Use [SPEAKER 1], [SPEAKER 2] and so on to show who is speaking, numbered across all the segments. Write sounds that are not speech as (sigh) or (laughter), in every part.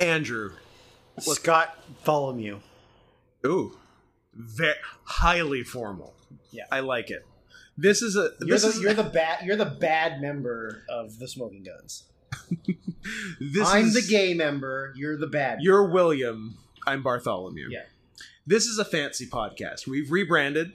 [SPEAKER 1] Andrew.
[SPEAKER 2] Scott Tholomew.
[SPEAKER 1] Ooh, very highly formal.
[SPEAKER 2] Yeah.
[SPEAKER 1] I like it. This is a
[SPEAKER 2] You're
[SPEAKER 1] this
[SPEAKER 2] the,
[SPEAKER 1] is
[SPEAKER 2] you're the bad you're the bad member of the Smoking Guns.
[SPEAKER 1] this
[SPEAKER 2] I'm
[SPEAKER 1] is,
[SPEAKER 2] the gay member. You're the bad.
[SPEAKER 1] You're William. I'm Bartholomew.
[SPEAKER 2] Yeah.
[SPEAKER 1] This is a fancy podcast. We've rebranded.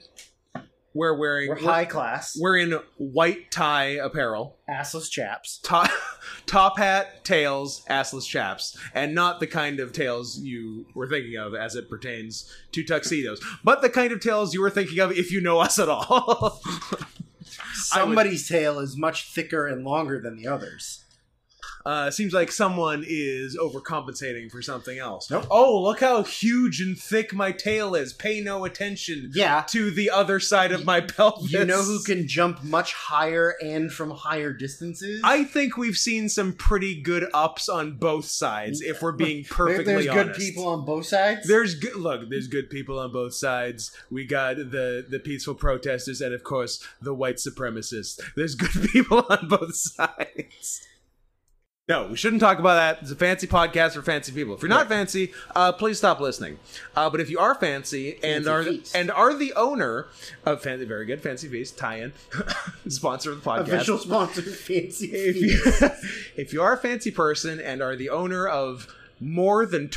[SPEAKER 1] We're wearing
[SPEAKER 2] we're high class,
[SPEAKER 1] (laughs) we're in white tie apparel,
[SPEAKER 2] assless chaps.
[SPEAKER 1] top (laughs) top hat, tails, assless chaps, and not the kind of tails you were thinking of as it pertains to tuxedos, but the kind of tails you were thinking of if you know us at all. (laughs)
[SPEAKER 2] Somebody's tail is much thicker and longer than the others.
[SPEAKER 1] uh, seems like someone is overcompensating for something else.
[SPEAKER 2] Nope.
[SPEAKER 1] Oh, look how huge and thick my tail is. Pay no attention
[SPEAKER 2] Yeah,
[SPEAKER 1] to the other side of my pelvis.
[SPEAKER 2] you know who can jump much higher and from higher distances.
[SPEAKER 1] I think we've seen some pretty good ups on both sides. If we're being
[SPEAKER 2] There-
[SPEAKER 1] perfectly
[SPEAKER 2] there's good
[SPEAKER 1] honest.
[SPEAKER 2] people on both sides.
[SPEAKER 1] There's good look. There's good people on both sides. We got the the peaceful protesters and of course the white supremacists. There's good (laughs) people on both sides. No, we shouldn't talk about that. It's a fancy podcast for fancy people. If you're not fancy, uh, please stop listening. Uh, but if you are fancy and
[SPEAKER 2] Fancy
[SPEAKER 1] are
[SPEAKER 2] Feast.
[SPEAKER 1] and are the owner of fancy, very good fancy feast tie-in (laughs) sponsor of the podcast
[SPEAKER 2] (laughs) official sponsor Fancy
[SPEAKER 1] if
[SPEAKER 2] Feast.
[SPEAKER 1] you, (laughs) if you are a fancy person and are the owner of more than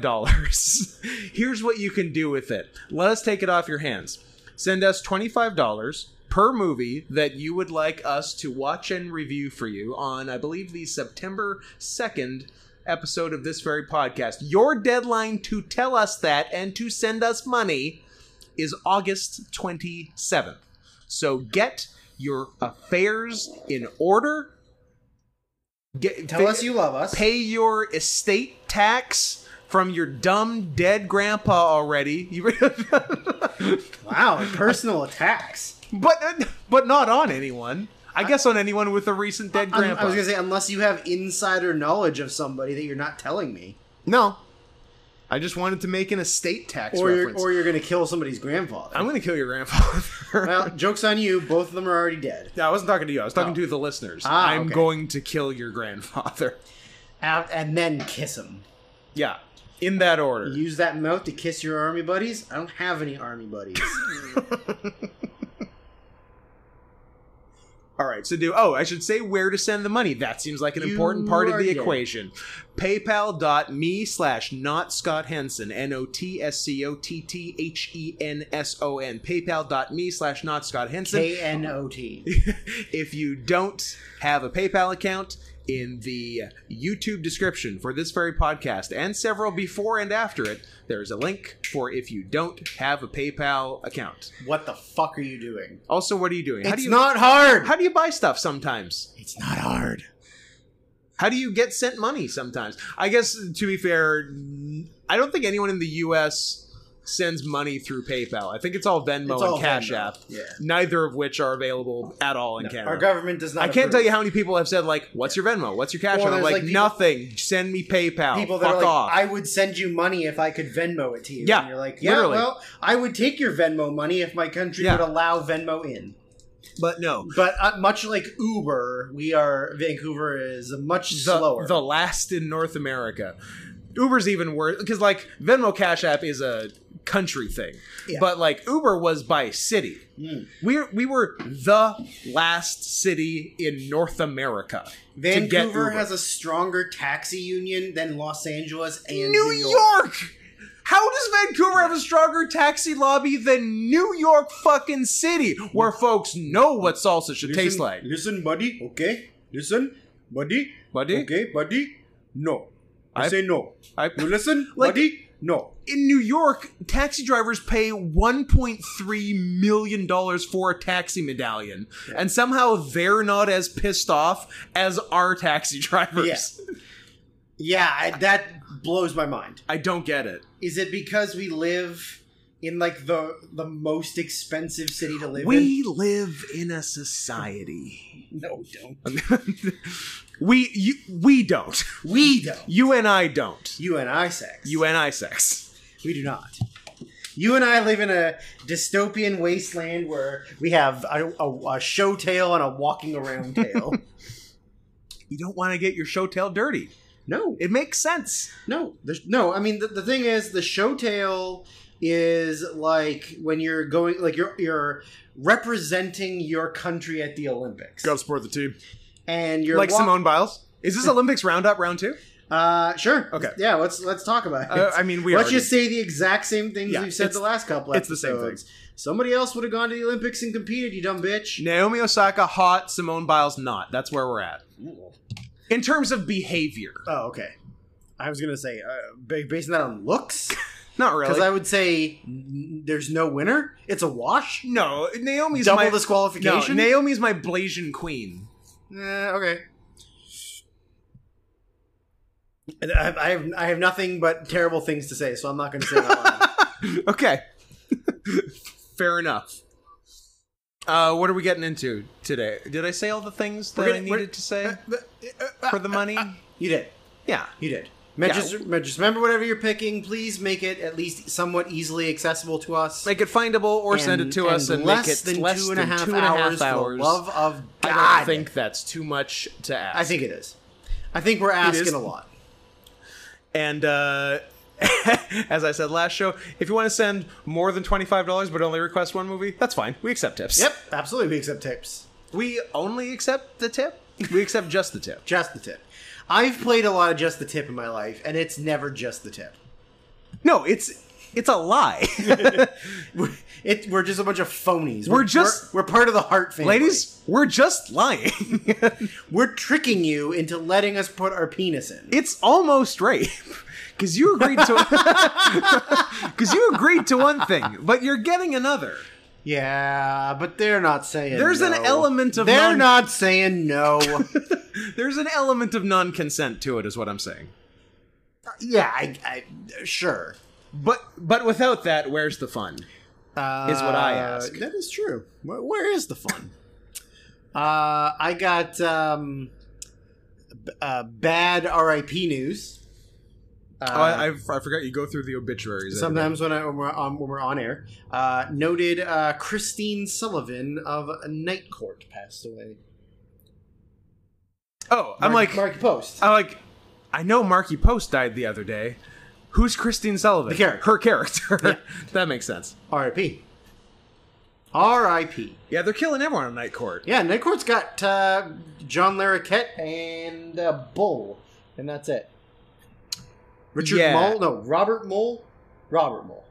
[SPEAKER 1] $25, (laughs) here's what you can do with it. Let us take it off your hands. Send us $25 per movie that you would like us to watch and review for you on, I believe, the September 2nd episode of this very podcast. Your deadline to tell us that and to send us money is August 27th. So get your affairs in order. Get,
[SPEAKER 2] Tell us you love us.
[SPEAKER 1] pay your estate tax from your dumb dead grandpa already. (laughs) You re-
[SPEAKER 2] Wow, personal attacks.
[SPEAKER 1] but but not on anyone. I guess on anyone with a recent dead
[SPEAKER 2] Un-
[SPEAKER 1] grandpa.
[SPEAKER 2] I was gonna say unless you have insider knowledge of somebody that you're not telling me,
[SPEAKER 1] no. I just wanted to make an estate tax
[SPEAKER 2] or you're,
[SPEAKER 1] reference.
[SPEAKER 2] or you're gonna kill somebody's grandfather.
[SPEAKER 1] I'm going to kill your grandfather. (laughs)
[SPEAKER 2] well, jokes on you. Both of them are already dead.
[SPEAKER 1] No, I wasn't talking to you. I was talking
[SPEAKER 2] Oh.
[SPEAKER 1] to the listeners.
[SPEAKER 2] Ah,
[SPEAKER 1] I'm
[SPEAKER 2] okay.
[SPEAKER 1] going to kill your grandfather. (laughs)
[SPEAKER 2] Out and then kiss them.
[SPEAKER 1] Yeah, in that order.
[SPEAKER 2] Use that mouth to kiss your army buddies. I don't have any army buddies.
[SPEAKER 1] All right, so do. Oh, I should say where to send the money. That seems like an
[SPEAKER 2] You
[SPEAKER 1] important part of
[SPEAKER 2] are
[SPEAKER 1] the
[SPEAKER 2] dead.
[SPEAKER 1] equation. PayPal.me slash not Scott Henson. N O T S C O T T H E N S O N. PayPal.me slash not Scott Henson.
[SPEAKER 2] (laughs) K N O T.
[SPEAKER 1] (laughs) if you don't have a PayPal account, in the YouTube description for this very podcast and several before and after it, there is a link for if you don't have a PayPal account.
[SPEAKER 2] What the fuck are you doing?
[SPEAKER 1] Also, what are you doing? how do
[SPEAKER 2] it's
[SPEAKER 1] you
[SPEAKER 2] not hard.
[SPEAKER 1] how do you buy stuff sometimes?
[SPEAKER 2] It's not hard.
[SPEAKER 1] How do you get sent money sometimes? I guess to be fair, I don't think anyone in the US sends money through PayPal. I think it's all Venmo
[SPEAKER 2] It's
[SPEAKER 1] and
[SPEAKER 2] all
[SPEAKER 1] Cash
[SPEAKER 2] Venmo.
[SPEAKER 1] App,
[SPEAKER 2] Yeah.
[SPEAKER 1] neither of which are available at all in
[SPEAKER 2] Our
[SPEAKER 1] Canada.
[SPEAKER 2] government does not.
[SPEAKER 1] I can't tell you
[SPEAKER 2] approve.
[SPEAKER 1] how many people have said like, "What's your Venmo? What's your Cash
[SPEAKER 2] Well,
[SPEAKER 1] App?" I'm
[SPEAKER 2] there's,
[SPEAKER 1] like,
[SPEAKER 2] like, people-
[SPEAKER 1] "Nothing. Send me PayPal.
[SPEAKER 2] people that
[SPEAKER 1] Fuck
[SPEAKER 2] are like,
[SPEAKER 1] off."
[SPEAKER 2] I would send you money if I could Venmo it to you.
[SPEAKER 1] Yeah,
[SPEAKER 2] and you're like, yeah,
[SPEAKER 1] literally.
[SPEAKER 2] well, I would take your Venmo money if my country
[SPEAKER 1] Yeah.
[SPEAKER 2] would allow Venmo in.
[SPEAKER 1] but no,
[SPEAKER 2] But uh, much like Uber, we are Vancouver is much
[SPEAKER 1] the,
[SPEAKER 2] slower.
[SPEAKER 1] the last in North America. Uber's even worse because like Venmo Cash App is a country thing,
[SPEAKER 2] Yeah.
[SPEAKER 1] but like Uber was by city.
[SPEAKER 2] Mm.
[SPEAKER 1] We we were the last city in North America. to get
[SPEAKER 2] Vancouver
[SPEAKER 1] Uber.
[SPEAKER 2] has a stronger taxi union than Los Angeles and
[SPEAKER 1] New York. How does Vancouver have a stronger taxi lobby than New York fucking city, where folks know what salsa should taste like?
[SPEAKER 2] Listen, buddy. Okay, listen, buddy.
[SPEAKER 1] Buddy,
[SPEAKER 2] buddy. No,
[SPEAKER 1] I-
[SPEAKER 2] say no.
[SPEAKER 1] I,
[SPEAKER 2] listen, (laughs)
[SPEAKER 1] Like-
[SPEAKER 2] buddy. No.
[SPEAKER 1] in New York, taxi drivers pay $1.3 million for a taxi medallion, and somehow they're not as pissed off as our taxi (laughs) drivers.
[SPEAKER 2] Yeah. Yeah, I, that blows my mind.
[SPEAKER 1] I don't get it.
[SPEAKER 2] Is it because we live in like the the most expensive city to live
[SPEAKER 1] We live in a society.
[SPEAKER 2] (laughs) in? No, we don't.
[SPEAKER 1] we you, we don't.
[SPEAKER 2] We don't.
[SPEAKER 1] You and I don't.
[SPEAKER 2] You and I sex.
[SPEAKER 1] You and I sex.
[SPEAKER 2] we do not. You and I live in a dystopian wasteland where we have a, a,
[SPEAKER 1] (laughs)
[SPEAKER 2] a show tail and a walking around tail.
[SPEAKER 1] You don't want to get your show tail dirty.
[SPEAKER 2] No,
[SPEAKER 1] It makes sense.
[SPEAKER 2] no, there's, no. I mean, the, the thing is, the show tale is like when you're going, like you're you're representing your country at the Olympics,
[SPEAKER 1] Gotta support the team.
[SPEAKER 2] and you're
[SPEAKER 1] like
[SPEAKER 2] wa-
[SPEAKER 1] Simone Biles. Is
[SPEAKER 2] (laughs)
[SPEAKER 1] this Olympics roundup round two?
[SPEAKER 2] Uh, sure.
[SPEAKER 1] Okay.
[SPEAKER 2] Yeah, let's let's talk about it.
[SPEAKER 1] Uh, I mean, we
[SPEAKER 2] let's
[SPEAKER 1] already-
[SPEAKER 2] just say the exact same things
[SPEAKER 1] Yeah,
[SPEAKER 2] we've said
[SPEAKER 1] it's-
[SPEAKER 2] the last couple.
[SPEAKER 1] it's the same
[SPEAKER 2] episodes. Somebody else would have gone to the Olympics and competed. You dumb bitch.
[SPEAKER 1] Naomi Osaka hot, Simone Biles not. That's where we're at in terms of behavior.
[SPEAKER 2] Oh, okay. I was gonna say uh, ba- based on that on looks,
[SPEAKER 1] Not
[SPEAKER 2] because
[SPEAKER 1] really.
[SPEAKER 2] I would say n- there's no winner. It's a wash.
[SPEAKER 1] no, Naomi's
[SPEAKER 2] Double
[SPEAKER 1] my no,
[SPEAKER 2] disqualification.
[SPEAKER 1] Naomi's my Blasian queen.
[SPEAKER 2] Eh, okay. And I I have I have nothing but terrible things to say, so I'm not going to
[SPEAKER 1] (laughs)
[SPEAKER 2] say that.
[SPEAKER 1] okay. Fair enough. Uh, what are we getting into today? Did I say all the things that
[SPEAKER 2] We're
[SPEAKER 1] I
[SPEAKER 2] gonna- we're- uh,
[SPEAKER 1] needed to say
[SPEAKER 2] one.
[SPEAKER 1] for
[SPEAKER 2] uh,
[SPEAKER 1] the money?
[SPEAKER 2] you did.
[SPEAKER 1] Yeah.
[SPEAKER 2] You did.
[SPEAKER 1] Yeah.
[SPEAKER 2] Just, just remember whatever you're picking. Please make it at least somewhat easily accessible to us.
[SPEAKER 1] Make it findable or send it
[SPEAKER 2] And-
[SPEAKER 1] to us and
[SPEAKER 2] less
[SPEAKER 1] make it
[SPEAKER 2] than
[SPEAKER 1] less
[SPEAKER 2] two and a
[SPEAKER 1] than
[SPEAKER 2] half
[SPEAKER 1] two and a half
[SPEAKER 2] hours.
[SPEAKER 1] hours.
[SPEAKER 2] For love of God.
[SPEAKER 1] I don't think that's too much to ask.
[SPEAKER 2] I think it is. I think we're
[SPEAKER 1] is.
[SPEAKER 2] asking a lot.
[SPEAKER 1] And uh, (laughs) as I said last show, if you want to send more than $25 but only request one movie, that's fine. We accept tips.
[SPEAKER 2] Yep, absolutely. We accept tips.
[SPEAKER 1] We only accept the tip. We accept just the tip.
[SPEAKER 2] Just the tip. I've played a lot of just the tip in my life, and it's never just the tip.
[SPEAKER 1] (laughs)
[SPEAKER 2] (laughs)
[SPEAKER 1] No, it's it's a lie.
[SPEAKER 2] We're- It, we're just a bunch of phonies.
[SPEAKER 1] We're just-
[SPEAKER 2] we're, we're part of the heart family,
[SPEAKER 1] (laughs) Ladies, we're just lying. (laughs)
[SPEAKER 2] We're tricking you into letting us put our penis in.
[SPEAKER 1] it's almost rape because you agreed to because you agreed to (laughs) one thing, but you're getting another.
[SPEAKER 2] Yeah, but they're not saying.
[SPEAKER 1] There's an
[SPEAKER 2] no.
[SPEAKER 1] element of
[SPEAKER 2] they're
[SPEAKER 1] non-
[SPEAKER 2] not saying
[SPEAKER 1] (laughs)
[SPEAKER 2] no.
[SPEAKER 1] There's an element of non-consent to it, is what I'm saying.
[SPEAKER 2] yeah, I, I sure
[SPEAKER 1] But but without that, where's the fun?
[SPEAKER 2] uh,
[SPEAKER 1] what I ask.
[SPEAKER 2] That is true. Where, where is the fun? (laughs) uh, I got um, b- uh, bad RIP news. Uh,
[SPEAKER 1] oh, I, I, I forgot you go through the obituaries. every
[SPEAKER 2] sometimes when, I, when we're on when we're on air, uh, noted uh, Christine Sullivan of Night Court passed away.
[SPEAKER 1] day. Oh, I'm
[SPEAKER 2] Mark-
[SPEAKER 1] like
[SPEAKER 2] Mark Post.
[SPEAKER 1] I'm like I know Marky Post died the other day. Who's Christine Sullivan?
[SPEAKER 2] The character.
[SPEAKER 1] Her character. (laughs) that makes sense.
[SPEAKER 2] RIP. RIP.
[SPEAKER 1] Yeah, they're killing everyone on Night Court.
[SPEAKER 2] Yeah, Night Court's got uh, John Larroquette and uh, Bull, and that's it. Richard
[SPEAKER 1] Yeah.
[SPEAKER 2] Mole? No, Robert Mole? Robert Mole.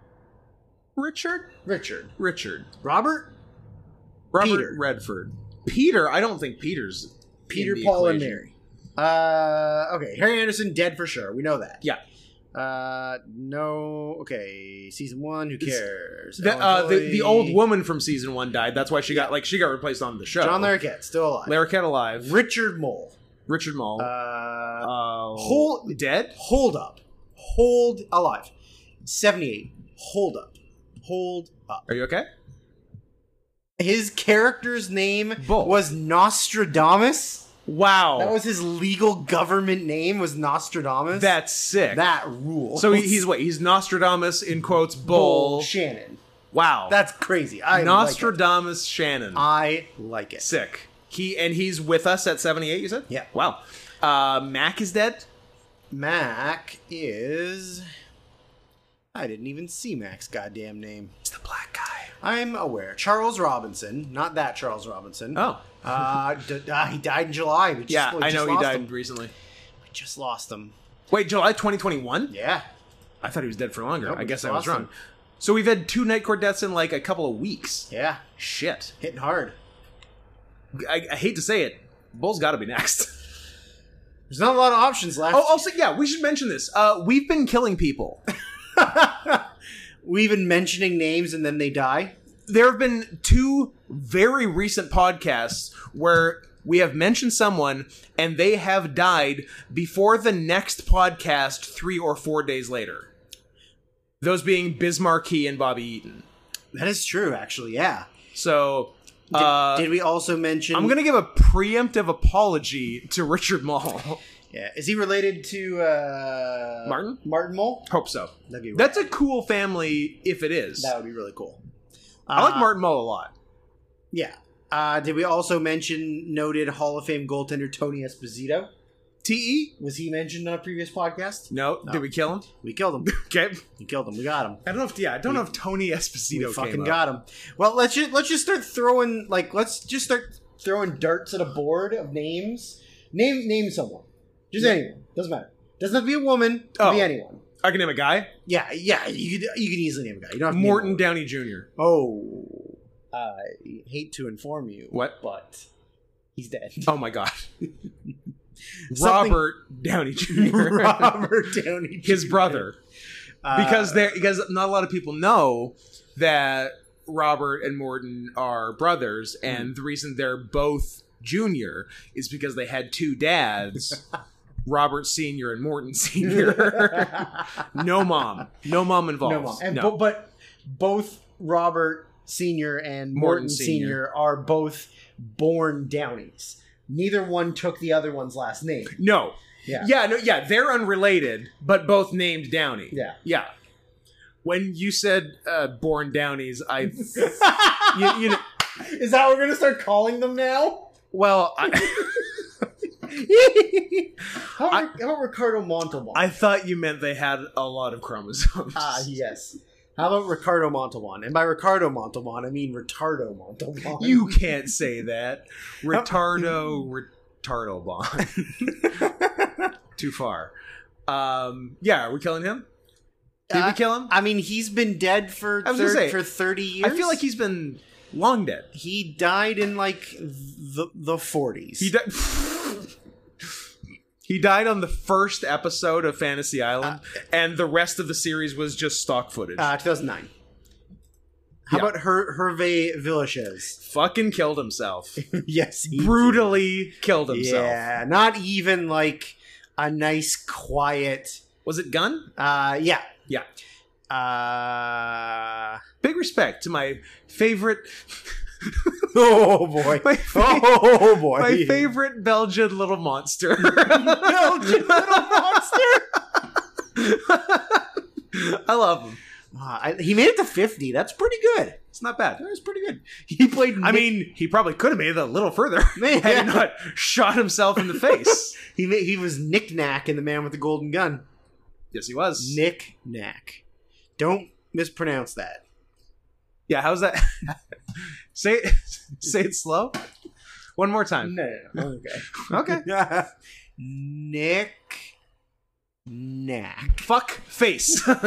[SPEAKER 1] Richard.
[SPEAKER 2] Richard.
[SPEAKER 1] Richard.
[SPEAKER 2] Robert?
[SPEAKER 1] Robert
[SPEAKER 2] Peter.
[SPEAKER 1] Redford. Peter, I don't think Peter's
[SPEAKER 2] Peter,
[SPEAKER 1] in the
[SPEAKER 2] Paul,
[SPEAKER 1] equation.
[SPEAKER 2] and Mary. Uh, okay, Harry Anderson dead for sure. We know that.
[SPEAKER 1] Yeah.
[SPEAKER 2] Uh, no, okay, season one, who
[SPEAKER 1] It's-
[SPEAKER 2] cares?
[SPEAKER 1] The,
[SPEAKER 2] Ellen
[SPEAKER 1] uh, the, the
[SPEAKER 2] Hoy.
[SPEAKER 1] old woman from season one died. That's why she got like she got replaced on the show.
[SPEAKER 2] John Larroquette, still alive.
[SPEAKER 1] Larroquette alive.
[SPEAKER 2] Richard Mole.
[SPEAKER 1] Richard Mall.
[SPEAKER 2] Uh,
[SPEAKER 1] uh,
[SPEAKER 2] Hol-
[SPEAKER 1] dead.
[SPEAKER 2] Hold up. Hold alive. 78. Hold up. Hold up.
[SPEAKER 1] Are you okay?
[SPEAKER 2] His character's name
[SPEAKER 1] Bull.
[SPEAKER 2] was Nostradamus.
[SPEAKER 1] Wow,
[SPEAKER 2] That was his legal government name was Nostradamus.
[SPEAKER 1] that's sick.
[SPEAKER 2] that rule.
[SPEAKER 1] so he, he's what? He's Nostradamus in quotes. Bull.
[SPEAKER 2] Shannon.
[SPEAKER 1] Wow,
[SPEAKER 2] That's crazy. I like it. Uh,
[SPEAKER 1] Nostradamus Shannon.
[SPEAKER 2] I like it.
[SPEAKER 1] sick. He and he's with us at seventy eight. You said?
[SPEAKER 2] Yeah.
[SPEAKER 1] Wow. Uh, Mac is dead.
[SPEAKER 2] Mac is I didn't even see Mac's goddamn name.
[SPEAKER 1] It's the black guy.
[SPEAKER 2] I'm aware. Charles Robinson, not that Charles Robinson.
[SPEAKER 1] Oh.
[SPEAKER 2] uh, (laughs) d- uh, he died in July. We just,
[SPEAKER 1] Yeah,
[SPEAKER 2] we
[SPEAKER 1] I
[SPEAKER 2] just
[SPEAKER 1] know he
[SPEAKER 2] lost
[SPEAKER 1] died
[SPEAKER 2] Him.
[SPEAKER 1] recently.
[SPEAKER 2] We just lost him.
[SPEAKER 1] Wait, July 2021?
[SPEAKER 2] Yeah.
[SPEAKER 1] I thought he was dead for longer.
[SPEAKER 2] Nope,
[SPEAKER 1] I guess I
[SPEAKER 2] it's
[SPEAKER 1] was
[SPEAKER 2] awesome.
[SPEAKER 1] wrong. So we've had two night court deaths in like a couple of weeks.
[SPEAKER 2] Yeah.
[SPEAKER 1] Shit.
[SPEAKER 2] Hitting hard.
[SPEAKER 1] I, I hate to say it. Bull's got to be next.
[SPEAKER 2] (laughs) There's not a lot of options left.
[SPEAKER 1] oh, also, yeah, we should mention this. Uh, we've been killing people.
[SPEAKER 2] we even mentioning names and then they die.
[SPEAKER 1] There have been two very recent podcasts where we have mentioned someone and they have died before the next podcast three or four days later. Those being Bismarcky and Bobby Eaton.
[SPEAKER 2] That is true, actually. Yeah.
[SPEAKER 1] So.
[SPEAKER 2] Did,
[SPEAKER 1] uh,
[SPEAKER 2] did we also mention?
[SPEAKER 1] I'm gonna give a preemptive apology to Richard Mall. (laughs)
[SPEAKER 2] Yeah. Is he related to uh,
[SPEAKER 1] Martin?
[SPEAKER 2] Martin Mole?
[SPEAKER 1] Hope so.
[SPEAKER 2] That'd be
[SPEAKER 1] That's a cool family if it is.
[SPEAKER 2] that would be really cool.
[SPEAKER 1] I like
[SPEAKER 2] Uh,
[SPEAKER 1] Martin Mull a lot.
[SPEAKER 2] Yeah. Uh, did we also mention noted Hall of Fame goaltender Tony Esposito?
[SPEAKER 1] Te?
[SPEAKER 2] Was he mentioned on a previous podcast?
[SPEAKER 1] No.
[SPEAKER 2] No.
[SPEAKER 1] E? Did we kill him?
[SPEAKER 2] We killed him.
[SPEAKER 1] Okay.
[SPEAKER 2] we killed him. We got him.
[SPEAKER 1] I don't know if yeah, I don't know if Tony Esposito
[SPEAKER 2] We
[SPEAKER 1] came
[SPEAKER 2] fucking
[SPEAKER 1] up.
[SPEAKER 2] got him. Well, let's just let's just start throwing like let's just start throwing darts at a board of names. Name name someone. Just
[SPEAKER 1] Yeah.
[SPEAKER 2] anyone. Doesn't matter. Doesn't have to be a woman. Could
[SPEAKER 1] Oh.
[SPEAKER 2] Be anyone.
[SPEAKER 1] I can name a guy.
[SPEAKER 2] Yeah, yeah. You could you can easily name a guy. You don't have to name a
[SPEAKER 1] Morton
[SPEAKER 2] woman.
[SPEAKER 1] Downey Jr.
[SPEAKER 2] Oh, I hate to inform you,
[SPEAKER 1] What?
[SPEAKER 2] but he's dead.
[SPEAKER 1] Oh my god.
[SPEAKER 2] Something-
[SPEAKER 1] Robert Downey
[SPEAKER 2] (laughs)
[SPEAKER 1] Jr.
[SPEAKER 2] (laughs) Robert Downey,
[SPEAKER 1] His
[SPEAKER 2] Jr..
[SPEAKER 1] brother.
[SPEAKER 2] Uh,
[SPEAKER 1] Because there because not a lot of people know that Robert and Morton are brothers,
[SPEAKER 2] Mm.
[SPEAKER 1] and the reason they're both junior is because they had two
[SPEAKER 2] (laughs)
[SPEAKER 1] dads, Robert Senior and Morton Senior.
[SPEAKER 2] (laughs)
[SPEAKER 1] no mom. No mom involved.
[SPEAKER 2] No, mom. And
[SPEAKER 1] No.
[SPEAKER 2] bo- but both Robert Senior and
[SPEAKER 1] Morton
[SPEAKER 2] Morton
[SPEAKER 1] Senior.
[SPEAKER 2] Senior are both born Downies. Neither one took the other one's last
[SPEAKER 1] (laughs)
[SPEAKER 2] name.
[SPEAKER 1] No.
[SPEAKER 2] Yeah.
[SPEAKER 1] Yeah, no, yeah, they're unrelated, but both named Downey.
[SPEAKER 2] Yeah.
[SPEAKER 1] Yeah. When you said uh, born Downies,
[SPEAKER 2] (laughs)
[SPEAKER 1] I you, you know,
[SPEAKER 2] Is that what we're gonna start calling
[SPEAKER 1] (laughs)
[SPEAKER 2] them now?
[SPEAKER 1] well, I,
[SPEAKER 2] How about, how about Ricardo Montalban?
[SPEAKER 1] I thought you meant they had a lot of chromosomes.
[SPEAKER 2] Ah,
[SPEAKER 1] (laughs)
[SPEAKER 2] yes. How about Ricardo Montalban? And by Ricardo Montalban, I mean Retardo Montalban.
[SPEAKER 1] You can't say that. Retardo, retardo bond. (laughs) Too far. Um, yeah, are we killing him? Did we
[SPEAKER 2] Uh,
[SPEAKER 1] kill him?
[SPEAKER 2] I mean, he's been dead for
[SPEAKER 1] I was gonna
[SPEAKER 2] thir-
[SPEAKER 1] say,
[SPEAKER 2] for thirty
[SPEAKER 1] I
[SPEAKER 2] years.
[SPEAKER 1] feel like he's been long dead.
[SPEAKER 2] he died in like the the forties.
[SPEAKER 1] He died. (laughs) he died on the first episode of Fantasy Island, and the rest of the series was just stock footage.
[SPEAKER 2] uh, two thousand nine. How
[SPEAKER 1] Yeah.
[SPEAKER 2] about Her- Hervé
[SPEAKER 1] (laughs)
[SPEAKER 2] Villachez?
[SPEAKER 1] Fucking killed himself.
[SPEAKER 2] yes, (laughs) he did.
[SPEAKER 1] Brutally killed himself.
[SPEAKER 2] Yeah, not even like a nice, quiet.
[SPEAKER 1] Was it Gun?
[SPEAKER 2] Uh, yeah,
[SPEAKER 1] Yeah.
[SPEAKER 2] Uh,
[SPEAKER 1] (laughs) Big respect to my favorite, (laughs)
[SPEAKER 2] oh boy!
[SPEAKER 1] my, fa-
[SPEAKER 2] oh
[SPEAKER 1] (laughs)
[SPEAKER 2] boy!
[SPEAKER 1] my
[SPEAKER 2] (laughs)
[SPEAKER 1] favorite Belgian little monster. (laughs)
[SPEAKER 2] Belgian little monster.
[SPEAKER 1] I love him.
[SPEAKER 2] Wow, I, he made it to 50. That's pretty good.
[SPEAKER 1] It's not bad.
[SPEAKER 2] That's pretty good. He played.
[SPEAKER 1] I mean, he probably could have made it a little further (laughs)
[SPEAKER 2] man,
[SPEAKER 1] had he not shot himself in the face.
[SPEAKER 2] (laughs) he ma- he was Nick Knack in the Man with the Golden Gun.
[SPEAKER 1] yes, he was.
[SPEAKER 2] Nick Knack. Don't mispronounce that.
[SPEAKER 1] Yeah, how's that? (laughs) say (laughs) it, say it slow. One more
[SPEAKER 2] (laughs)
[SPEAKER 1] time.
[SPEAKER 2] No, no,
[SPEAKER 1] Okay.
[SPEAKER 2] (laughs) okay. Nick Knack.
[SPEAKER 1] Fuck face. (laughs)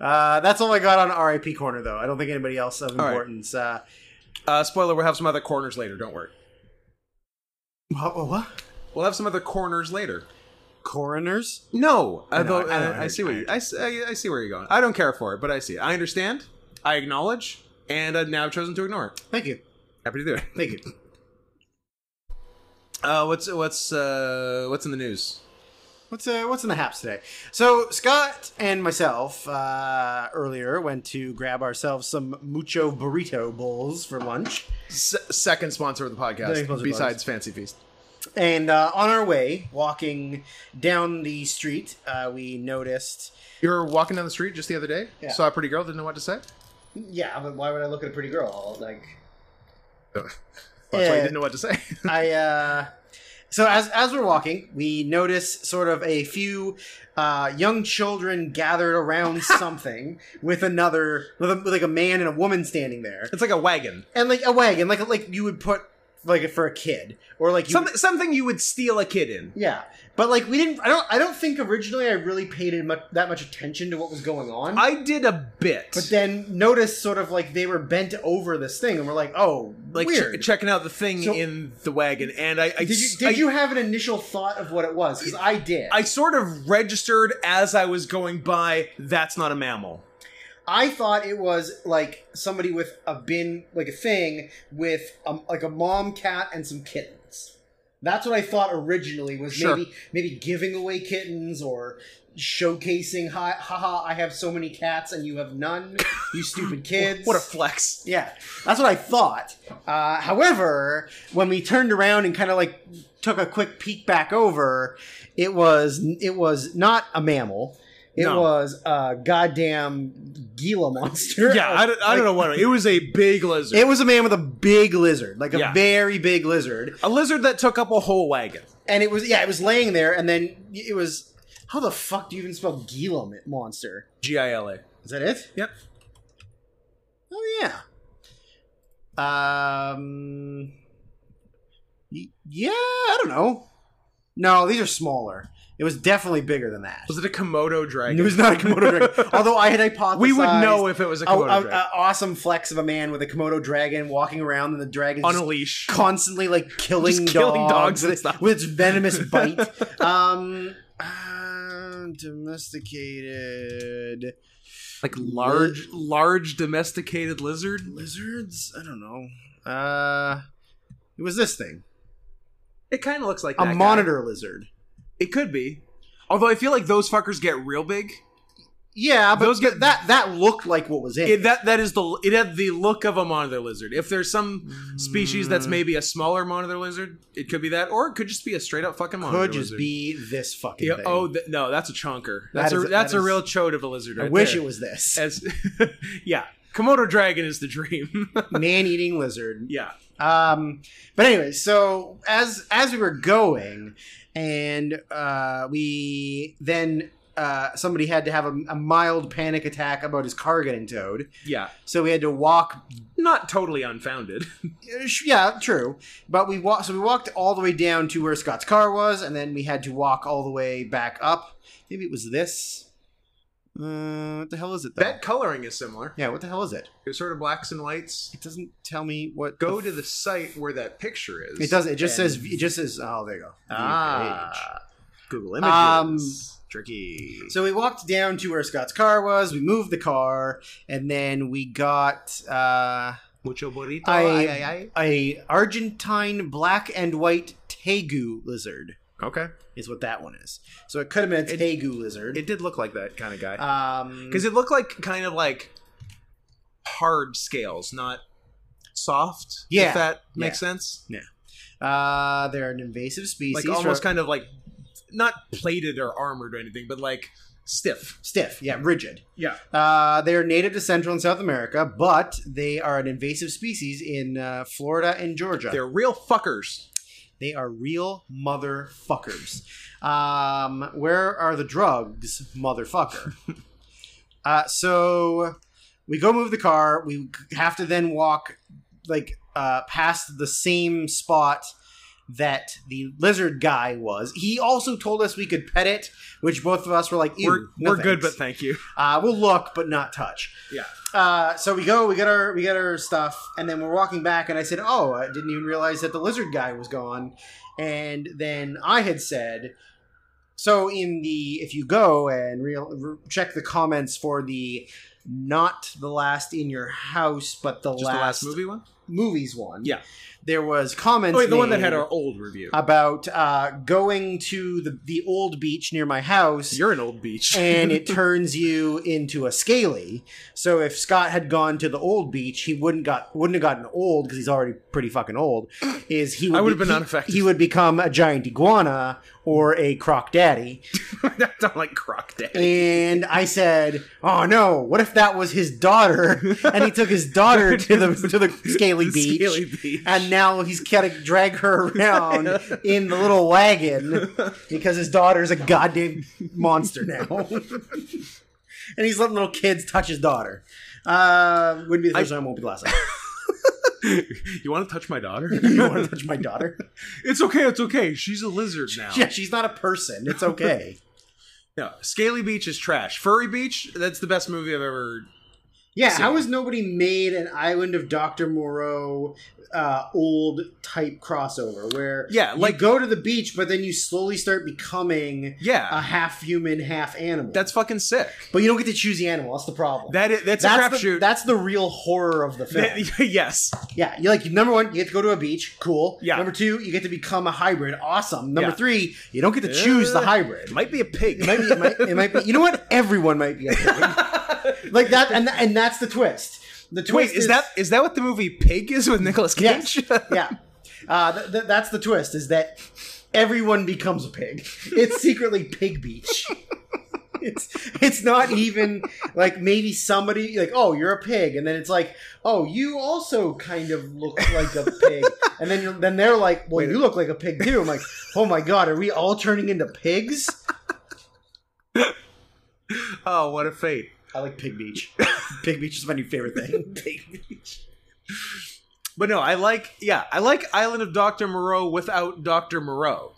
[SPEAKER 2] Uh, that's all I got on RIP corner, though. I don't think anybody else of
[SPEAKER 1] right.
[SPEAKER 2] importance. Uh,
[SPEAKER 1] uh, spoiler: We'll have some other corners later. Don't worry.
[SPEAKER 2] what, what, what?
[SPEAKER 1] We'll have some other corners later.
[SPEAKER 2] Coroners?
[SPEAKER 1] No, I,
[SPEAKER 2] I know,
[SPEAKER 1] though,
[SPEAKER 2] I know,
[SPEAKER 1] I,
[SPEAKER 2] I
[SPEAKER 1] I see what you,
[SPEAKER 2] heard-
[SPEAKER 1] I, see- I, I see where you're going. I don't care for it, but I see. It. I understand. I acknowledge, and I've now chosen to ignore it.
[SPEAKER 2] Thank you.
[SPEAKER 1] Happy to do it.
[SPEAKER 2] Thank you.
[SPEAKER 1] (laughs) Uh, what's what's uh, what's in the news?
[SPEAKER 2] What's uh, what's in the haps today? So Scott and myself uh, earlier went to grab ourselves some mucho burrito bowls for lunch,
[SPEAKER 1] S- second sponsor of the podcast,
[SPEAKER 2] Second sponsor of the
[SPEAKER 1] besides Fancy Feast.
[SPEAKER 2] and uh, on our way, walking down the street, uh, we noticed.
[SPEAKER 1] You were walking down the street just the other day.
[SPEAKER 2] Yeah.
[SPEAKER 1] Saw a pretty girl. Didn't know what to say. Oh,
[SPEAKER 2] Yeah, but why would I look at a pretty girl? I'll, Like
[SPEAKER 1] That's why you
[SPEAKER 2] Eh.
[SPEAKER 1] didn't know what to say.
[SPEAKER 2] I. Uh, so as as we're walking, we notice sort of a few uh, young children
[SPEAKER 1] (laughs)
[SPEAKER 2] gathered around something with another with, a, with like a man and a woman standing there.
[SPEAKER 1] (laughs) It's like a wagon.
[SPEAKER 2] and like a wagon, like like you would put like for a kid or like you,
[SPEAKER 1] Something, something you would steal a kid in.
[SPEAKER 2] yeah. But like we didn't, I don't, I don't think originally I really paid it much, that much attention to what was going on.
[SPEAKER 1] I did a bit.
[SPEAKER 2] but then noticed sort of like they were bent over this thing, and we're like, oh,
[SPEAKER 1] like ch-
[SPEAKER 2] weird.
[SPEAKER 1] checking out the thing
[SPEAKER 2] So-
[SPEAKER 1] in the wagon, and I, I
[SPEAKER 2] did you
[SPEAKER 1] I-
[SPEAKER 2] did you have an initial thought of what it was? Because I did.
[SPEAKER 1] I sort of registered as I was going by. That's not a mammal.
[SPEAKER 2] I thought it was like somebody with a bin, like a thing with a, like a mom cat and some kittens. That's what I thought originally was
[SPEAKER 1] Sure.
[SPEAKER 2] maybe maybe giving away kittens or showcasing, ha haha, I have so many cats and you have none, you stupid kids.
[SPEAKER 1] (laughs) What a flex!
[SPEAKER 2] Yeah, that's what I thought. Uh, however, when we turned around and kind of like took a quick peek back over, it was it was not a mammal. It
[SPEAKER 1] No.
[SPEAKER 2] was a goddamn Gila monster.
[SPEAKER 1] Yeah, I don't, I don't know what it was a big lizard.
[SPEAKER 2] It was a man with a big lizard, like a
[SPEAKER 1] Yeah.
[SPEAKER 2] very big lizard.
[SPEAKER 1] A lizard that took up a whole wagon.
[SPEAKER 2] And it was yeah, it was laying there, and then it was how the fuck do you even spell Gila monster?
[SPEAKER 1] G I L A.
[SPEAKER 2] Is that it?
[SPEAKER 1] Yep.
[SPEAKER 2] Oh yeah. Um. y- Yeah, I don't know. No, these are smaller. It was definitely bigger than that.
[SPEAKER 1] Was it a Komodo dragon?
[SPEAKER 2] It was not a Komodo
[SPEAKER 1] (laughs)
[SPEAKER 2] dragon. Although I had hypothesized
[SPEAKER 1] we would know if it was a
[SPEAKER 2] a, a,
[SPEAKER 1] Komodo
[SPEAKER 2] a,
[SPEAKER 1] dragon.
[SPEAKER 2] awesome flex of a man with a Komodo dragon walking around, and the dragon
[SPEAKER 1] on a leash.
[SPEAKER 2] constantly like killing,
[SPEAKER 1] Just killing dogs and
[SPEAKER 2] with,
[SPEAKER 1] stuff.
[SPEAKER 2] with its venomous
[SPEAKER 1] (laughs)
[SPEAKER 2] bite. um, uh, domesticated
[SPEAKER 1] Like large, large domesticated lizard.
[SPEAKER 2] lizards. I don't know. Uh, it was this thing,
[SPEAKER 1] It kind of looks like
[SPEAKER 2] a
[SPEAKER 1] that guy.
[SPEAKER 2] monitor lizard.
[SPEAKER 1] It could be. Although I feel like those fuckers get real big.
[SPEAKER 2] Yeah, but
[SPEAKER 1] Those get-
[SPEAKER 2] that that looked like what was in
[SPEAKER 1] It, that that is the it had the look of a monitor lizard. If there's some
[SPEAKER 2] Mm.
[SPEAKER 1] species that's maybe a smaller monitor lizard, it could be that, or it could just be a straight up fucking monitor
[SPEAKER 2] could
[SPEAKER 1] lizard.
[SPEAKER 2] just be this fucking
[SPEAKER 1] Yeah,
[SPEAKER 2] thing.
[SPEAKER 1] oh th- no, that's a chonker.
[SPEAKER 2] That
[SPEAKER 1] That's a
[SPEAKER 2] is-
[SPEAKER 1] that's
[SPEAKER 2] that
[SPEAKER 1] a
[SPEAKER 2] is-
[SPEAKER 1] real chode of a lizard.
[SPEAKER 2] I
[SPEAKER 1] right
[SPEAKER 2] wish
[SPEAKER 1] there.
[SPEAKER 2] it
[SPEAKER 1] (laughs)
[SPEAKER 2] was this
[SPEAKER 1] As, yeah, Komodo dragon is the dream.
[SPEAKER 2] (laughs)
[SPEAKER 1] (laughs)
[SPEAKER 2] man-eating lizard.
[SPEAKER 1] yeah,
[SPEAKER 2] Um, but anyway, so as as we were going, and uh, we then uh, somebody had to have a, a mild panic attack about his car getting towed,
[SPEAKER 1] yeah,
[SPEAKER 2] so we had to walk.
[SPEAKER 1] not totally unfounded.
[SPEAKER 2] Uh, Yeah, true. But we walked. So we walked all the way down to where Scott's car was, and then we had to walk all the way back up. Maybe it was this. Uh, what the hell is it? Though?
[SPEAKER 1] That coloring is similar.
[SPEAKER 2] Yeah, what the hell is it?
[SPEAKER 1] It's sort of blacks and whites.
[SPEAKER 2] It doesn't tell me what.
[SPEAKER 1] Go
[SPEAKER 2] the
[SPEAKER 1] to the site where that picture is.
[SPEAKER 2] It does. It just
[SPEAKER 1] and
[SPEAKER 2] says. It just says. Oh, there you go.
[SPEAKER 1] Ah. Google Images.
[SPEAKER 2] Um,
[SPEAKER 1] Tricky.
[SPEAKER 2] So we walked down to where Scott's car was. We moved the car, and then we got uh,
[SPEAKER 1] Mucho burrito.
[SPEAKER 2] I-
[SPEAKER 1] ay, ay,
[SPEAKER 2] a Argentine black and white tegu lizard.
[SPEAKER 1] ay. Okay.
[SPEAKER 2] Is what that one is. So it could have been a
[SPEAKER 1] It-
[SPEAKER 2] tegu lizard.
[SPEAKER 1] It did look like that kind of guy.
[SPEAKER 2] um,
[SPEAKER 1] Because it looked like kind of like hard scales, not soft.
[SPEAKER 2] Yeah.
[SPEAKER 1] If that makes sense.
[SPEAKER 2] uh, they're an invasive species.
[SPEAKER 1] Like almost
[SPEAKER 2] They're
[SPEAKER 1] kind of like not plated or armored or anything, but like stiff.
[SPEAKER 2] stiff. Yeah, rigid.
[SPEAKER 1] Yeah.
[SPEAKER 2] Uh, they are native to Central and South America, but they are an invasive species in uh, Florida and Georgia.
[SPEAKER 1] They're real fuckers.
[SPEAKER 2] They are real motherfuckers. Um, where are the drugs,
[SPEAKER 1] (laughs)
[SPEAKER 2] motherfucker? uh, so we go move the car. We have to then walk like uh, past the same spot that the lizard guy was. He also told us we could pet it, which both of us were like, Ew,
[SPEAKER 1] we're
[SPEAKER 2] no
[SPEAKER 1] we're good, but
[SPEAKER 2] thanks."
[SPEAKER 1] thank you.
[SPEAKER 2] uh, we'll look but not touch.
[SPEAKER 1] Yeah.
[SPEAKER 2] Uh, so we go, we get our we get our stuff, and then we're walking back, and I said, "Oh, I didn't even realize that the lizard guy was gone." And then I had said, "So in the if you go and real re- check the comments for the not the last in your house, but the,
[SPEAKER 1] Just
[SPEAKER 2] last,
[SPEAKER 1] the last movie one.
[SPEAKER 2] movies one,
[SPEAKER 1] Yeah.
[SPEAKER 2] there was comments.
[SPEAKER 1] Oh, wait, the one that
[SPEAKER 2] made
[SPEAKER 1] had our old review.
[SPEAKER 2] about uh, going to the the old beach near my house."
[SPEAKER 1] You're an old beach. (laughs)
[SPEAKER 2] and it turns you into a scaly. So if Scott had gone to the old beach, he wouldn't got wouldn't have gotten old because he's already pretty fucking old. Is he? Would
[SPEAKER 1] I
[SPEAKER 2] be-
[SPEAKER 1] would've been
[SPEAKER 2] he-
[SPEAKER 1] unaffected.
[SPEAKER 2] He would become a giant iguana or a croc daddy.
[SPEAKER 1] I don't like Croc Day.
[SPEAKER 2] And I said, "Oh no! What if that was his
[SPEAKER 1] (laughs)
[SPEAKER 2] daughter?" And he took his daughter to the to the scaly beach.
[SPEAKER 1] Scaly beach. (laughs)
[SPEAKER 2] And now he's got to drag her around in the little wagon because his daughter's a goddamn monster (laughs) now. and he's letting little kids touch his daughter. Uh, wouldn't be the first time, won't be the last time.
[SPEAKER 1] you want to touch my daughter? (laughs)
[SPEAKER 2] You want to touch my daughter?
[SPEAKER 1] It's okay. It's okay. She's a lizard now.
[SPEAKER 2] Yeah, she's not a person. It's okay.
[SPEAKER 1] No, Scaly Beach is trash. Furry Beach. That's the best movie I've ever.
[SPEAKER 2] Yeah,
[SPEAKER 1] So-
[SPEAKER 2] how has nobody made an Island of Dr. Moreau uh, old type crossover where
[SPEAKER 1] Yeah,
[SPEAKER 2] you
[SPEAKER 1] like-
[SPEAKER 2] go to the beach, but then you slowly start becoming
[SPEAKER 1] Yeah,
[SPEAKER 2] a half human, half animal?
[SPEAKER 1] that's fucking sick.
[SPEAKER 2] But you don't get to choose the animal. That's the problem.
[SPEAKER 1] That is, that's, a
[SPEAKER 2] the,
[SPEAKER 1] crapshoot.
[SPEAKER 2] that's the real horror of the film.
[SPEAKER 1] That- (laughs) yes,
[SPEAKER 2] yeah, you like number one, you get to go to a beach, cool.
[SPEAKER 1] Yeah.
[SPEAKER 2] Number two, you get to become a hybrid, awesome. Number
[SPEAKER 1] Yeah.
[SPEAKER 2] three, you don't get to choose the
[SPEAKER 1] Uh,
[SPEAKER 2] hybrid.
[SPEAKER 1] it might be a pig.
[SPEAKER 2] It might be, it
[SPEAKER 1] (laughs)
[SPEAKER 2] might, it might be. You know what? Everyone might be a pig. like that, and th- and that's the twist. The twist
[SPEAKER 1] Wait, is that is that what the movie Pig is with Nicolas Cage?
[SPEAKER 2] yes, yeah. Uh, th- th- that's the twist. Is that everyone becomes a pig? It's secretly Pig Beach. it's, it's not even like maybe somebody like oh you're a pig and then it's like oh you also kind of look like a pig and then you're, then they're like well
[SPEAKER 1] Wait a-
[SPEAKER 2] you look like a pig too I'm like oh my god are we all turning into pigs
[SPEAKER 1] (laughs) Oh, what a fate.
[SPEAKER 2] I like Pig Beach (coughs) Pig Beach is my new favorite thing Pig Beach
[SPEAKER 1] But no, I like yeah, I like Island of Dr. Moreau without Dr. Moreau.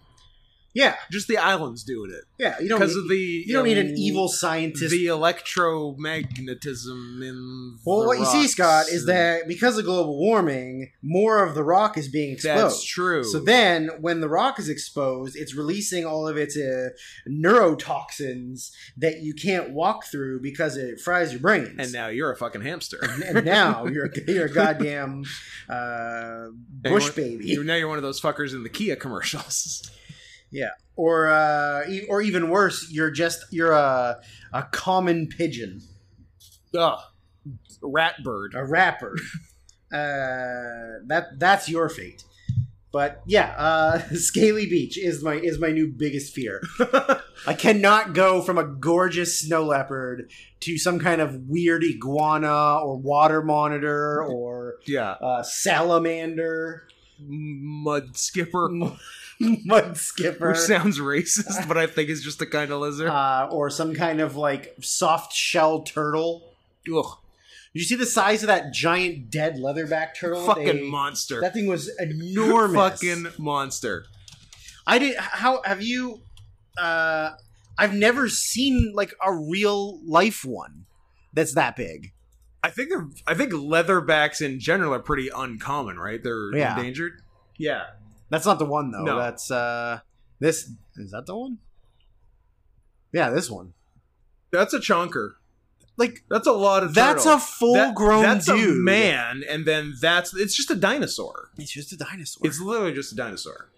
[SPEAKER 2] yeah
[SPEAKER 1] Just the islands doing it.
[SPEAKER 2] yeah you don't
[SPEAKER 1] Because
[SPEAKER 2] need,
[SPEAKER 1] of the
[SPEAKER 2] you don't need an
[SPEAKER 1] know,
[SPEAKER 2] evil scientist
[SPEAKER 1] the electromagnetism in
[SPEAKER 2] Well,
[SPEAKER 1] the
[SPEAKER 2] what you see,
[SPEAKER 1] rocks
[SPEAKER 2] Scott, is
[SPEAKER 1] and-
[SPEAKER 2] that because of global warming, more of the rock is being
[SPEAKER 1] that's
[SPEAKER 2] exposed.
[SPEAKER 1] true.
[SPEAKER 2] So then, when the rock is exposed, it's releasing all of its uh, neurotoxins that you can't walk through because it fries your brains.
[SPEAKER 1] and now you're a fucking hamster.
[SPEAKER 2] (laughs) And now you're a, you're a goddamn uh, bush
[SPEAKER 1] one-
[SPEAKER 2] baby,
[SPEAKER 1] You- now you're one of those fuckers in the Kia commercials. (laughs)
[SPEAKER 2] or uh, e- or even worse, you're just you're a a common pigeon.
[SPEAKER 1] Ugh. Rat bird.
[SPEAKER 2] a rapper. uh, that that's your fate. But yeah, uh, (laughs) Scaly Beach is my is my new biggest
[SPEAKER 1] (laughs)
[SPEAKER 2] fear. I cannot go from a gorgeous snow leopard to some kind of weird iguana or water monitor or
[SPEAKER 1] Yeah.
[SPEAKER 2] uh, salamander, (laughs)
[SPEAKER 1] Mud skipper.
[SPEAKER 2] mud skipper,
[SPEAKER 1] Which sounds racist, but I think it's just the kind of lizard.
[SPEAKER 2] uh, or some kind of like soft shell turtle.
[SPEAKER 1] Ugh.
[SPEAKER 2] Did you see the size of that giant dead leatherback turtle?
[SPEAKER 1] Fucking
[SPEAKER 2] They-
[SPEAKER 1] monster.
[SPEAKER 2] That thing was enormous.
[SPEAKER 1] Fucking monster.
[SPEAKER 2] I did. How have you? Uh, I've never seen like a real life one that's that big.
[SPEAKER 1] I think I think leatherbacks in general are pretty uncommon, right? They're
[SPEAKER 2] Yeah.
[SPEAKER 1] endangered. Yeah.
[SPEAKER 2] That's not the one though.
[SPEAKER 1] No.
[SPEAKER 2] That's uh, this is that the one? Yeah, this one.
[SPEAKER 1] That's a chonker.
[SPEAKER 2] Like
[SPEAKER 1] That's a lot of
[SPEAKER 2] that's a
[SPEAKER 1] turtle.
[SPEAKER 2] full
[SPEAKER 1] That-
[SPEAKER 2] grown
[SPEAKER 1] that's
[SPEAKER 2] dude.
[SPEAKER 1] a man, and then that's it's just a dinosaur.
[SPEAKER 2] It's just a dinosaur.
[SPEAKER 1] It's literally just a dinosaur.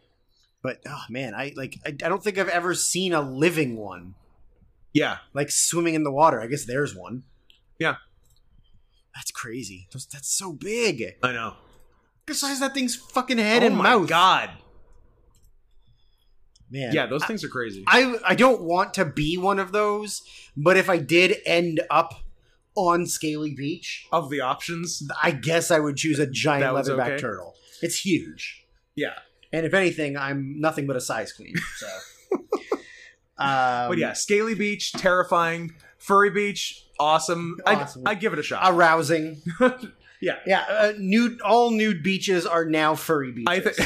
[SPEAKER 2] but oh man, I like I, I don't think I've ever seen a living one
[SPEAKER 1] Yeah.
[SPEAKER 2] like swimming in the water. I guess there's one.
[SPEAKER 1] Yeah.
[SPEAKER 2] That's crazy. That's, that's so big. Look
[SPEAKER 1] I know.
[SPEAKER 2] at the size of that thing's fucking head and
[SPEAKER 1] Oh my
[SPEAKER 2] mouth.
[SPEAKER 1] god.
[SPEAKER 2] Man.
[SPEAKER 1] Yeah, those things are crazy.
[SPEAKER 2] I I don't want to be one of those, but if I did end up on Scaly Beach,
[SPEAKER 1] of the options,
[SPEAKER 2] I guess I would choose a giant
[SPEAKER 1] That was
[SPEAKER 2] leatherback
[SPEAKER 1] okay?
[SPEAKER 2] turtle. It's huge.
[SPEAKER 1] yeah.
[SPEAKER 2] And if anything, I'm nothing but a size queen.
[SPEAKER 1] (laughs)
[SPEAKER 2] So um,
[SPEAKER 1] but yeah, Scaly Beach, terrifying. Furry Beach, awesome.
[SPEAKER 2] Awesome.
[SPEAKER 1] I I give it a shot.
[SPEAKER 2] arousing.
[SPEAKER 1] (laughs) Yeah.
[SPEAKER 2] Yeah, uh, nude all nude beaches are now furry beaches.
[SPEAKER 1] I think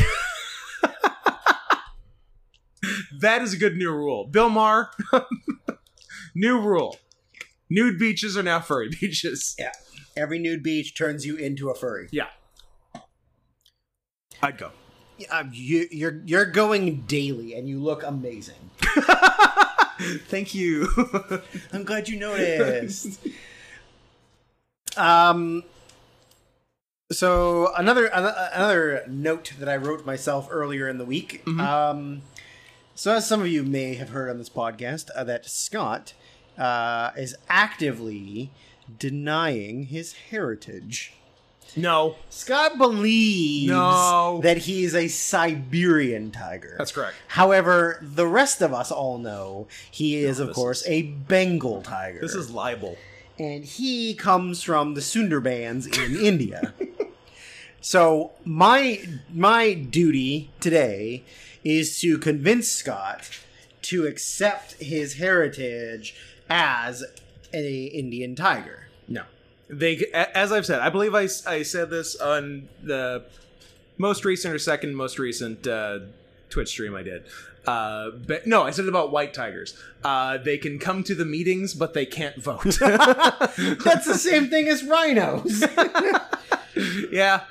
[SPEAKER 1] (laughs) that is a good new rule. Bill Maher, (laughs) new rule: nude beaches are now furry (laughs) beaches.
[SPEAKER 2] Every nude beach turns you into a furry.
[SPEAKER 1] I'd go.
[SPEAKER 2] Uh, you, you're you're going daily, and you look amazing.
[SPEAKER 1] Thank you. (laughs)
[SPEAKER 2] I'm glad you noticed. um. So another an- another note that I wrote myself earlier in the week.
[SPEAKER 1] Mm-hmm.
[SPEAKER 2] Um, so as some of you may have heard on this podcast, uh, that Scott uh, is actively denying his heritage.
[SPEAKER 1] no,
[SPEAKER 2] Scott believes
[SPEAKER 1] No.
[SPEAKER 2] that he is a Siberian tiger.
[SPEAKER 1] that's correct.
[SPEAKER 2] However, the rest of us all know he is, of
[SPEAKER 1] this
[SPEAKER 2] course, a Bengal tiger.
[SPEAKER 1] This is libel.
[SPEAKER 2] and he comes from the Sunderbans
[SPEAKER 1] (laughs)
[SPEAKER 2] in India. So my my duty today is to convince Scott to accept his heritage as an Indian tiger.
[SPEAKER 1] No, they. a- As I've said, I believe I, s- I said this on the most recent or second most recent uh, Twitch stream I did. Uh, but no, I said it about white tigers. Uh, they can come to the meetings, but they can't (laughs) vote.
[SPEAKER 2] That's the same thing as rhinos.
[SPEAKER 1] (laughs) yeah,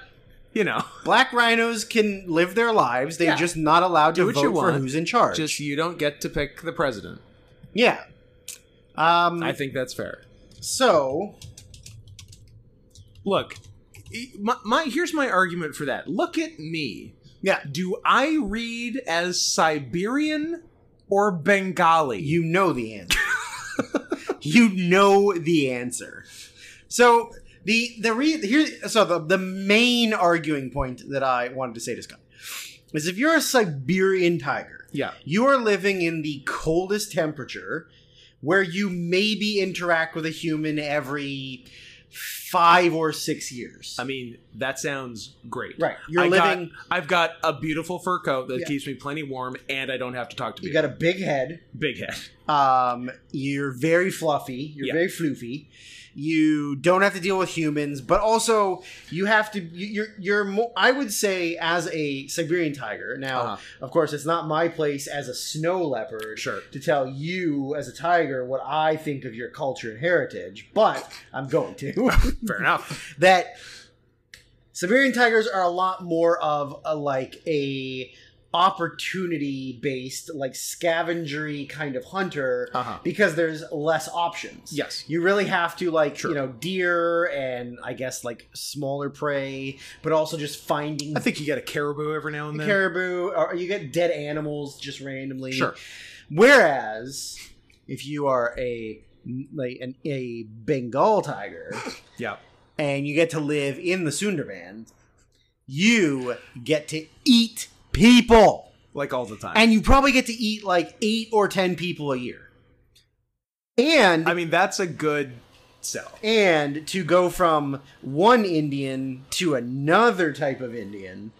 [SPEAKER 1] you know,
[SPEAKER 2] Black rhinos can live their lives; they're
[SPEAKER 1] Yeah.
[SPEAKER 2] just not allowed to
[SPEAKER 1] Do what
[SPEAKER 2] vote
[SPEAKER 1] you
[SPEAKER 2] for
[SPEAKER 1] want.
[SPEAKER 2] who's in charge.
[SPEAKER 1] just you don't get to pick the president.
[SPEAKER 2] yeah. Um,
[SPEAKER 1] I think that's fair.
[SPEAKER 2] So,
[SPEAKER 1] Look, e- my, my here's my argument for that. Look at me.
[SPEAKER 2] yeah,
[SPEAKER 1] Do I read as Siberian or Bengali?
[SPEAKER 2] you know the answer. you know the answer. So the the re- here so the the main arguing point that I wanted to say to Scott is if you're a Siberian tiger,
[SPEAKER 1] yeah,
[SPEAKER 2] you are living in the coldest temperature where you maybe interact with a human every five or six years.
[SPEAKER 1] I mean, that sounds great.
[SPEAKER 2] right. You're
[SPEAKER 1] I got-
[SPEAKER 2] living.
[SPEAKER 1] I've got a beautiful fur coat that
[SPEAKER 2] Yeah.
[SPEAKER 1] keeps me plenty warm, and I don't have to talk to
[SPEAKER 2] you
[SPEAKER 1] people.
[SPEAKER 2] got a big head.
[SPEAKER 1] Big head.
[SPEAKER 2] Um, you're very fluffy. You're
[SPEAKER 1] Yeah.
[SPEAKER 2] very floofy. You don't have to deal with humans, but also you have to. you- You're you're. Mo- I would say as a Siberian tiger. Now,
[SPEAKER 1] Uh-huh.
[SPEAKER 2] of course, it's not my place as a snow leopard
[SPEAKER 1] Sure.
[SPEAKER 2] to tell you as a tiger what I think of your culture and heritage, but I'm going to. (laughs)
[SPEAKER 1] Fair enough.
[SPEAKER 2] that Siberian tigers are a lot more of a like a opportunity based like scavengery kind of hunter
[SPEAKER 1] Uh huh.
[SPEAKER 2] because there's less options.
[SPEAKER 1] Yes.
[SPEAKER 2] You really have to like
[SPEAKER 1] Sure.
[SPEAKER 2] you know deer and I guess like smaller prey, but also just finding
[SPEAKER 1] I think you get a caribou every now and then.
[SPEAKER 2] caribou or you get dead animals just randomly.
[SPEAKER 1] Sure.
[SPEAKER 2] Whereas if you are a like an, a Bengal tiger,
[SPEAKER 1] (laughs) Yeah.
[SPEAKER 2] and you get to live in the Sunderband, you get to eat people,
[SPEAKER 1] Like all the time.
[SPEAKER 2] and you probably get to eat like eight or ten people a year. And
[SPEAKER 1] I mean, that's a good sell.
[SPEAKER 2] and to go from one Indian to another type of Indian.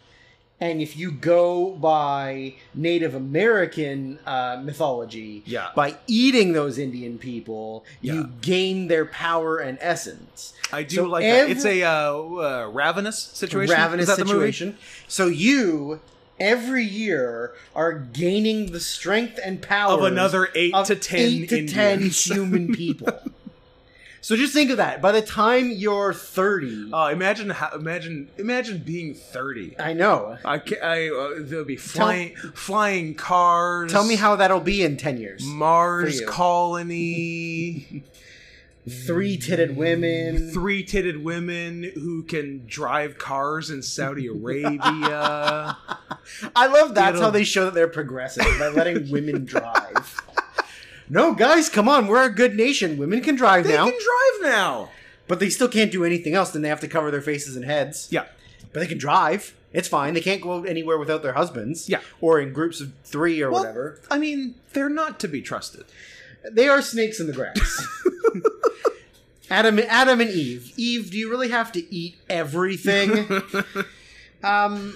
[SPEAKER 2] And if you go by Native American uh, mythology,
[SPEAKER 1] Yeah.
[SPEAKER 2] by eating those Indian people,
[SPEAKER 1] Yeah.
[SPEAKER 2] you gain their power and essence.
[SPEAKER 1] I do
[SPEAKER 2] So
[SPEAKER 1] like that.
[SPEAKER 2] every-
[SPEAKER 1] It's a uh, uh, ravenous situation.
[SPEAKER 2] Ravenous
[SPEAKER 1] Is that the movie?
[SPEAKER 2] situation. So you, every year, are gaining the strength and power
[SPEAKER 1] Of another eight
[SPEAKER 2] of
[SPEAKER 1] to ten
[SPEAKER 2] eight to ten
[SPEAKER 1] Indians.
[SPEAKER 2] human
[SPEAKER 1] (laughs)
[SPEAKER 2] people. so just think of that. By the time you're thirty,
[SPEAKER 1] Oh, imagine how, imagine imagine being thirty.
[SPEAKER 2] I know.
[SPEAKER 1] I, ca- I uh, there'll be flying flying cars.
[SPEAKER 2] Tell me how that'll be in ten years.
[SPEAKER 1] Mars
[SPEAKER 2] for you. (laughs)
[SPEAKER 1] colony,
[SPEAKER 2] Three titted women.
[SPEAKER 1] three titted women who can drive cars in Saudi
[SPEAKER 2] (laughs)
[SPEAKER 1] Arabia.
[SPEAKER 2] I love that's
[SPEAKER 1] It'll-
[SPEAKER 2] how they show that they're progressive by
[SPEAKER 1] (laughs)
[SPEAKER 2] letting women drive. No, guys, come on. We're a good nation. Women can drive
[SPEAKER 1] they
[SPEAKER 2] now,
[SPEAKER 1] can drive now.
[SPEAKER 2] but they still can't do anything else. Then they have to cover their faces and heads.
[SPEAKER 1] Yeah,
[SPEAKER 2] But they can drive. It's fine. They can't go anywhere without their husbands.
[SPEAKER 1] Yeah.
[SPEAKER 2] Or in groups of three or
[SPEAKER 1] Well-
[SPEAKER 2] whatever.
[SPEAKER 1] I mean they're not to be trusted.
[SPEAKER 2] They are snakes in the
[SPEAKER 1] (laughs)
[SPEAKER 2] grass. Adam, Adam and Eve. Eve, do you really have to eat
[SPEAKER 1] (laughs)
[SPEAKER 2] everything? um,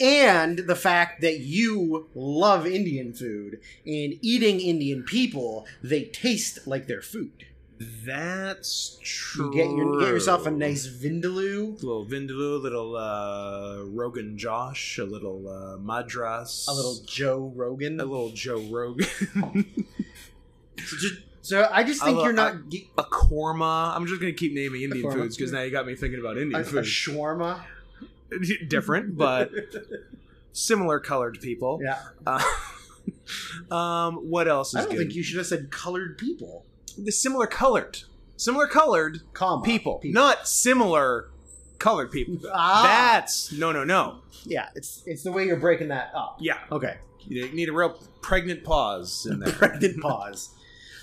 [SPEAKER 2] and the fact that you love Indian food and eating Indian people, they taste like their food.
[SPEAKER 1] That's true.
[SPEAKER 2] You get, your, get yourself a nice vindaloo,
[SPEAKER 1] little Vindaloo, a little uh, Rogan Josh, a little uh, Madras,
[SPEAKER 2] a little Joe Rogan.
[SPEAKER 1] a little Joe Rogan.
[SPEAKER 2] So, just, so I just think
[SPEAKER 1] I'll-
[SPEAKER 2] you're not. ge-
[SPEAKER 1] (laughs) a korma. I'm just gonna keep naming Indian
[SPEAKER 2] korma.
[SPEAKER 1] foods because now you got me thinking about
[SPEAKER 2] a,
[SPEAKER 1] Indian
[SPEAKER 2] a
[SPEAKER 1] foods.
[SPEAKER 2] shawarma.
[SPEAKER 1] (laughs) Different, but similar colored people.
[SPEAKER 2] yeah,
[SPEAKER 1] Uh, (laughs) um, what else is
[SPEAKER 2] I don't
[SPEAKER 1] good?
[SPEAKER 2] think you should have said colored people.
[SPEAKER 1] The similar colored, similar colored
[SPEAKER 2] Comma
[SPEAKER 1] people, not similar colored people.
[SPEAKER 2] Ah.
[SPEAKER 1] That's no, no, no.
[SPEAKER 2] yeah, it's it's the way you're breaking that up.
[SPEAKER 1] Yeah,
[SPEAKER 2] Okay,
[SPEAKER 1] you need a real pregnant pause in there.
[SPEAKER 2] (laughs) pregnant pause.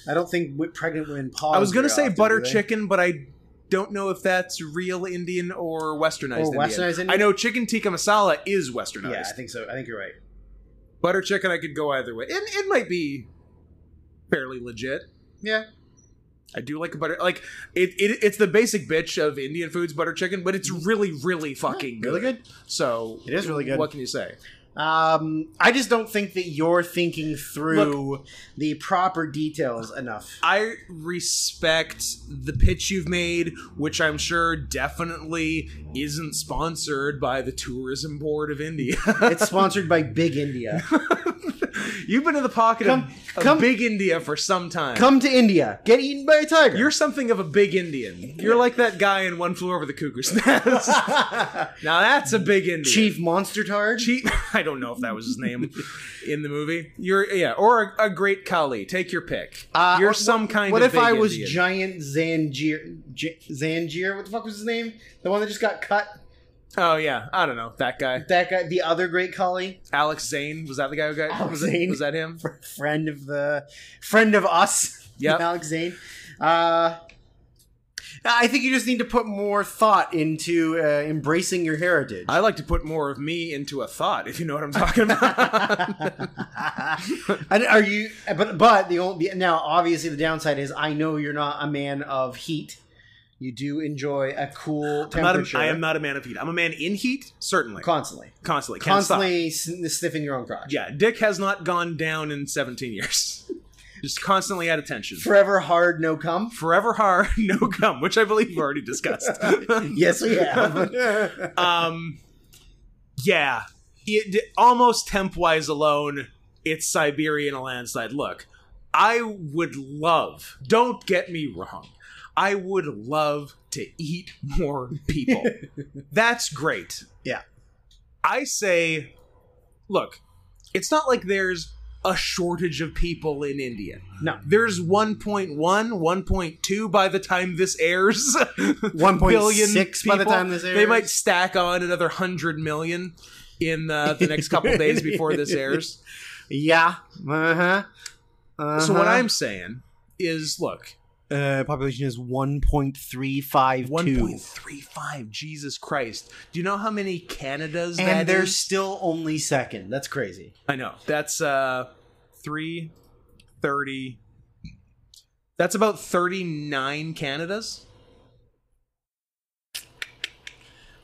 [SPEAKER 2] I don't think wi- pregnant women pause.
[SPEAKER 1] I was gonna
[SPEAKER 2] very
[SPEAKER 1] say
[SPEAKER 2] often,
[SPEAKER 1] butter
[SPEAKER 2] do they?
[SPEAKER 1] chicken, but I don't know if that's real Indian or westernized. Indian.
[SPEAKER 2] or westernized Indian.
[SPEAKER 1] I know chicken tikka masala is westernized.
[SPEAKER 2] Yeah, I think so. I think you're right.
[SPEAKER 1] butter chicken i could go either way and it might be fairly legit
[SPEAKER 2] Yeah.
[SPEAKER 1] i do like a butter like it, it it's the basic bitch of indian foods butter chicken but it's really really fucking good
[SPEAKER 2] Really good.
[SPEAKER 1] so
[SPEAKER 2] It is really good.
[SPEAKER 1] what can you say
[SPEAKER 2] Um, I just don't think that you're thinking through the proper details enough.
[SPEAKER 1] i respect the pitch you've made which i'm sure definitely isn't sponsored by the tourism board of india (laughs)
[SPEAKER 2] It's sponsored by Big India.
[SPEAKER 1] you've been in the pocket
[SPEAKER 2] Come-
[SPEAKER 1] of, of
[SPEAKER 2] come-
[SPEAKER 1] big india for some time
[SPEAKER 2] Come to India. Get eaten by a tiger.
[SPEAKER 1] You're something of a big Indian. You're like that guy in One Flew Over the Cuckoo's Nest. (laughs) now that's a big Indian.
[SPEAKER 2] (laughs) Chief Monster Targe.
[SPEAKER 1] Chief. (laughs) I don't know if that was his name in the movie. You're yeah, or a, a great Kali. Take your pick.
[SPEAKER 2] Uh,
[SPEAKER 1] You're
[SPEAKER 2] what-
[SPEAKER 1] some kind.
[SPEAKER 2] What
[SPEAKER 1] of
[SPEAKER 2] if
[SPEAKER 1] big
[SPEAKER 2] I was
[SPEAKER 1] Indian.
[SPEAKER 2] Giant Zangier? J- Zangier? What the fuck was his name? The one that just got cut?
[SPEAKER 1] oh yeah, I don't know that guy.
[SPEAKER 2] That guy, the other great collie,
[SPEAKER 1] Alex Zane was that the guy who got
[SPEAKER 2] Alex
[SPEAKER 1] was, that-
[SPEAKER 2] Zane.
[SPEAKER 1] was that him?
[SPEAKER 2] (laughs) friend of the friend of us, (laughs)
[SPEAKER 1] Yep.
[SPEAKER 2] Alex Zane. Uh, I think you just need to put more thought into uh, embracing your heritage.
[SPEAKER 1] I like to put more of me into a thought, if you know what I'm talking
[SPEAKER 2] (laughs)
[SPEAKER 1] about.
[SPEAKER 2] and are you? But but the only now obviously the downside is I know you're not a man of heat. You do enjoy a cool
[SPEAKER 1] I'm (laughs) not
[SPEAKER 2] temperature.
[SPEAKER 1] a, I am not a man of heat. I'm a man in heat, certainly.
[SPEAKER 2] constantly,
[SPEAKER 1] Constantly. Can't stop.
[SPEAKER 2] constantly sn- sniffing your own crotch.
[SPEAKER 1] Yeah, Dick has not gone down in 17 years. (laughs) Just constantly at attention.
[SPEAKER 2] Forever hard, no cum. (laughs)
[SPEAKER 1] Forever hard, (laughs) no gum, which I believe we already discussed.
[SPEAKER 2] Yes, we
[SPEAKER 1] (laughs)
[SPEAKER 2] have.
[SPEAKER 1] um, yeah, it, almost temp wise alone, it's Siberian a landslide. Look, I would love, don't get me wrong, I would love to eat more people. That's great.
[SPEAKER 2] Yeah.
[SPEAKER 1] I say, look, it's not like there's a shortage of people in India.
[SPEAKER 2] No.
[SPEAKER 1] There's 1.1, 1.2 by the time this airs. (laughs)
[SPEAKER 2] One point
[SPEAKER 1] billion
[SPEAKER 2] six by the
[SPEAKER 1] people.
[SPEAKER 2] time this airs.
[SPEAKER 1] They might stack on another hundred million in uh, the next couple days before
[SPEAKER 2] (laughs)
[SPEAKER 1] this airs.
[SPEAKER 2] Yeah. Uh
[SPEAKER 1] Uh-huh.
[SPEAKER 2] huh. Uh-huh.
[SPEAKER 1] So what I'm saying is, look,
[SPEAKER 2] uh, population is one point three five
[SPEAKER 1] one
[SPEAKER 2] two,
[SPEAKER 1] point three five. Jesus Christ! Do you know how many Canadas that
[SPEAKER 2] and they're
[SPEAKER 1] is?
[SPEAKER 2] still only second. That's crazy.
[SPEAKER 1] I know that's uh, three thirty. That's about thirty nine Canadas.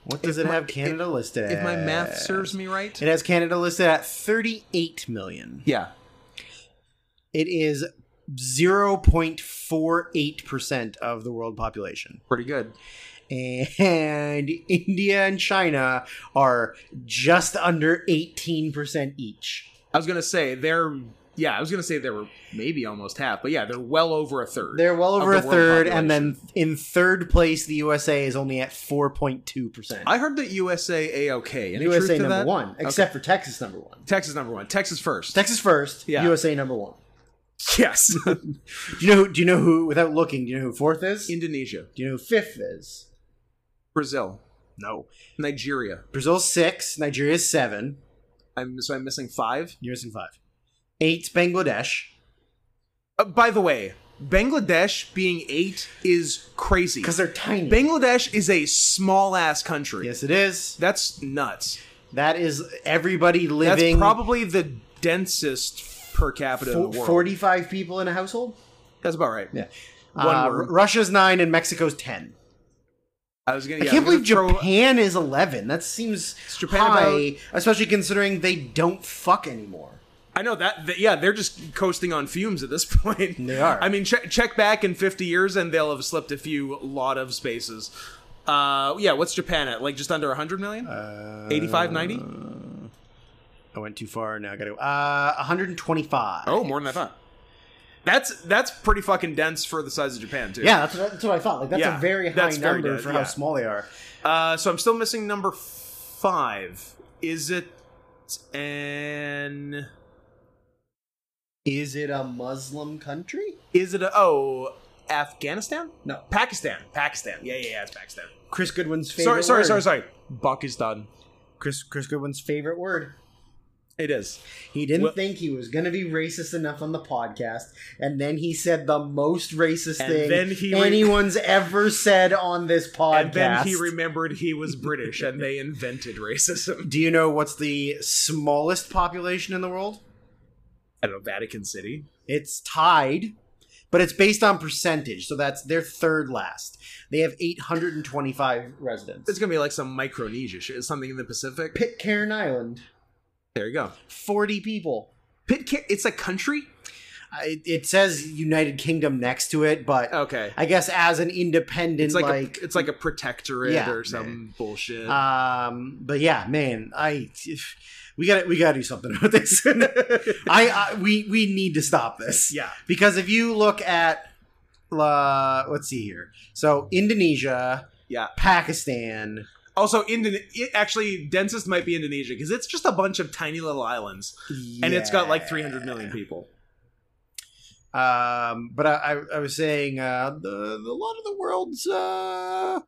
[SPEAKER 2] What does it
[SPEAKER 1] my-
[SPEAKER 2] have Canada listed at?
[SPEAKER 1] If my math serves me right.
[SPEAKER 2] It has Canada listed at 38 million.
[SPEAKER 1] Yeah,
[SPEAKER 2] It is 0.48% of the world population.
[SPEAKER 1] pretty good.
[SPEAKER 2] And (laughs) India and China are just under 18% each.
[SPEAKER 1] I was gonna say they're yeah, I was gonna say they were maybe almost half, but yeah, they're well over a third.
[SPEAKER 2] They're well over a
[SPEAKER 1] Of the world
[SPEAKER 2] third, and then in third place, the USA is only at 4.2%.
[SPEAKER 1] I heard that USA a okay. Any truth
[SPEAKER 2] USA
[SPEAKER 1] to
[SPEAKER 2] number
[SPEAKER 1] that?
[SPEAKER 2] one,
[SPEAKER 1] Okay.
[SPEAKER 2] except for Texas number one.
[SPEAKER 1] Texas number one. Texas first.
[SPEAKER 2] Texas first,
[SPEAKER 1] Yeah.
[SPEAKER 2] USA number one. (laughs)
[SPEAKER 1] yes,
[SPEAKER 2] Do you know? Do you know who? Without looking, do you know who fourth is?
[SPEAKER 1] Indonesia,
[SPEAKER 2] do you know who fifth is?
[SPEAKER 1] Brazil,
[SPEAKER 2] No.
[SPEAKER 1] Nigeria.
[SPEAKER 2] Brazil's six, Nigeria's seven,
[SPEAKER 1] I'm so I'm missing five.
[SPEAKER 2] you're missing five. Eight, Bangladesh.
[SPEAKER 1] Uh, by the way, Bangladesh being eight is crazy.
[SPEAKER 2] Because they're tiny.
[SPEAKER 1] Bangladesh is a small ass country.
[SPEAKER 2] yes, it is.
[SPEAKER 1] That's nuts.
[SPEAKER 2] That is everybody
[SPEAKER 1] That's
[SPEAKER 2] living
[SPEAKER 1] probably the densest per capita in the
[SPEAKER 2] fo-
[SPEAKER 1] world.
[SPEAKER 2] 45 people in a household.
[SPEAKER 1] That's about right.
[SPEAKER 2] Yeah.
[SPEAKER 1] One
[SPEAKER 2] Uh,
[SPEAKER 1] word.
[SPEAKER 2] Russia's nine and Mexico's ten.
[SPEAKER 1] I was gonna.
[SPEAKER 2] I
[SPEAKER 1] yeah, I'm
[SPEAKER 2] can't
[SPEAKER 1] gonna
[SPEAKER 2] believe
[SPEAKER 1] throw-
[SPEAKER 2] Japan is eleven. That seems
[SPEAKER 1] Is Japan
[SPEAKER 2] high, especially considering they don't fuck anymore.
[SPEAKER 1] I know that, that. Yeah, they're just coasting on fumes at this (laughs) point.
[SPEAKER 2] They are.
[SPEAKER 1] I mean, check, check back in 50 years and they'll have slipped a few lot of spaces. Uh, yeah, what's Japan at? Like just under 100 million?
[SPEAKER 2] Uh,
[SPEAKER 1] 85, 90?
[SPEAKER 2] I went too far. Now I got to uh, 125.
[SPEAKER 1] Oh, more than I thought. That's that's pretty fucking dense for the size of Japan too.
[SPEAKER 2] yeah, that's, that's what I thought. Like that's
[SPEAKER 1] Yeah,
[SPEAKER 2] a very high
[SPEAKER 1] that's very
[SPEAKER 2] number
[SPEAKER 1] good,
[SPEAKER 2] for
[SPEAKER 1] yeah.
[SPEAKER 2] how small they are.
[SPEAKER 1] Uh, so I'm still missing number five. Is it an?
[SPEAKER 2] Is it a Muslim country?
[SPEAKER 1] Is it a? Oh, Afghanistan?
[SPEAKER 2] No.
[SPEAKER 1] Pakistan. Pakistan. Yeah, yeah, yeah. It's Pakistan.
[SPEAKER 2] Chris Goodwin's
[SPEAKER 1] Sorry,
[SPEAKER 2] favorite.
[SPEAKER 1] sorry,
[SPEAKER 2] word.
[SPEAKER 1] sorry, sorry. Pakistan.
[SPEAKER 2] Chris Chris Goodwin's favorite word.
[SPEAKER 1] It is.
[SPEAKER 2] He didn't
[SPEAKER 1] Well-
[SPEAKER 2] think he was going to be racist enough on the podcast, and then he said the most racist
[SPEAKER 1] And
[SPEAKER 2] thing
[SPEAKER 1] then he re- (laughs)
[SPEAKER 2] anyone's ever said on this podcast.
[SPEAKER 1] And then he remembered he was British and they invented racism. (laughs)
[SPEAKER 2] Do you know what's the smallest population in the world?
[SPEAKER 1] I don't know, Vatican City.
[SPEAKER 2] It's tied, but it's based on percentage, so that's their third last. They have 825
[SPEAKER 1] It's
[SPEAKER 2] residents.
[SPEAKER 1] going to be like some Micronesia shit, something in the Pacific.
[SPEAKER 2] Pitcairn Island,
[SPEAKER 1] There you go.
[SPEAKER 2] 40 people.
[SPEAKER 1] Pitcairn, it's a country?
[SPEAKER 2] I- It, it says United Kingdom next to it, but
[SPEAKER 1] Okay.
[SPEAKER 2] I guess as an independent,
[SPEAKER 1] It's like,
[SPEAKER 2] like
[SPEAKER 1] a, it's like a protectorate
[SPEAKER 2] Yeah.
[SPEAKER 1] or some bullshit.
[SPEAKER 2] Um, but yeah, man, I we got to we got to do something about this. (laughs) I, I we we need to stop
[SPEAKER 1] (laughs)
[SPEAKER 2] this.
[SPEAKER 1] yeah.
[SPEAKER 2] because if you look at uh, let's see here, so Indonesia,
[SPEAKER 1] Yeah.
[SPEAKER 2] Pakistan,
[SPEAKER 1] Also, Indone- it, actually, densest might be Indonesia because it's just a bunch of tiny little islands and it's got like
[SPEAKER 2] yeah.
[SPEAKER 1] 300 million people.
[SPEAKER 2] Um, but I, I, I was saying uh, the, the a lot of the world's uh, a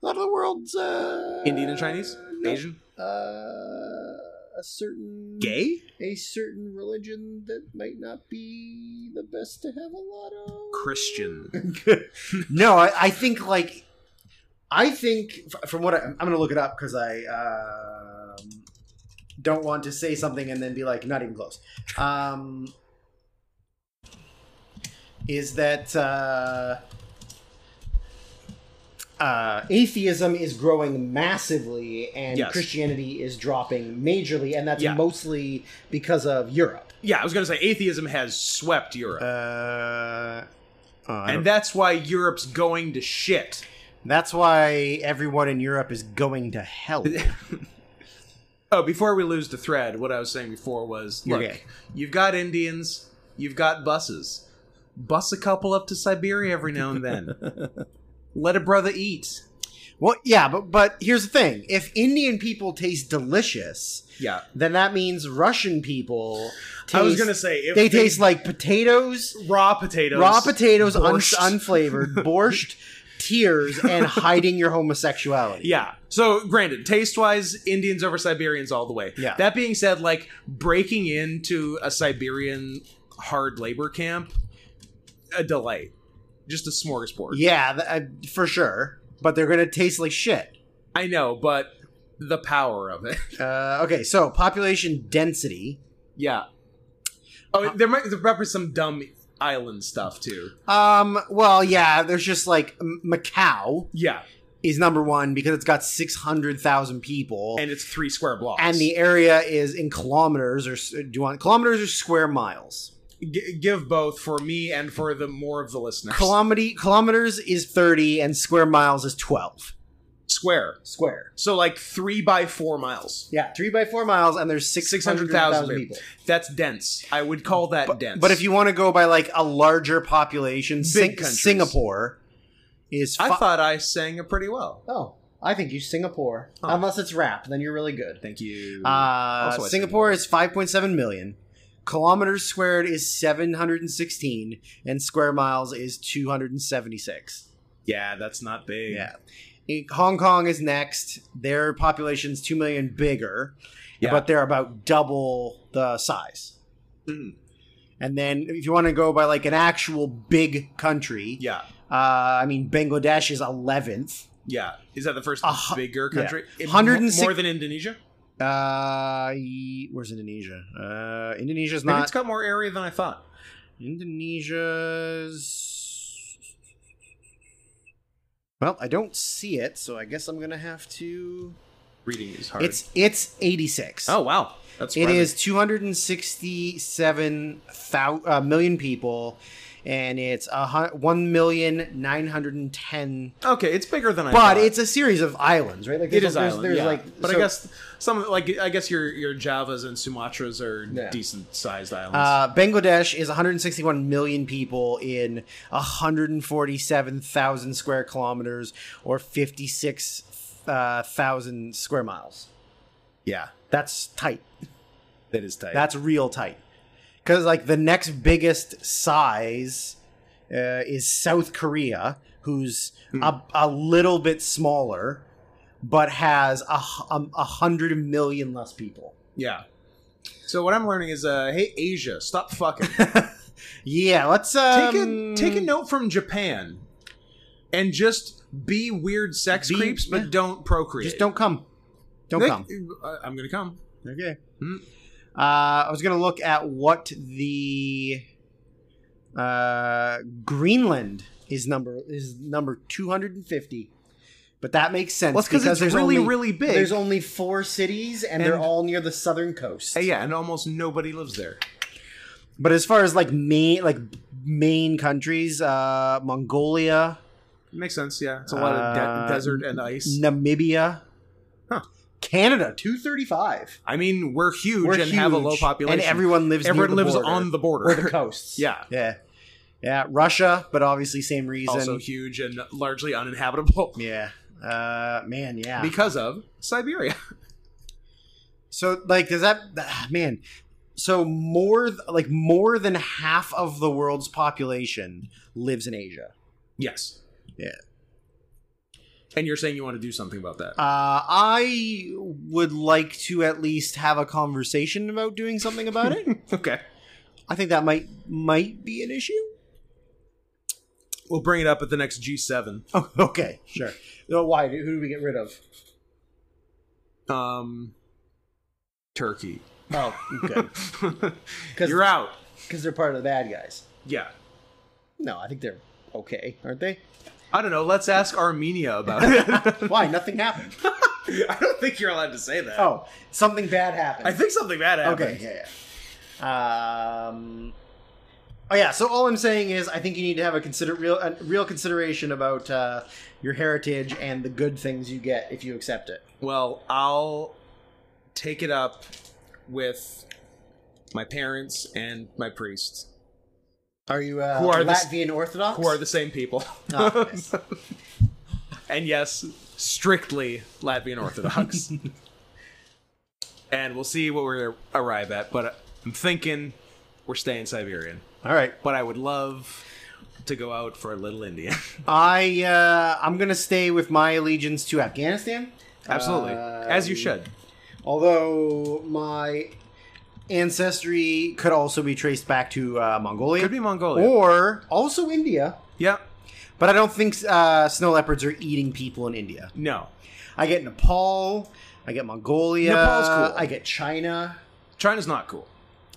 [SPEAKER 2] lot of the world's uh,
[SPEAKER 1] Indian and Chinese?
[SPEAKER 2] no,
[SPEAKER 1] Asian?
[SPEAKER 2] uh,
[SPEAKER 3] a certain
[SPEAKER 1] Gay?
[SPEAKER 3] a certain religion that might not be the best to have a lot of
[SPEAKER 2] (laughs)
[SPEAKER 1] Christian.
[SPEAKER 2] no, I, I think like I think f- from what I, I'm going to look it up because I um, don't want to say something and then be like not even close. Um, is that uh, uh, atheism is growing massively and
[SPEAKER 1] Yes.
[SPEAKER 2] Christianity is dropping majorly, and that's
[SPEAKER 1] Yeah.
[SPEAKER 2] mostly because of Europe.
[SPEAKER 1] yeah, I was going to say atheism has swept Europe.
[SPEAKER 2] Uh,
[SPEAKER 1] and that's why Europe's going to shit.
[SPEAKER 2] That's why everyone in Europe is going to hell. (laughs)
[SPEAKER 1] Oh, before we lose the thread, what I was saying before was
[SPEAKER 2] You're
[SPEAKER 1] look,
[SPEAKER 2] gay.
[SPEAKER 1] you've got Indians, you've got buses. Bus a couple up to Siberia every now and
[SPEAKER 2] (laughs)
[SPEAKER 1] then. Let a brother eat.
[SPEAKER 2] well, yeah, but but here's the thing: if Indian people taste delicious,
[SPEAKER 1] Yeah.
[SPEAKER 2] then that means Russian people. Taste,
[SPEAKER 1] I was going to say if
[SPEAKER 2] they taste like potatoes,
[SPEAKER 1] raw potatoes.
[SPEAKER 2] raw potatoes, un-
[SPEAKER 1] borscht. (laughs)
[SPEAKER 2] unflavored borscht, tears, and hiding your homosexuality.
[SPEAKER 1] Yeah. So, granted, taste wise, Indians over Siberians all the way.
[SPEAKER 2] Yeah.
[SPEAKER 1] That being said, like breaking into a Siberian hard labor camp, a delight. Just a smorgasbord.
[SPEAKER 2] Yeah, th- I- for sure. But they're gonna taste like shit.
[SPEAKER 1] I know, but the power of it.
[SPEAKER 2] Uh, okay, so population density.
[SPEAKER 1] yeah. Oh, there might there might be some dumb island stuff too.
[SPEAKER 2] Um, well, yeah, there's just like M- Macau.
[SPEAKER 1] Yeah.
[SPEAKER 2] is number one because it's got 600,000 people. And-
[SPEAKER 1] And it's three square blocks.
[SPEAKER 2] the area is in kilometers, or s- do you want kilometers or square miles?
[SPEAKER 1] G- give both for me and for the more of the listeners.
[SPEAKER 2] Kilometry, kilometers is thirty, and square miles is twelve.
[SPEAKER 1] square.
[SPEAKER 2] Square,
[SPEAKER 1] So like three by four miles.
[SPEAKER 2] yeah, three by four miles, and there's six hundred
[SPEAKER 1] 600,000
[SPEAKER 2] thousand people.
[SPEAKER 1] That's dense. I would call that dense.
[SPEAKER 2] But if you want to go by like a larger population, Sing-
[SPEAKER 1] countries.
[SPEAKER 2] Singapore is.
[SPEAKER 1] I
[SPEAKER 2] fi-
[SPEAKER 1] thought I sang it pretty well.
[SPEAKER 2] oh, I think you Singapore,
[SPEAKER 1] Huh.
[SPEAKER 2] unless it's rap, then you're really good.
[SPEAKER 1] Thank you.
[SPEAKER 2] Uh,
[SPEAKER 1] Also, I
[SPEAKER 2] Singapore is 5.7 million. Kilometers squared is 716, and square miles is 276.
[SPEAKER 1] yeah, that's not big.
[SPEAKER 2] Yeah. Eh, Hong Kong is next. Their population's 2 million bigger,
[SPEAKER 1] Yeah.
[SPEAKER 2] but they're about double the size.
[SPEAKER 1] Mm.
[SPEAKER 2] And then if you want to go by like an actual big country,
[SPEAKER 1] Yeah.
[SPEAKER 2] uh, I mean, Bangladesh is 11th.
[SPEAKER 1] Yeah. Is that the first
[SPEAKER 2] A hu-
[SPEAKER 1] bigger country? It-
[SPEAKER 2] 106
[SPEAKER 1] more than Indonesia?
[SPEAKER 2] Uh, ye- where's Indonesia? Uh, Indonesia's
[SPEAKER 1] Maybe
[SPEAKER 2] not.
[SPEAKER 1] it's got more area than I thought.
[SPEAKER 2] Indonesia's. Well, I don't see it, so I guess I'm gonna have to.
[SPEAKER 1] Reading is hard.
[SPEAKER 2] It's it's 86.
[SPEAKER 1] oh wow. That's
[SPEAKER 2] it
[SPEAKER 1] rather-
[SPEAKER 2] is 267 thou, uh, million people, and it's a hun- one million nine hundred and ten.
[SPEAKER 1] Okay, it's bigger than I thought.
[SPEAKER 2] But it's a series of islands, right? Like
[SPEAKER 1] it
[SPEAKER 2] there's-
[SPEAKER 1] is
[SPEAKER 2] there's-
[SPEAKER 1] island,
[SPEAKER 2] there's
[SPEAKER 1] yeah.
[SPEAKER 2] like-
[SPEAKER 1] but
[SPEAKER 2] so-
[SPEAKER 1] I guess some like I guess your your Javas and Sumatras are
[SPEAKER 3] Yeah.
[SPEAKER 1] decent sized islands.
[SPEAKER 2] Uh, Bangladesh is 161 million people in 147,000 square kilometers or 56,000 square miles.
[SPEAKER 1] yeah,
[SPEAKER 2] That's tight.
[SPEAKER 1] that is tight.
[SPEAKER 2] That's real tight. Because, like, the next biggest size uh, is South Korea, who's
[SPEAKER 1] Hmm.
[SPEAKER 2] a, a little bit smaller, but has a, h- um, a hundred million less people.
[SPEAKER 1] yeah. So what I'm learning is, uh, hey Asia, stop fucking.
[SPEAKER 2] Yeah, let's
[SPEAKER 1] take
[SPEAKER 2] um,
[SPEAKER 1] a take a note from Japan, and just be weird sex
[SPEAKER 2] Be-
[SPEAKER 1] creeps, but
[SPEAKER 2] yeah.
[SPEAKER 1] don't procreate.
[SPEAKER 2] Just don't come. Don't
[SPEAKER 1] They-
[SPEAKER 2] come.
[SPEAKER 1] uh, I'm gonna come.
[SPEAKER 2] Okay.
[SPEAKER 1] Hmm.
[SPEAKER 2] Uh, I was going to look at what the uh, Greenland is number is number 250. But that makes sense
[SPEAKER 1] Well, it's 'cause it's
[SPEAKER 2] there's
[SPEAKER 1] really,
[SPEAKER 2] only-
[SPEAKER 1] really big.
[SPEAKER 2] There's only four cities and, they're
[SPEAKER 1] And-
[SPEAKER 2] all near the southern coast.
[SPEAKER 1] Uh, yeah, and almost nobody lives there.
[SPEAKER 2] But as far as like main like main countries, uh, Mongolia,
[SPEAKER 1] Makes sense. Yeah, it's a lot of de-
[SPEAKER 2] Uh,
[SPEAKER 1] desert and ice.
[SPEAKER 2] Namibia,
[SPEAKER 1] Huh.
[SPEAKER 2] Canada 235.
[SPEAKER 1] I mean, we're huge
[SPEAKER 2] We're
[SPEAKER 1] and have a low
[SPEAKER 2] huge,
[SPEAKER 1] population.
[SPEAKER 2] and everyone lives near
[SPEAKER 1] Everyone
[SPEAKER 2] the
[SPEAKER 1] lives
[SPEAKER 2] border.
[SPEAKER 1] on the
[SPEAKER 2] or the
[SPEAKER 1] border.
[SPEAKER 2] coasts.
[SPEAKER 1] Yeah.
[SPEAKER 2] Yeah. Yeah. Russia, but obviously same
[SPEAKER 1] (laughs)
[SPEAKER 2] reason.
[SPEAKER 1] also huge and largely uninhabitable
[SPEAKER 2] yeah. Uh man, yeah.
[SPEAKER 1] because of
[SPEAKER 2] (laughs)
[SPEAKER 1] Siberia.
[SPEAKER 2] so like does that ah, man so more th- like more than half of the world's population lives in Asia.
[SPEAKER 1] yes. And you're saying you want to do something about that.
[SPEAKER 2] Uh, I would like to at least have a conversation about doing something about
[SPEAKER 1] (laughs)
[SPEAKER 2] it.
[SPEAKER 1] okay.
[SPEAKER 2] I think that might might be an issue. (laughs)
[SPEAKER 1] We'll bring it up at the next G7.
[SPEAKER 2] Oh, okay, sure. No, why? Who do we get rid of?
[SPEAKER 1] Um,
[SPEAKER 2] (laughs)
[SPEAKER 1] Turkey.
[SPEAKER 2] Oh,
[SPEAKER 1] (laughs)
[SPEAKER 2] okay.
[SPEAKER 1] you're
[SPEAKER 2] (laughs)
[SPEAKER 1] out.
[SPEAKER 2] Because they're part of the bad guys.
[SPEAKER 1] Yeah.
[SPEAKER 2] No, I think they're okay, aren't they?
[SPEAKER 1] I don't know. Let's ask Armenia about
[SPEAKER 2] (laughs)
[SPEAKER 1] it. (laughs)
[SPEAKER 2] Why? Nothing happened.
[SPEAKER 1] I don't think you're allowed to say that.
[SPEAKER 2] Oh, something bad happened.
[SPEAKER 1] I think something bad happened.
[SPEAKER 2] okay, yeah, yeah. Um. Oh yeah. So all I'm saying is, I think you need to have a consider real a real consideration about uh, your heritage and the good things you get if you accept it.
[SPEAKER 1] Well, I'll take it up with my parents and my priests,
[SPEAKER 2] Are you uh,
[SPEAKER 1] Who are the s-
[SPEAKER 2] Latvian Orthodox?
[SPEAKER 1] who are the same people. (laughs)
[SPEAKER 2] (laughs) Ah, yes.
[SPEAKER 1] and yes, strictly Latvian
[SPEAKER 2] (laughs)
[SPEAKER 1] Orthodox. and we'll see what we're gonna arrive at. But I'm thinking we're staying Siberian.
[SPEAKER 2] all right.
[SPEAKER 1] But I would love to go out for a little Indian. (laughs)
[SPEAKER 2] I uh, I'm gonna stay with my allegiance to Afghanistan.
[SPEAKER 1] Absolutely, as you
[SPEAKER 2] Um,
[SPEAKER 1] should.
[SPEAKER 2] Although my ancestry could also be traced back to uh, Mongolia,
[SPEAKER 1] Could be Mongolia.
[SPEAKER 2] or also India.
[SPEAKER 1] yeah.
[SPEAKER 2] But I don't think uh, snow leopards are eating people in India.
[SPEAKER 1] No.
[SPEAKER 2] I get Nepal. I get Mongolia.
[SPEAKER 1] Nepal's cool.
[SPEAKER 2] I get China,
[SPEAKER 1] China's not cool.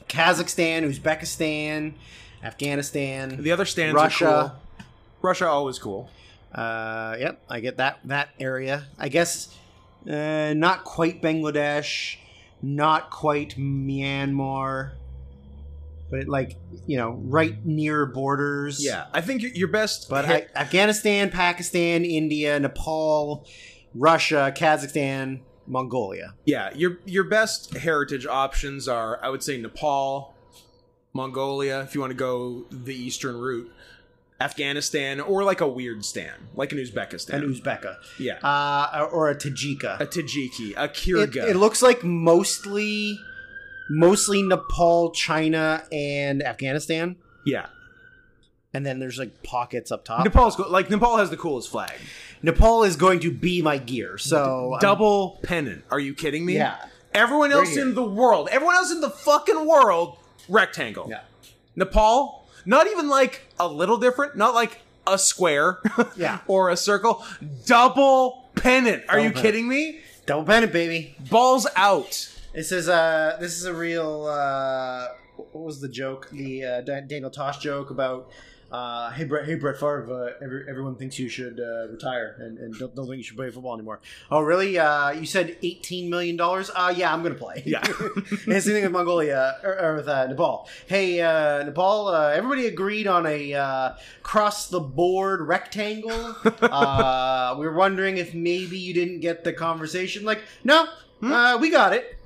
[SPEAKER 2] Kazakhstan, Uzbekistan, Afghanistan,
[SPEAKER 1] The other stands are
[SPEAKER 2] Russia.
[SPEAKER 1] cool. Russia always cool.
[SPEAKER 2] Uh, yep, I get that that area. I guess uh, not quite Bangladesh, not quite Myanmar, but like you know, right near borders.
[SPEAKER 1] Yeah, I think your, your best.
[SPEAKER 2] But
[SPEAKER 1] hit-
[SPEAKER 2] I, Afghanistan, Pakistan, India, Nepal, Russia, Kazakhstan, Mongolia.
[SPEAKER 1] yeah, your your best heritage options are, I would say, Nepal, Mongolia, if you want to go the eastern route, Afghanistan, or like a weird stan, like an Uzbekistan,
[SPEAKER 2] and Uzbeka,
[SPEAKER 1] yeah,
[SPEAKER 2] uh, or a Tajika.
[SPEAKER 1] a Tajiki, a
[SPEAKER 2] it,
[SPEAKER 1] Kyrgyz.
[SPEAKER 2] it looks like mostly, mostly Nepal, China, and Afghanistan,
[SPEAKER 1] yeah,
[SPEAKER 2] and then there's like pockets up top.
[SPEAKER 1] Nepal's cool. Like Nepal has the coolest flag.
[SPEAKER 2] Nepal is going to be my gear, so I'm-
[SPEAKER 1] Double pennant. Are you kidding me?
[SPEAKER 2] Yeah.
[SPEAKER 1] Everyone else
[SPEAKER 2] here.
[SPEAKER 1] in the world, everyone else in the fucking world, rectangle.
[SPEAKER 2] Yeah.
[SPEAKER 1] Nepal, not even like a little different, not like a
[SPEAKER 2] (laughs)
[SPEAKER 1] square (laughs)
[SPEAKER 2] Yeah.
[SPEAKER 1] or a circle, double pennant. Are you
[SPEAKER 2] Double pennant.
[SPEAKER 1] kidding me?
[SPEAKER 2] double pennant, baby.
[SPEAKER 1] Balls out.
[SPEAKER 2] This is uh this is a real uh what was the joke? The uh, Dan- Daniel Tosh joke about uh hey Brett hey Brett Favre, uh, every, everyone thinks you should uh, retire and, and don't, don't think you should play football anymore. Oh really? Uh you said 18 million dollars? Uh yeah, I'm going to play.
[SPEAKER 1] Yeah.
[SPEAKER 2] (laughs) and same thing with Mongolia or, or with uh, Nepal. Hey, uh, Nepal, uh, everybody agreed on a uh, cross the board rectangle. uh, we were wondering if maybe you didn't get the conversation. Like, no, uh, we got it. And-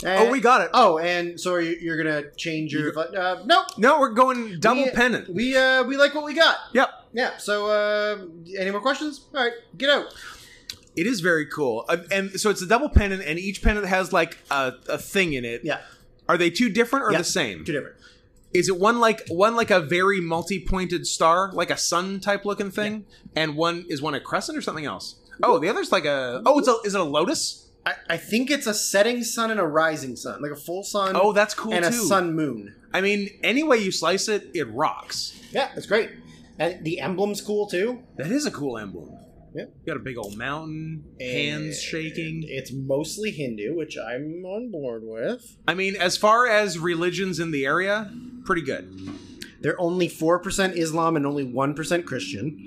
[SPEAKER 1] Hmm? Oh, we got it.
[SPEAKER 2] Oh, and so you- you're gonna change your uh, no
[SPEAKER 1] No, we're going double
[SPEAKER 2] we,
[SPEAKER 1] pennant.
[SPEAKER 2] We uh, we like what we got.
[SPEAKER 1] Yep.
[SPEAKER 2] Yeah. So, uh, any more questions? All right, get out.
[SPEAKER 1] It is very cool. Uh, And so it's a double pennant, and each pennant has like a, a thing in it.
[SPEAKER 2] Yeah.
[SPEAKER 1] Are they two different or
[SPEAKER 2] Yeah.
[SPEAKER 1] the same?
[SPEAKER 2] Two different.
[SPEAKER 1] Is it one like one like a very multi-pointed star, like a sun type looking thing, and one is one a crescent or something else? Oh, the other's like a oh, it's a is it a lotus?
[SPEAKER 2] I, I think it's a setting sun and a rising sun, like a full sun.
[SPEAKER 1] Oh, that's cool
[SPEAKER 2] and
[SPEAKER 1] too.
[SPEAKER 2] a sun moon.
[SPEAKER 1] I mean, any way you slice it, it rocks.
[SPEAKER 2] Yeah, that's great. And the emblem's cool too.
[SPEAKER 1] That is a cool emblem.
[SPEAKER 2] Yeah.
[SPEAKER 1] You got a big old mountain,
[SPEAKER 2] And
[SPEAKER 1] hands shaking.
[SPEAKER 2] It's mostly Hindu, which I'm on board with.
[SPEAKER 1] I mean, as far as religions in the area, pretty good.
[SPEAKER 2] They're only four percent Islam and only one percent Christian,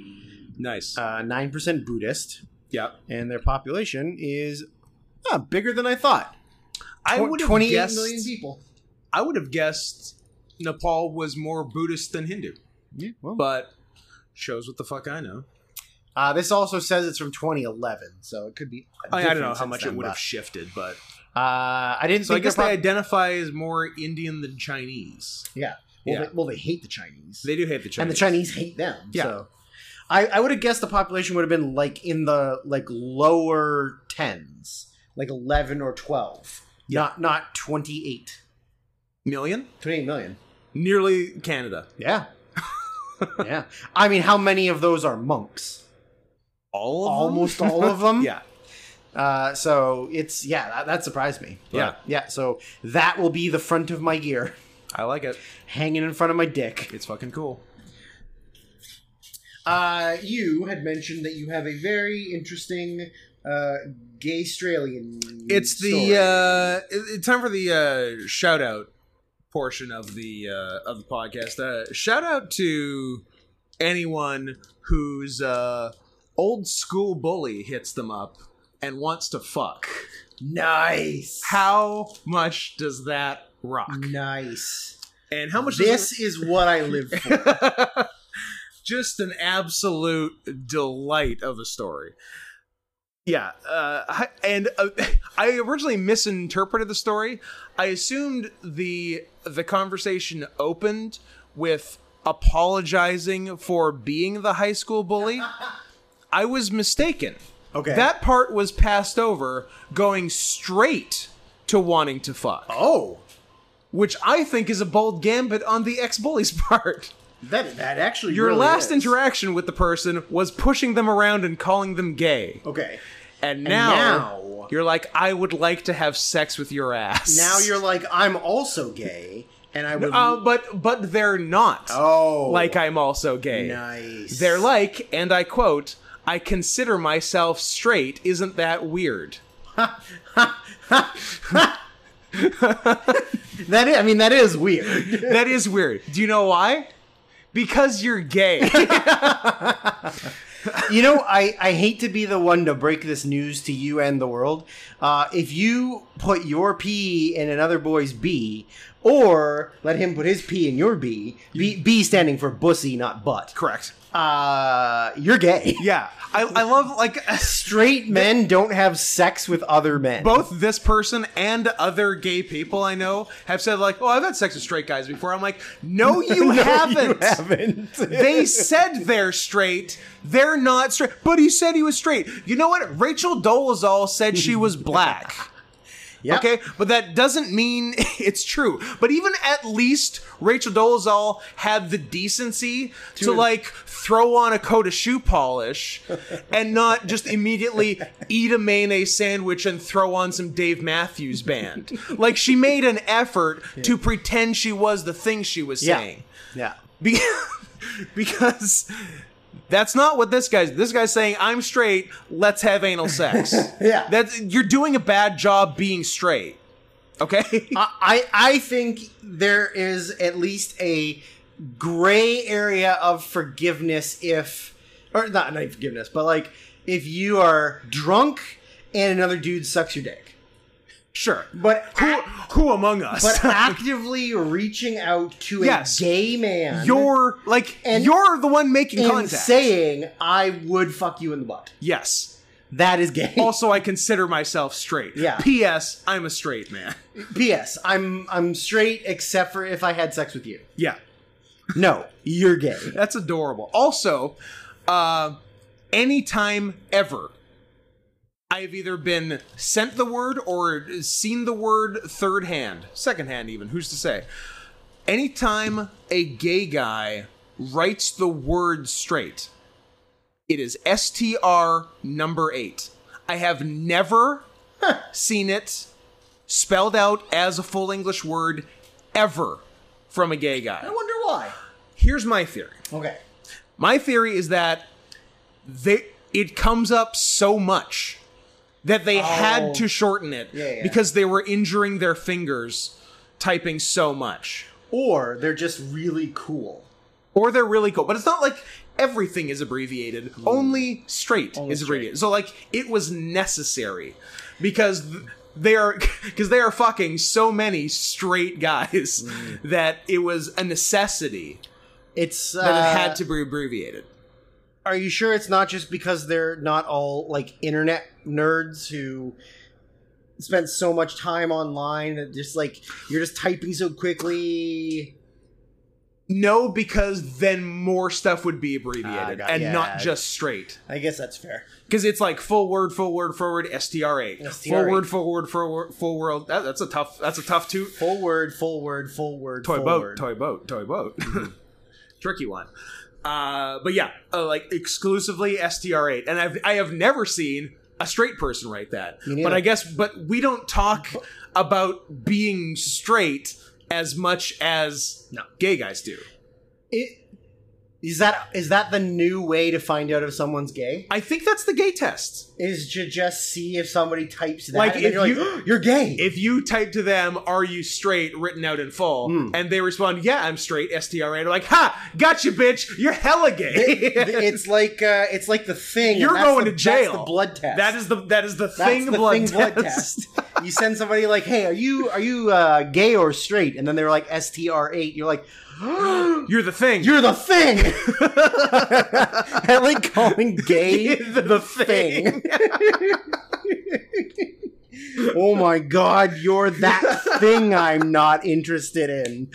[SPEAKER 2] uh,
[SPEAKER 1] Nice.
[SPEAKER 2] nine percent Buddhist,
[SPEAKER 1] yeah.
[SPEAKER 2] and their population is uh, bigger than I thought.
[SPEAKER 1] I
[SPEAKER 2] Tw-
[SPEAKER 1] would have
[SPEAKER 2] 28
[SPEAKER 1] guessed,
[SPEAKER 2] million people.
[SPEAKER 1] I would have guessed Nepal was more Buddhist than Hindu,
[SPEAKER 2] Yeah, well,
[SPEAKER 1] but shows what the fuck I know.
[SPEAKER 2] uh, this also says it's from 2011, so it could be.
[SPEAKER 1] I, mean, I don't know
[SPEAKER 2] different
[SPEAKER 1] how
[SPEAKER 2] since
[SPEAKER 1] much
[SPEAKER 2] then,
[SPEAKER 1] it would have
[SPEAKER 2] but-
[SPEAKER 1] shifted, but
[SPEAKER 2] uh, I didn't.
[SPEAKER 1] so I
[SPEAKER 2] think
[SPEAKER 1] guess
[SPEAKER 2] their
[SPEAKER 1] they
[SPEAKER 2] pop-
[SPEAKER 1] identify as more Indian than Chinese.
[SPEAKER 2] well,
[SPEAKER 1] yeah.
[SPEAKER 2] they, well, they hate the Chinese.
[SPEAKER 1] They do hate the Chinese.
[SPEAKER 2] and the Chinese hate them.
[SPEAKER 1] Yeah.
[SPEAKER 2] So I, I would have guessed the population would have been like in the like lower tens, like eleven or twelve, not not 28.
[SPEAKER 1] million,
[SPEAKER 2] 28 million.
[SPEAKER 1] nearly Canada.
[SPEAKER 2] (laughs) Yeah, yeah. I mean, how many of those are monks?
[SPEAKER 1] all of
[SPEAKER 2] almost
[SPEAKER 1] them?
[SPEAKER 2] all of
[SPEAKER 1] (laughs)
[SPEAKER 2] them.
[SPEAKER 1] yeah.
[SPEAKER 2] Uh, so it's yeah, that, that surprised me. But,
[SPEAKER 1] Yeah.
[SPEAKER 2] yeah. So that will be the front of my gear,
[SPEAKER 1] I like it.
[SPEAKER 2] (laughs) hanging in front of my dick.
[SPEAKER 1] It's fucking cool.
[SPEAKER 2] Uh,
[SPEAKER 3] You had mentioned that you have a very interesting uh, gay Australian.
[SPEAKER 1] It's the uh, it- it's time for the uh, shout out portion of the uh, of the podcast. Uh, shout out to anyone whose uh, old school bully hits them up and wants to fuck.
[SPEAKER 2] nice.
[SPEAKER 1] How much does that rock?
[SPEAKER 2] nice.
[SPEAKER 1] And how much does
[SPEAKER 2] This is what I live for.
[SPEAKER 1] just an absolute delight of a story. (laughs) Yeah, uh, I- and uh, (laughs) I originally misinterpreted the story. I assumed the the conversation opened with apologizing for being the high school bully. I was mistaken.
[SPEAKER 2] Okay.
[SPEAKER 1] That part was passed over, going straight to wanting to fuck,
[SPEAKER 2] oh,
[SPEAKER 1] which I think is a bold gambit on the ex bully's (laughs) part.
[SPEAKER 2] that that actually
[SPEAKER 1] Your
[SPEAKER 2] really
[SPEAKER 1] last
[SPEAKER 2] is.
[SPEAKER 1] interaction with the person was pushing them around and calling them gay.
[SPEAKER 2] Okay.
[SPEAKER 1] And now,
[SPEAKER 2] now-
[SPEAKER 1] you're like, I would like to have sex with your ass.
[SPEAKER 2] Now you're like I'm also gay, and I
[SPEAKER 1] (laughs)
[SPEAKER 2] would.
[SPEAKER 1] Uh, but but they're not.
[SPEAKER 2] oh,
[SPEAKER 1] Like I'm also gay.
[SPEAKER 2] nice.
[SPEAKER 1] They're like, and I quote, I consider myself straight. Isn't that weird?
[SPEAKER 2] that. Is, I mean, that is weird.
[SPEAKER 1] that is weird. Do you know why? Because you're gay.
[SPEAKER 2] you know, I, I hate to be the one to break this news to you and the world. Uh, if you put your P in another boy's B, or let him put his P in your B, B, B standing for bussy, not butt,
[SPEAKER 1] (laughs) Correct.
[SPEAKER 2] uh, you're gay.
[SPEAKER 1] Yeah. I, I love like (laughs)
[SPEAKER 2] Straight men don't have sex with other men.
[SPEAKER 1] both this person and other gay people I know have said like, "Oh, I've had sex with straight guys before." I'm like, (laughs) "No, you
[SPEAKER 2] (laughs) No, you
[SPEAKER 1] haven't." (laughs)
[SPEAKER 2] haven't.
[SPEAKER 1] they said they're straight. They're not straight. But he said he was straight. You know what? Rachel Dolezal said she was black.
[SPEAKER 2] (laughs) Yep.
[SPEAKER 1] Okay, but that doesn't mean (laughs) it's true. But even at least Rachel Dolezal had the decency to, like throw on a coat of shoe polish and not just immediately eat a mayonnaise sandwich and throw on some Dave Matthews band. like she made an effort to pretend she was the thing she was
[SPEAKER 2] Yeah.
[SPEAKER 1] saying.
[SPEAKER 2] Yeah.
[SPEAKER 1] Be- (laughs) because that's not what this guy's this guy's saying i'm straight let's have anal sex
[SPEAKER 2] (laughs) Yeah.
[SPEAKER 1] that's you're doing a bad job being straight okay (laughs)
[SPEAKER 2] I, I I think there is at least a gray area of forgiveness if or not not forgiveness, but like if you are drunk and another dude sucks your dick.
[SPEAKER 1] sure
[SPEAKER 2] But
[SPEAKER 1] who who among us (laughs)
[SPEAKER 2] but actively reaching out to
[SPEAKER 1] Yes.
[SPEAKER 2] a gay man
[SPEAKER 1] (laughs) you're like
[SPEAKER 2] And-
[SPEAKER 1] you're the one making
[SPEAKER 2] and
[SPEAKER 1] contact
[SPEAKER 2] saying I would fuck you in the butt.
[SPEAKER 1] yes
[SPEAKER 2] That is gay. (laughs)
[SPEAKER 1] also i consider myself straight
[SPEAKER 2] Yeah.
[SPEAKER 1] ps i'm a straight man (laughs)
[SPEAKER 2] PS, I'm I'm straight except for if I had sex with you.
[SPEAKER 1] yeah
[SPEAKER 2] No, you're gay.
[SPEAKER 1] That's adorable. Also, uh, anytime ever, I have either been sent the word or seen the word third hand, second hand, even. Who's to say? Anytime a gay guy writes the word straight, it is STR number eight. I have never (laughs) seen it spelled out as a full English word ever from a gay guy.
[SPEAKER 2] I wonder why.
[SPEAKER 1] Here's my theory.
[SPEAKER 2] Okay.
[SPEAKER 1] My theory is that they it comes up so much that they had to shorten it
[SPEAKER 2] Oh. Yeah, yeah.
[SPEAKER 1] because they were injuring their fingers typing so much.
[SPEAKER 2] Or they're just really cool.
[SPEAKER 1] Or they're really cool. But it's not like everything is abbreviated.
[SPEAKER 2] Hmm.
[SPEAKER 1] Only straight is abbreviated. So like it was necessary because th- they are (laughs) because they are fucking so many straight guys (laughs)
[SPEAKER 2] Hmm.
[SPEAKER 1] that it was a necessity
[SPEAKER 2] It's uh,
[SPEAKER 1] that it had to be abbreviated.
[SPEAKER 2] Are you sure it's not just because they're not all like internet nerds who spent so much time online that just like you're just typing so quickly?
[SPEAKER 1] No, because then more stuff would be abbreviated
[SPEAKER 2] Ah, got-
[SPEAKER 1] and
[SPEAKER 2] yeah.
[SPEAKER 1] not just straight.
[SPEAKER 2] I guess that's fair.
[SPEAKER 1] Because it's like full word, full word, forward, STR8.
[SPEAKER 2] STR8.
[SPEAKER 1] Full word, full word, full word, full world. That, that's a tough. That's a tough toot.
[SPEAKER 2] Full word, Mm-hmm. full word, full word,
[SPEAKER 1] Toy
[SPEAKER 2] full
[SPEAKER 1] boat,
[SPEAKER 2] word.
[SPEAKER 1] toy boat, toy boat. (laughs) Tricky one. Uh, but yeah, uh, like exclusively STR8, and I've I have never seen a straight person write that.
[SPEAKER 2] Me neither.
[SPEAKER 1] But I guess, but we don't talk about being straight as much as
[SPEAKER 2] No.
[SPEAKER 1] gay guys do.
[SPEAKER 2] It, is that is that the new way to find out if someone's gay?
[SPEAKER 1] I think that's the gay test.
[SPEAKER 2] Is to just see if somebody types that
[SPEAKER 1] Like,
[SPEAKER 2] and then
[SPEAKER 1] if
[SPEAKER 2] you're like,
[SPEAKER 1] you-
[SPEAKER 2] you're gay.
[SPEAKER 1] If you type to them, "Are you straight?" written out in full,
[SPEAKER 2] Hmm.
[SPEAKER 1] and they respond, "Yeah, I'm straight," STRA, are like, "Ha, gotcha, bitch! You're hella gay." (laughs)
[SPEAKER 2] it's like uh, it's like the thing. and
[SPEAKER 1] You're
[SPEAKER 2] that's
[SPEAKER 1] going
[SPEAKER 2] the-
[SPEAKER 1] to
[SPEAKER 2] That's the
[SPEAKER 1] jail.
[SPEAKER 2] blood test.
[SPEAKER 1] that is the that is the
[SPEAKER 2] That's
[SPEAKER 1] thing
[SPEAKER 2] the
[SPEAKER 1] blood
[SPEAKER 2] thing blood
[SPEAKER 1] test.
[SPEAKER 2] test. (laughs) you send somebody like, "Hey, are you are you uh, gay or straight?" And then they're like, "STR 8 You're like, (gasps)
[SPEAKER 1] (laughs) You're the thing.
[SPEAKER 2] "You're the (laughs) thing." I like calling (laughs) gay
[SPEAKER 1] The
[SPEAKER 2] the,
[SPEAKER 1] thing.
[SPEAKER 2] thing. oh my god, you're that thing I'm not interested in.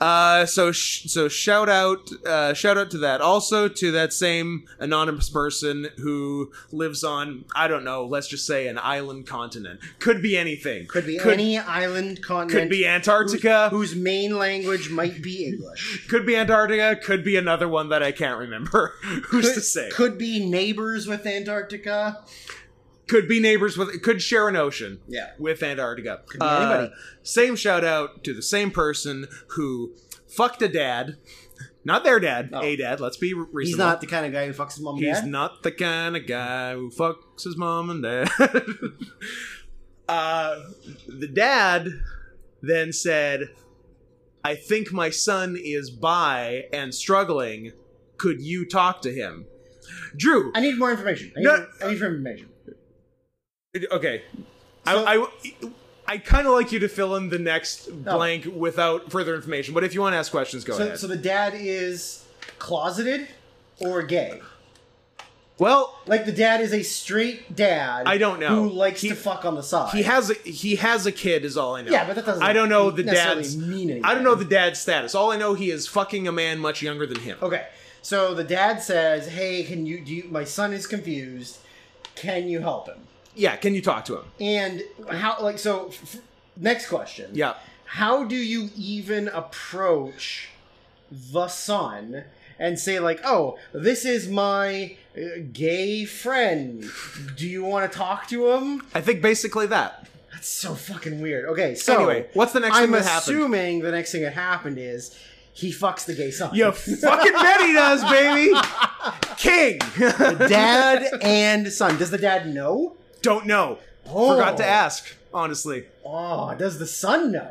[SPEAKER 1] Uh, so sh- so shout out uh, shout out to that. Also to that same anonymous person who lives on I don't know. Let's just say an island continent. Could be anything.
[SPEAKER 2] Could be
[SPEAKER 1] Could-
[SPEAKER 2] any island continent.
[SPEAKER 1] Could be Antarctica.
[SPEAKER 2] whose main language might be (laughs) English.
[SPEAKER 1] Could be Antarctica. Could be another one that I can't remember. (laughs) Who's
[SPEAKER 2] could,
[SPEAKER 1] to say?
[SPEAKER 2] Could be neighbors with Antarctica.
[SPEAKER 1] could be neighbors with could share an ocean
[SPEAKER 2] Yeah.
[SPEAKER 1] with Antarctica. Uh,
[SPEAKER 2] Could be anybody.
[SPEAKER 1] Same shout out to the same person who fucked a dad, not their dad,
[SPEAKER 2] No.
[SPEAKER 1] a dad. Let's be re- reasonable.
[SPEAKER 2] Oh. He's not the kind of guy who fucks his mom and
[SPEAKER 1] He's
[SPEAKER 2] dad.
[SPEAKER 1] not the kind of guy who fucks his mom and dad. (laughs) uh, the dad then said, "I think my son is bi and struggling. Could you talk to him?" Drew,
[SPEAKER 2] I need more information. I need,
[SPEAKER 1] No.
[SPEAKER 2] I need more information.
[SPEAKER 1] Okay.
[SPEAKER 2] So- Oh.
[SPEAKER 1] I, I, I kind of like you to fill in the next blank without further information, but if you want to ask questions, go
[SPEAKER 2] So,
[SPEAKER 1] ahead.
[SPEAKER 2] so the dad is closeted or gay?
[SPEAKER 1] well,
[SPEAKER 2] Like the dad is a straight dad.
[SPEAKER 1] I don't know.
[SPEAKER 2] Who likes
[SPEAKER 1] He-
[SPEAKER 2] to fuck on the side?
[SPEAKER 1] he has a, he has a kid is all I know.
[SPEAKER 2] Yeah, but that doesn't.
[SPEAKER 1] I don't know the
[SPEAKER 2] necessarily
[SPEAKER 1] dad's
[SPEAKER 2] Mean anything.
[SPEAKER 1] I don't know the dad's status. All I know he is fucking a man much younger than him.
[SPEAKER 2] Okay, so the dad says, "Hey, can you? Do you, my son is confused. Can you help him?"
[SPEAKER 1] Yeah, can you talk to him?
[SPEAKER 2] And how? Like so. F- f- next question.
[SPEAKER 1] Yeah.
[SPEAKER 2] how do you even approach the son and say like oh this is my uh, gay friend do you want to talk to him
[SPEAKER 1] I think basically that.
[SPEAKER 2] that's so fucking weird okay so
[SPEAKER 1] anyway, what's the next
[SPEAKER 2] i'm
[SPEAKER 1] thing that happened?
[SPEAKER 2] assuming the next thing that happened is he fucks the gay son (laughs)
[SPEAKER 1] You fucking bet he does, baby. King.
[SPEAKER 2] dad and son does the dad know
[SPEAKER 1] (laughs) Don't know.
[SPEAKER 2] oh.
[SPEAKER 1] Forgot to ask, honestly.
[SPEAKER 2] oh does the son know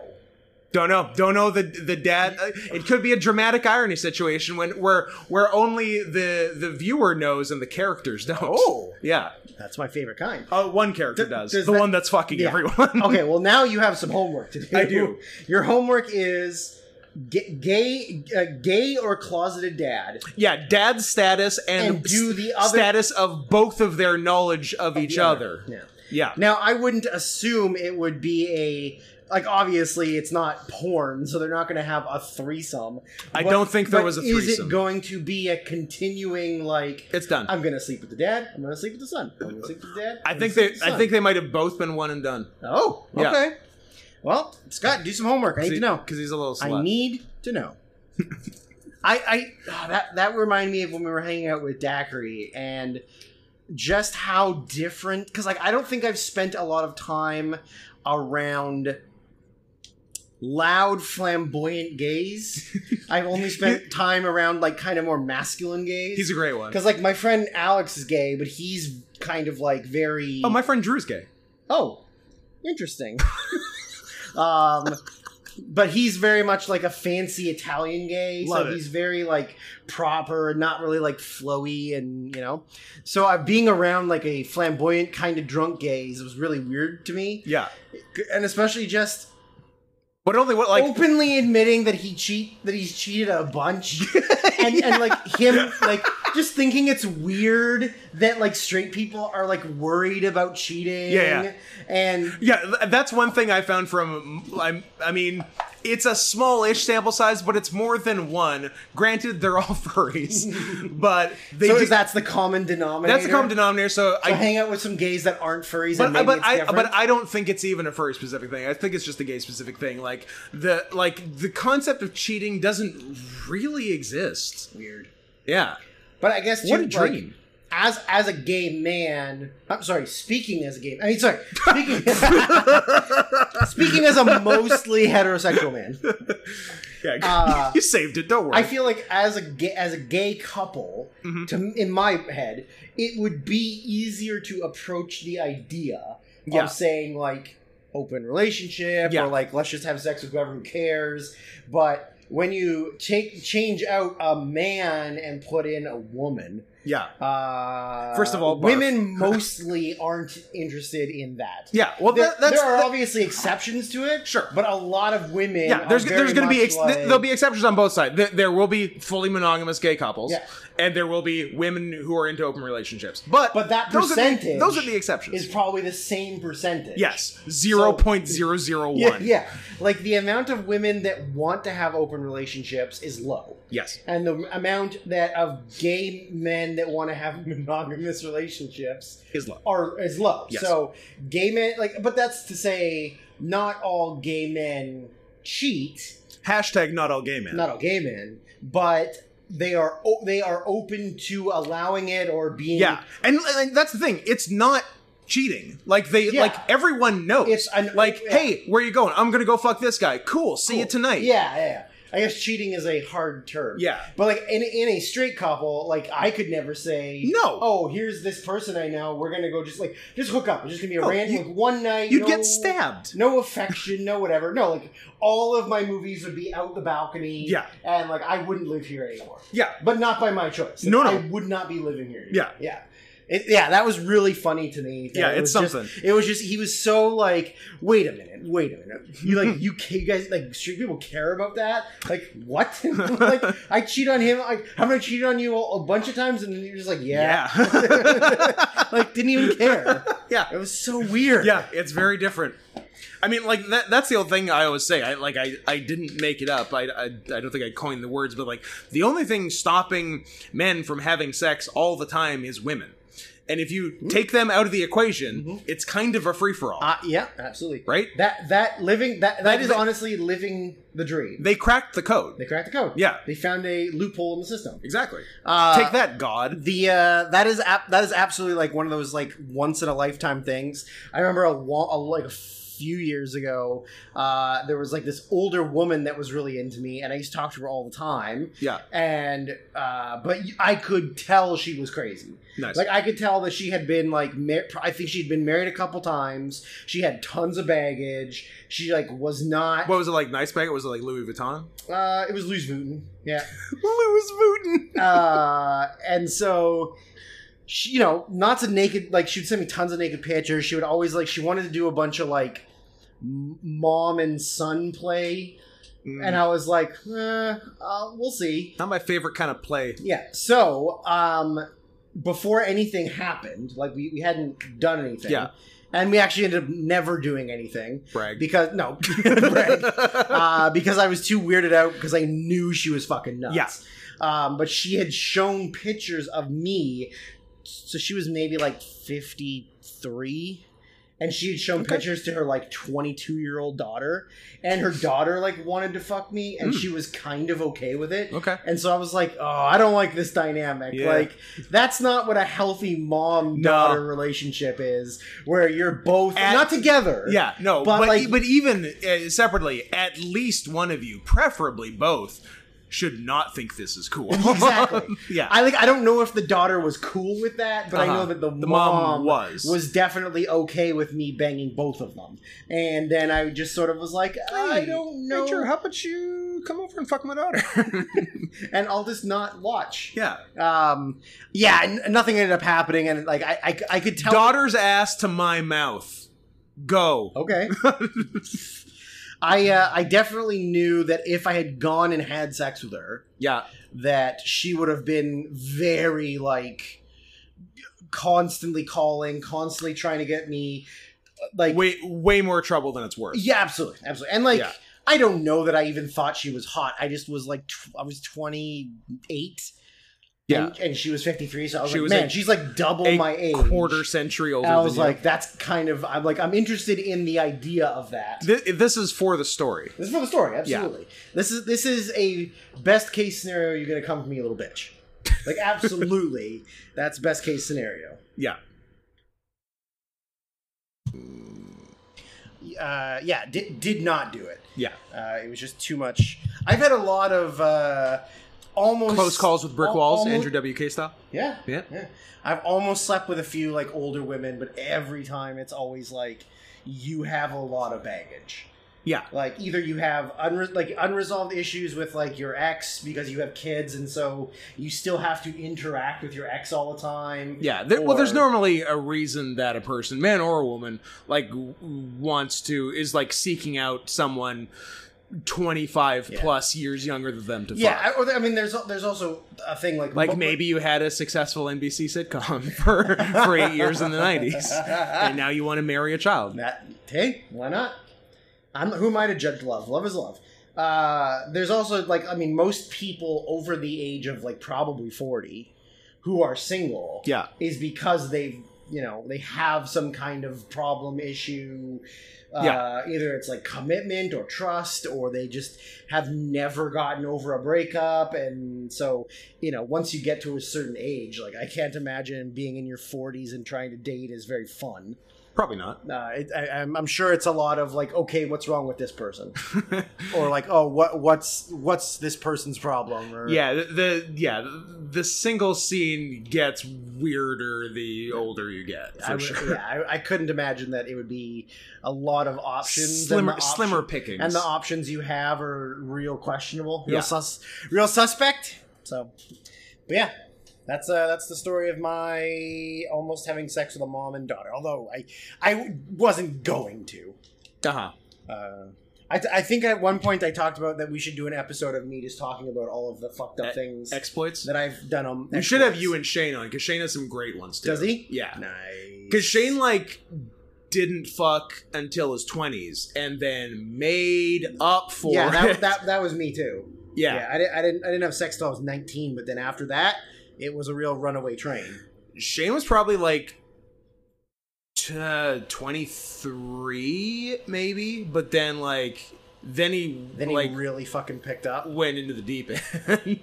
[SPEAKER 1] Don't know. Don't know the the dad. uh, It could be a dramatic irony situation when where where only the the viewer knows and the characters don't.
[SPEAKER 2] Oh.
[SPEAKER 1] yeah.
[SPEAKER 2] that's my favorite kind
[SPEAKER 1] Uh, one character
[SPEAKER 2] Th-
[SPEAKER 1] does.
[SPEAKER 2] does
[SPEAKER 1] The
[SPEAKER 2] that-
[SPEAKER 1] one that's fucking
[SPEAKER 2] Yeah. Oh,
[SPEAKER 1] everyone.
[SPEAKER 2] okay, well now you have some homework to do.
[SPEAKER 1] I do.
[SPEAKER 2] Your homework is ga- gay, uh, gay or closeted dad,
[SPEAKER 1] yeah, dad's status and,
[SPEAKER 2] and, do the
[SPEAKER 1] s-
[SPEAKER 2] other
[SPEAKER 1] status of both of their knowledge of each
[SPEAKER 2] Yeah.
[SPEAKER 1] other.
[SPEAKER 2] Yeah.
[SPEAKER 1] Yeah.
[SPEAKER 2] Now I wouldn't assume it would be a like obviously it's not porn, so they're not going to have a threesome.
[SPEAKER 1] I
[SPEAKER 2] But-
[SPEAKER 1] don't think there
[SPEAKER 2] but
[SPEAKER 1] was a
[SPEAKER 2] Is
[SPEAKER 1] threesome.
[SPEAKER 2] it going to be a continuing like?
[SPEAKER 1] it's done. i
[SPEAKER 2] I'm gonna sleep with the dad. I'm gonna sleep with the son. I'm gonna sleep with the dad. I'm
[SPEAKER 1] think they
[SPEAKER 2] gonna sleep with the
[SPEAKER 1] I
[SPEAKER 2] son.
[SPEAKER 1] think they might have both been one and done.
[SPEAKER 2] Oh, okay.
[SPEAKER 1] Yeah.
[SPEAKER 2] Well, Scott, do some homework. I need to know.
[SPEAKER 1] because he's a little slut.
[SPEAKER 2] I need to know. (laughs) I, I ah, that that reminded me of when we were hanging out with Daiquiri and just how different because like I don't think I've spent a lot of time around loud flamboyant gays. I've only spent time around like kind of more masculine
[SPEAKER 1] he's
[SPEAKER 2] gays
[SPEAKER 1] a great one.
[SPEAKER 2] because like my friend Alex is gay, but he's kind of like very
[SPEAKER 1] Oh, my friend Drew's gay.
[SPEAKER 2] Oh, interesting. (laughs) um, but he's very much like a fancy Italian gay.
[SPEAKER 1] Love
[SPEAKER 2] so
[SPEAKER 1] it.
[SPEAKER 2] he's very like proper and not really like flowy and you know. So uh, being around like a flamboyant kind of drunk gays was really weird to me,
[SPEAKER 1] Yeah,
[SPEAKER 2] and especially just
[SPEAKER 1] but only what like
[SPEAKER 2] openly admitting that he cheat that he's cheated
[SPEAKER 1] (laughs)
[SPEAKER 2] a bunch, and, and like him like. Just thinking it's weird that like straight people are like worried about cheating,
[SPEAKER 1] Yeah, yeah.
[SPEAKER 2] and
[SPEAKER 1] Yeah, th- that's one thing I found from. I, I mean, it's a small-ish sample size, but it's more than one. Granted, they're all furries, (laughs) but they
[SPEAKER 2] so
[SPEAKER 1] do,
[SPEAKER 2] is that's the common denominator.
[SPEAKER 1] that's the common denominator. So,
[SPEAKER 2] So
[SPEAKER 1] I,
[SPEAKER 2] hang out with some gays that aren't furries,
[SPEAKER 1] but
[SPEAKER 2] and
[SPEAKER 1] I,
[SPEAKER 2] maybe
[SPEAKER 1] but
[SPEAKER 2] it's
[SPEAKER 1] I,
[SPEAKER 2] different.
[SPEAKER 1] but I don't think it's even a furry specific thing. I think it's just a gay specific thing. Like the like the concept of cheating doesn't really exist.
[SPEAKER 2] weird.
[SPEAKER 1] Yeah.
[SPEAKER 2] But I guess too,
[SPEAKER 1] What a
[SPEAKER 2] like,
[SPEAKER 1] dream.
[SPEAKER 2] as as a gay man, I'm sorry, speaking as a gay. I
[SPEAKER 1] (laughs)
[SPEAKER 2] mean, sorry, speaking (laughs) speaking as a mostly heterosexual man.
[SPEAKER 1] Yeah,
[SPEAKER 2] (laughs) Uh,
[SPEAKER 1] you saved it. Don't worry.
[SPEAKER 2] I feel like as a gay, as a gay couple,
[SPEAKER 1] Mhm.
[SPEAKER 2] to in my head, it would be easier to approach the idea
[SPEAKER 1] Yeah.
[SPEAKER 2] of saying like open relationship
[SPEAKER 1] Yeah.
[SPEAKER 2] or like let's just have sex with whoever who cares. But when you take change out a man and put in a woman,
[SPEAKER 1] yeah.
[SPEAKER 2] uh,
[SPEAKER 1] First of all, barf. (laughs)
[SPEAKER 2] women mostly aren't interested in that.
[SPEAKER 1] Yeah. Well,
[SPEAKER 2] There,
[SPEAKER 1] that, that's
[SPEAKER 2] there are
[SPEAKER 1] that-
[SPEAKER 2] obviously exceptions to it,
[SPEAKER 1] Sure.
[SPEAKER 2] but a lot of women.
[SPEAKER 1] yeah. There's
[SPEAKER 2] are
[SPEAKER 1] there's
[SPEAKER 2] very
[SPEAKER 1] going to be
[SPEAKER 2] much
[SPEAKER 1] ex-
[SPEAKER 2] like,
[SPEAKER 1] there'll be exceptions on both sides. There, there will be fully monogamous gay couples,
[SPEAKER 2] Yeah.
[SPEAKER 1] and there will be women who are into open relationships. But
[SPEAKER 2] But that
[SPEAKER 1] those are the,
[SPEAKER 2] percentage
[SPEAKER 1] those are the exceptions.
[SPEAKER 2] is probably the same percentage.
[SPEAKER 1] yes, zero point zero zero one.
[SPEAKER 2] (laughs) Yeah, yeah. Like the amount of women that want to have open relationships is low.
[SPEAKER 1] Yes.
[SPEAKER 2] And the amount that of gay men that want to have (laughs) monogamous relationships
[SPEAKER 1] Is low.
[SPEAKER 2] are is low.
[SPEAKER 1] Yes.
[SPEAKER 2] So gay men like but that's to say not all gay men cheat,
[SPEAKER 1] Hashtag not all gay men.
[SPEAKER 2] not all gay men, but they are o- they are open to allowing it or being
[SPEAKER 1] yeah, and, and that's the thing. It's not cheating. Like they
[SPEAKER 2] Yeah.
[SPEAKER 1] like everyone knows.
[SPEAKER 2] It's an-
[SPEAKER 1] like,
[SPEAKER 2] yeah.
[SPEAKER 1] hey, where you going? I'm gonna go fuck this guy. Cool. See you
[SPEAKER 2] Cool.
[SPEAKER 1] tonight.
[SPEAKER 2] Yeah, yeah, yeah. I guess cheating is a hard term.
[SPEAKER 1] Yeah.
[SPEAKER 2] But like in in a straight couple, like I could never say
[SPEAKER 1] No.
[SPEAKER 2] Oh, here's this person I know. We're gonna go just like just hook up. It's just gonna be a
[SPEAKER 1] No,
[SPEAKER 2] random
[SPEAKER 1] you-
[SPEAKER 2] like, one night.
[SPEAKER 1] You'd
[SPEAKER 2] no-
[SPEAKER 1] get stabbed.
[SPEAKER 2] No affection, no whatever. No, like all of my movies would be out the balcony.
[SPEAKER 1] Yeah.
[SPEAKER 2] And like I wouldn't live here anymore,
[SPEAKER 1] Yeah.
[SPEAKER 2] but not by my choice. Like,
[SPEAKER 1] No, no.
[SPEAKER 2] I would not be living here.
[SPEAKER 1] Yeah.
[SPEAKER 2] Anymore. Yeah. It, yeah, that was really funny to me. that
[SPEAKER 1] Yeah,
[SPEAKER 2] it
[SPEAKER 1] it's
[SPEAKER 2] was just-
[SPEAKER 1] something.
[SPEAKER 2] it was just he was so like, wait a minute, wait a minute. You
[SPEAKER 1] (laughs)
[SPEAKER 2] like you ca- you guys like straight people care about that? Like what? (laughs) like I cheat on him. Like haven't I cheated on you a, a bunch of times? And you're just like, yeah.
[SPEAKER 1] Yeah. (laughs)
[SPEAKER 2] (laughs) like didn't even care.
[SPEAKER 1] Yeah.
[SPEAKER 2] it was so
[SPEAKER 1] (laughs)
[SPEAKER 2] weird.
[SPEAKER 1] yeah, it's very different. I mean, like that—that's the old thing I always say. I like I, I didn't make it up. I, I I don't think I coined the words, but like the only thing stopping men from having sex all the time is women. And if you
[SPEAKER 2] Hmm.
[SPEAKER 1] take them out of the equation,
[SPEAKER 2] Mm-hmm.
[SPEAKER 1] it's kind of a free for all,
[SPEAKER 2] Uh, yeah, absolutely.
[SPEAKER 1] right?
[SPEAKER 2] That that living that that is
[SPEAKER 1] Like,
[SPEAKER 2] honestly living the dream.
[SPEAKER 1] They cracked the code.
[SPEAKER 2] They cracked the code.
[SPEAKER 1] Yeah.
[SPEAKER 2] they found a loophole in the system.
[SPEAKER 1] Exactly.
[SPEAKER 2] Uh,
[SPEAKER 1] Take that, God.
[SPEAKER 2] the uh, that is ab- that is absolutely like one of those like once in a lifetime things. I remember a, wa- a like a few years ago, uh, there was like this older woman that was really into me, and I used to talk to her all the time.
[SPEAKER 1] Yeah.
[SPEAKER 2] And uh, but y- I could tell she was crazy.
[SPEAKER 1] Nice.
[SPEAKER 2] Like I could tell that she had been like mar- I think she'd been married a couple times. She had tons of baggage. She like was not.
[SPEAKER 1] what was it like? Nice bag? Was it like Louis Vuitton?
[SPEAKER 2] Uh, it was Louis Vuitton. Yeah.
[SPEAKER 1] Louis Vuitton.
[SPEAKER 2] uh, and so she, you know lots of naked like she would send me tons of naked pictures she would always like she wanted to do a bunch of like m- mom and son play
[SPEAKER 1] Hmm.
[SPEAKER 2] and i was like eh, uh, we'll see
[SPEAKER 1] Mm. Not my favorite kind of play.
[SPEAKER 2] yeah so um before anything happened like we, we hadn't done anything
[SPEAKER 1] Yeah.
[SPEAKER 2] and we actually ended up never doing anything
[SPEAKER 1] Brag.
[SPEAKER 2] because no (laughs) Brag
[SPEAKER 1] (laughs)
[SPEAKER 2] uh, because I was too weirded out because I knew she was fucking nuts.
[SPEAKER 1] Yeah.
[SPEAKER 2] Um, but she had shown pictures of me, so she was maybe like fifty three, and she had shown
[SPEAKER 1] Okay.
[SPEAKER 2] pictures to her like twenty two year old daughter, and her daughter like wanted to fuck me, and
[SPEAKER 1] Hmm.
[SPEAKER 2] she was kind of okay with it.
[SPEAKER 1] okay.
[SPEAKER 2] And so I was like, "Oh, I don't like this dynamic.
[SPEAKER 1] Yeah.
[SPEAKER 2] Like, that's not what a healthy mom-daughter relationship is, where you're both
[SPEAKER 1] At-
[SPEAKER 2] not together.
[SPEAKER 1] Yeah, no,
[SPEAKER 2] But,
[SPEAKER 1] but but,
[SPEAKER 2] like-
[SPEAKER 1] even uh, separately, at least one of you, preferably both, should not think this is cool.
[SPEAKER 2] (laughs) Exactly.
[SPEAKER 1] (laughs) yeah.
[SPEAKER 2] I like. I don't know if the daughter was cool with that, but I
[SPEAKER 1] Uh-huh.
[SPEAKER 2] know that the,
[SPEAKER 1] The
[SPEAKER 2] mom,
[SPEAKER 1] mom was.
[SPEAKER 2] was definitely okay with me banging both of them. And then I just sort of was like, I
[SPEAKER 1] Hey,
[SPEAKER 2] don't know,
[SPEAKER 1] how about you come over and fuck my daughter?
[SPEAKER 2] and I'll just not watch.
[SPEAKER 1] (laughs) yeah.
[SPEAKER 2] Um, yeah, and nothing ended up happening, and like I, I, I could tell.
[SPEAKER 1] Daughter's ass to my mouth. Go. (laughs)
[SPEAKER 2] Okay. I, uh, I definitely knew that if I had gone and had sex with her,
[SPEAKER 1] Yeah.
[SPEAKER 2] that she would have been very like constantly calling, constantly trying to get me uh, like
[SPEAKER 1] Way way more trouble than it's worth.
[SPEAKER 2] yeah, absolutely, absolutely. And like
[SPEAKER 1] Yeah.
[SPEAKER 2] I don't know that I even thought she was hot. I just was like tw- I was 28
[SPEAKER 1] Yeah.
[SPEAKER 2] and, and she was 53, so I was
[SPEAKER 1] She
[SPEAKER 2] like
[SPEAKER 1] was
[SPEAKER 2] man,
[SPEAKER 1] a-
[SPEAKER 2] she's like double
[SPEAKER 1] a
[SPEAKER 2] my age.
[SPEAKER 1] Quarter century older.
[SPEAKER 2] And I
[SPEAKER 1] than
[SPEAKER 2] was
[SPEAKER 1] you.
[SPEAKER 2] like that's kind of I'm like I'm interested in the idea of that.
[SPEAKER 1] Thi- this, is for the story.
[SPEAKER 2] This is for the story, absolutely. This is this is a best case scenario. You're gonna come to me, little bitch.
[SPEAKER 1] (laughs)
[SPEAKER 2] Like absolutely, that's best case scenario.
[SPEAKER 1] Yeah.
[SPEAKER 2] Uh, yeah, did did not do it.
[SPEAKER 1] Yeah.
[SPEAKER 2] Uh, it was just too much. I've had a lot of uh, almost
[SPEAKER 1] Close calls with brick
[SPEAKER 2] al-
[SPEAKER 1] walls,
[SPEAKER 2] almost-
[SPEAKER 1] Andrew WK style.
[SPEAKER 2] Yeah,
[SPEAKER 1] Yeah.
[SPEAKER 2] I've almost slept with a few like older women, but every time it's always like you have a lot of baggage.
[SPEAKER 1] Yeah.
[SPEAKER 2] Like either you have unre- like unresolved issues with like your ex because you have kids, and so you still have to interact with your ex all the time.
[SPEAKER 1] Yeah, there, well, there's
[SPEAKER 2] Or-
[SPEAKER 1] normally a reason that a person, man or a woman, like w- wants to is like seeking out someone 25
[SPEAKER 2] Yeah.
[SPEAKER 1] plus years younger than them to
[SPEAKER 2] Yeah,
[SPEAKER 1] fuck.
[SPEAKER 2] I, or there- I mean, there's al- there's also a thing like
[SPEAKER 1] Like
[SPEAKER 2] but-
[SPEAKER 1] maybe (laughs) you had a successful NBC sitcom (laughs) for for eight years in the
[SPEAKER 2] (laughs)
[SPEAKER 1] '90s, and now you want to marry a child.
[SPEAKER 2] That hey, why not? I'm who am I to judge love? Love is love. Uh, there's also like I mean, most people over the age of like probably forty who are single
[SPEAKER 1] Yeah,
[SPEAKER 2] is because they you know they have some kind of problem issue. Uh,
[SPEAKER 1] Yeah.
[SPEAKER 2] Either it's like commitment or trust, or they just have never gotten over a breakup, and so you know once you get to a certain age, like I can't imagine being in your 40s and trying to date is very fun.
[SPEAKER 1] probably not.
[SPEAKER 2] Uh, it, I, I'm, I'm sure it's a lot of like, okay, what's wrong with this (laughs) person, or like, oh, what what's what's this person's problem? Or,
[SPEAKER 1] Yeah, the, the yeah the- the single scene gets weirder the older you get. For
[SPEAKER 2] I, would-
[SPEAKER 1] sure.
[SPEAKER 2] yeah, I, I couldn't imagine that it would be a lot of options. and
[SPEAKER 1] Slimmer,
[SPEAKER 2] the option-
[SPEAKER 1] slimmer pickings.
[SPEAKER 2] and the options you have are real questionable, real
[SPEAKER 1] Yeah.
[SPEAKER 2] sus, real suspect. So, but yeah, that's uh, that's the story of my almost having sex with a mom and daughter. Although I I wasn't going to.
[SPEAKER 1] uh-huh.
[SPEAKER 2] Uh, I, I think at one point I talked about that we should do an episode of me just talking about all of the fucked up
[SPEAKER 1] E-
[SPEAKER 2] things
[SPEAKER 1] exploits.
[SPEAKER 2] that I've done. On
[SPEAKER 1] We should have you and Shane on because Shane has some great ones too.
[SPEAKER 2] Does he?
[SPEAKER 1] Yeah,
[SPEAKER 2] Nice.
[SPEAKER 1] because Shane like didn't fuck until his twenties and then made up for
[SPEAKER 2] yeah, that,
[SPEAKER 1] (laughs) it.
[SPEAKER 2] that that was me too.
[SPEAKER 1] yeah.
[SPEAKER 2] I, didn't, I didn't I didn't have sex till I was nineteen, but then after that, it was a real runaway train.
[SPEAKER 1] Shane was probably like t- uh, twenty three maybe, but then like then he
[SPEAKER 2] Then
[SPEAKER 1] like
[SPEAKER 2] he really fucking picked up. (laughs)
[SPEAKER 1] went into the deep end.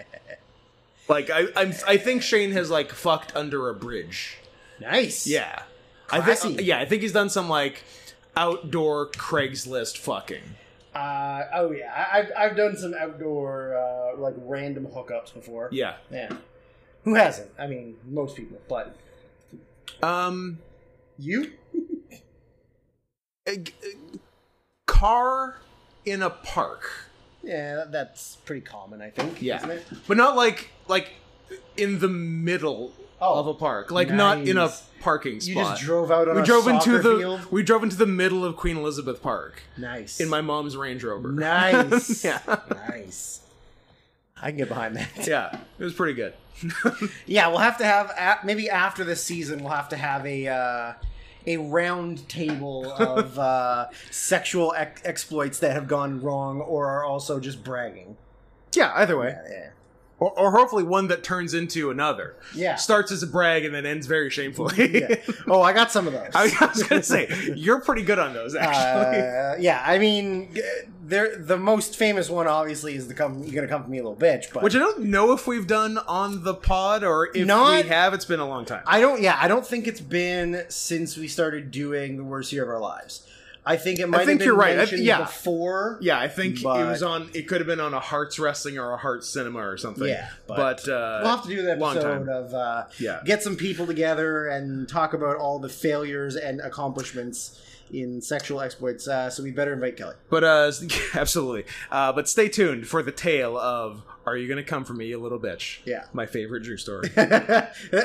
[SPEAKER 1] (laughs) like I I'm, I think Shane has like fucked under a bridge.
[SPEAKER 2] nice.
[SPEAKER 1] Yeah. I
[SPEAKER 2] Classy.
[SPEAKER 1] think yeah, I think he's done some like outdoor Craigslist fucking.
[SPEAKER 2] Uh, oh yeah. I, I've I've done some outdoor uh, like random hookups before.
[SPEAKER 1] Yeah.
[SPEAKER 2] Yeah. Who hasn't? I mean, most people. But
[SPEAKER 1] Um
[SPEAKER 2] you?
[SPEAKER 1] a g- a car in a park,
[SPEAKER 2] Yeah, that- that's pretty common, I think.
[SPEAKER 1] Yeah.
[SPEAKER 2] Isn't it?
[SPEAKER 1] but not like like in the middle
[SPEAKER 2] Oh,
[SPEAKER 1] of a park, like not in a
[SPEAKER 2] nice.
[SPEAKER 1] parking spot.
[SPEAKER 2] You just drove out on
[SPEAKER 1] we
[SPEAKER 2] a
[SPEAKER 1] drove into
[SPEAKER 2] soccer
[SPEAKER 1] the
[SPEAKER 2] field.
[SPEAKER 1] we drove into the middle of Queen Elizabeth Park
[SPEAKER 2] Nice.
[SPEAKER 1] in my mom's Range Rover. (laughs)
[SPEAKER 2] nice.
[SPEAKER 1] yeah,
[SPEAKER 2] Nice. I can get behind that.
[SPEAKER 1] yeah, it was pretty good.
[SPEAKER 2] Yeah, we'll have to have a- maybe after this season we'll have to have a uh, a round
[SPEAKER 1] (laughs)
[SPEAKER 2] table of uh, sexual ex- exploits that have gone wrong or are also just bragging.
[SPEAKER 1] Yeah, either way,
[SPEAKER 2] Yeah, yeah.
[SPEAKER 1] or, or hopefully one that turns into another,
[SPEAKER 2] Yeah.
[SPEAKER 1] starts as a brag and then ends very shamefully.
[SPEAKER 2] Yeah. Oh, I got some of those.
[SPEAKER 1] (laughs) I, was gonna say you're pretty good on those, actually.
[SPEAKER 2] Uh, yeah, I mean, g- they're, the most famous one obviously is the come you're gonna come for me, little bitch. But
[SPEAKER 1] Which I don't know if we've done on the pod or if
[SPEAKER 2] Not-
[SPEAKER 1] we have. It's been a long time.
[SPEAKER 2] I don't. Yeah, I don't think it's been since we started doing the worst year of our lives. I think it might.
[SPEAKER 1] think
[SPEAKER 2] have been
[SPEAKER 1] you're right. I-
[SPEAKER 2] mentioned
[SPEAKER 1] yeah.
[SPEAKER 2] before.
[SPEAKER 1] yeah, I think it
[SPEAKER 2] But-
[SPEAKER 1] was on. It could have been on a Hearts Wrestling or a Hearts Cinema or something.
[SPEAKER 2] Yeah,
[SPEAKER 1] but, uh,
[SPEAKER 2] we'll have to do that
[SPEAKER 1] long
[SPEAKER 2] episode
[SPEAKER 1] time.
[SPEAKER 2] of uh,
[SPEAKER 1] yeah,
[SPEAKER 2] get some people together and talk about all the failures and accomplishments in sexual exploits. Uh, so we better invite Kelly.
[SPEAKER 1] but uh, (laughs) absolutely. Uh, but stay tuned for the tale of "Are you gonna come for me, you little bitch?"
[SPEAKER 2] Yeah.
[SPEAKER 1] my favorite Drew story.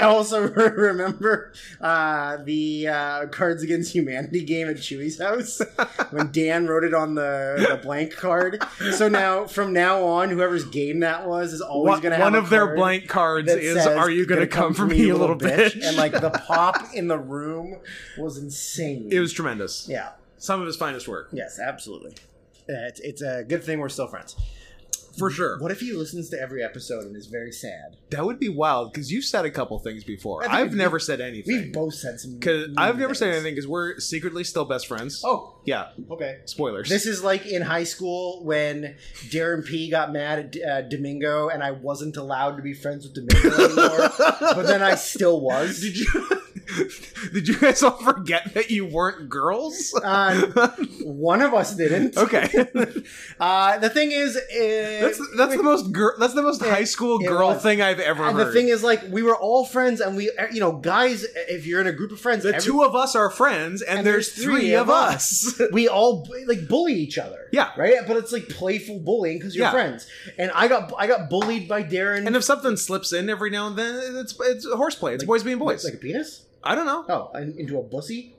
[SPEAKER 2] also (laughs) remember uh, the uh, Cards Against Humanity game at Chewy's
[SPEAKER 1] (laughs)
[SPEAKER 2] house when Dan wrote it on the, the blank card. So now, from now on, whoever's game that was is (laughs) always
[SPEAKER 1] One,
[SPEAKER 2] going to have
[SPEAKER 1] one
[SPEAKER 2] a
[SPEAKER 1] of their
[SPEAKER 2] card
[SPEAKER 1] blank cards
[SPEAKER 2] that
[SPEAKER 1] is
[SPEAKER 2] says,
[SPEAKER 1] "Are you gonna, come, for me, you little bitch?"
[SPEAKER 2] And like the pop in the room was insane.
[SPEAKER 1] (laughs) it was tremendous.
[SPEAKER 2] yeah.
[SPEAKER 1] Some of his finest work.
[SPEAKER 2] Yes, absolutely. Uh, it's, it's a good thing we're still friends.
[SPEAKER 1] for sure.
[SPEAKER 4] What if he listens to every episode and is very sad?
[SPEAKER 1] That would be wild because you've said a couple things before.
[SPEAKER 4] I think
[SPEAKER 1] I've
[SPEAKER 4] we-
[SPEAKER 1] never said
[SPEAKER 4] We've
[SPEAKER 1] anything.
[SPEAKER 4] both said some.
[SPEAKER 1] Because
[SPEAKER 4] mean
[SPEAKER 1] I've never said
[SPEAKER 4] things.
[SPEAKER 1] anything because we're secretly still best friends.
[SPEAKER 4] Oh,
[SPEAKER 1] yeah,
[SPEAKER 4] okay.
[SPEAKER 1] spoilers.
[SPEAKER 2] This is like in high school when Darren P got mad at uh, Domingo, and I wasn't allowed to be friends with Domingo
[SPEAKER 1] (laughs)
[SPEAKER 2] anymore. but then I still was.
[SPEAKER 1] (laughs) did you? (laughs) did you guys all forget that you weren't
[SPEAKER 2] (laughs)
[SPEAKER 1] girls?
[SPEAKER 2] Uh, one of us didn't.
[SPEAKER 1] okay, (laughs)
[SPEAKER 2] Uh, the thing is, uh,
[SPEAKER 1] that's that's the most gir- that's the most high school
[SPEAKER 2] it
[SPEAKER 1] girl
[SPEAKER 2] was-
[SPEAKER 1] thing I've ever
[SPEAKER 2] and
[SPEAKER 1] heard.
[SPEAKER 2] the thing is, like, we were all friends, and we, uh, you know, guys, if you're in a group of friends,
[SPEAKER 1] the
[SPEAKER 2] every-
[SPEAKER 1] two of us are friends, and,
[SPEAKER 2] And
[SPEAKER 1] there's, three, of us.
[SPEAKER 2] we all like bully each other.
[SPEAKER 1] Yeah.
[SPEAKER 2] right. But it's like playful bullying because you're
[SPEAKER 1] Yeah.
[SPEAKER 2] friends. And I got I got bullied by Darren.
[SPEAKER 1] (laughs) and if something slips in every now and then, it's it's horseplay. It's
[SPEAKER 2] Like-
[SPEAKER 1] boys being boys.
[SPEAKER 2] like a penis.
[SPEAKER 1] I don't know.
[SPEAKER 2] Oh, in- into a pussy.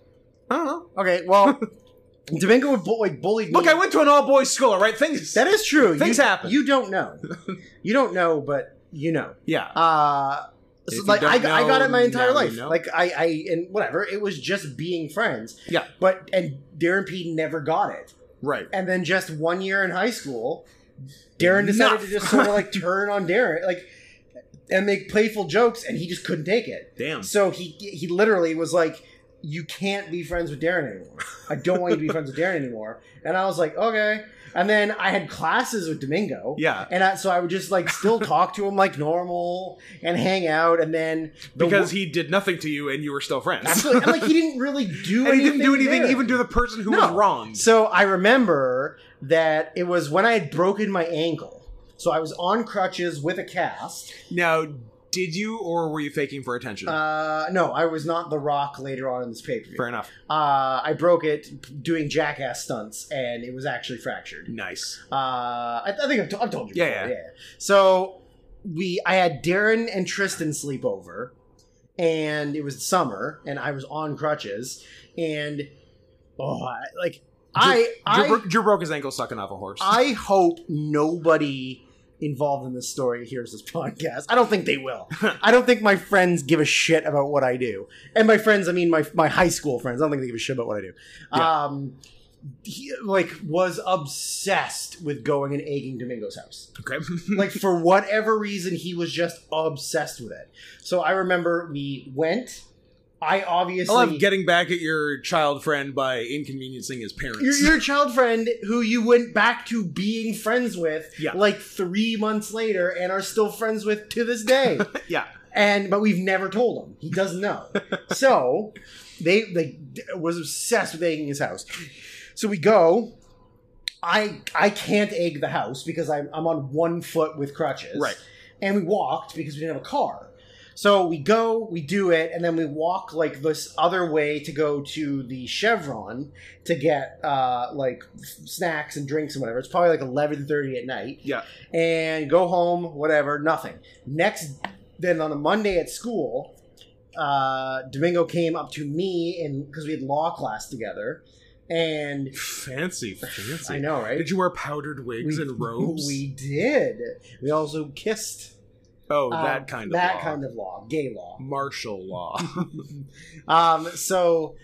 [SPEAKER 1] I don't know.
[SPEAKER 2] Okay, well, (laughs) Domingo would bu- like bullied me.
[SPEAKER 1] Look, I went to an all boys school. All right, things.
[SPEAKER 2] that is true.
[SPEAKER 1] Things
[SPEAKER 2] you,
[SPEAKER 1] happen.
[SPEAKER 2] You
[SPEAKER 1] (laughs)
[SPEAKER 2] don't know. You don't know, but you know.
[SPEAKER 1] yeah,
[SPEAKER 2] Uh, so,
[SPEAKER 1] If you
[SPEAKER 2] like
[SPEAKER 1] don't
[SPEAKER 2] I, got- I got
[SPEAKER 1] know,
[SPEAKER 2] it my entire
[SPEAKER 1] now you
[SPEAKER 2] life.
[SPEAKER 1] know.
[SPEAKER 2] Like I, I and whatever. It was just being friends.
[SPEAKER 1] Yeah.
[SPEAKER 2] But and Darren P never got it.
[SPEAKER 1] right.
[SPEAKER 2] and then just one year in high school, Darren decided
[SPEAKER 1] Enough.
[SPEAKER 2] to just sort of
[SPEAKER 1] (laughs)
[SPEAKER 2] like turn on Darren, like and make playful jokes, and he just couldn't take it.
[SPEAKER 1] Damn.
[SPEAKER 2] So he he literally was like, "You can't be friends with Darren anymore. I don't want you to be friends with Darren anymore." And I was like, "Okay." And then I had classes with Domingo.
[SPEAKER 1] Yeah,
[SPEAKER 2] And I, so I would just like still talk to him like normal and hang out, and then the
[SPEAKER 1] because
[SPEAKER 2] wo-
[SPEAKER 1] he did nothing to you, and you were still (laughs) friends.
[SPEAKER 2] absolutely and, like he didn't really do
[SPEAKER 1] and he
[SPEAKER 2] anything
[SPEAKER 1] didn't do anything
[SPEAKER 2] there.
[SPEAKER 1] even to the person who
[SPEAKER 2] No.
[SPEAKER 1] was wronged.
[SPEAKER 2] So I remember that it was when I had broken my ankle. So I was on crutches with a cast.
[SPEAKER 1] Now, did you or were you faking for attention?
[SPEAKER 2] Uh, no, I was not The Rock later on in this pay per view.
[SPEAKER 1] Fair enough.
[SPEAKER 2] Uh, I broke it doing jackass stunts, and it was actually fractured.
[SPEAKER 1] Nice.
[SPEAKER 2] Uh, I, I think I've, t- I've told you.
[SPEAKER 1] Yeah,
[SPEAKER 2] before, So we, I had Darren and Tristan sleep over, and it was summer, and I was on crutches, and oh, I, like I,
[SPEAKER 1] Drew,
[SPEAKER 2] I
[SPEAKER 1] bro- Drew broke his ankle sucking off a horse.
[SPEAKER 2] (laughs) I hope nobody involved in this story hears this (laughs) podcast. I don't think they will. I don't think my friends give a shit about what I do. And by friends, I mean my my high school friends. I don't think they give a shit about what I do. Um, he, like was obsessed with going and egging Domingo's
[SPEAKER 1] (laughs)
[SPEAKER 2] house.
[SPEAKER 1] okay.
[SPEAKER 2] Like for whatever reason, he was just obsessed with it. So I remember we went. I
[SPEAKER 1] I
[SPEAKER 2] obviously
[SPEAKER 1] love getting back at your child friend by inconveniencing his parents.
[SPEAKER 2] your, your child friend who you went back to being friends with
[SPEAKER 1] Yeah.
[SPEAKER 2] like three months later and are still friends with to this day
[SPEAKER 1] (laughs) yeah.
[SPEAKER 2] and but we've never told him he
[SPEAKER 1] (laughs)
[SPEAKER 2] doesn't know so they like was obsessed with egging his house so we go i i can't egg the house because i'm, I'm on one foot with crutches
[SPEAKER 1] Right.
[SPEAKER 2] and we walked because we didn't have a car so we go we do it and then we walk like this other way to go to the chevron to get uh like f- snacks and drinks and whatever it's probably like 11.30 at night
[SPEAKER 1] Yeah.
[SPEAKER 2] and go home whatever nothing next then on a monday at school uh domingo came up to me and because we had law class together and
[SPEAKER 1] Fancy, fancy.
[SPEAKER 2] i know right
[SPEAKER 1] Did you wear powdered wigs and robes?
[SPEAKER 2] we did we also kissed
[SPEAKER 1] oh,
[SPEAKER 2] um,
[SPEAKER 1] that kind of
[SPEAKER 2] that
[SPEAKER 1] law.
[SPEAKER 2] kind of law gay law
[SPEAKER 1] martial
[SPEAKER 2] (laughs)
[SPEAKER 1] law. (laughs)
[SPEAKER 2] Um, so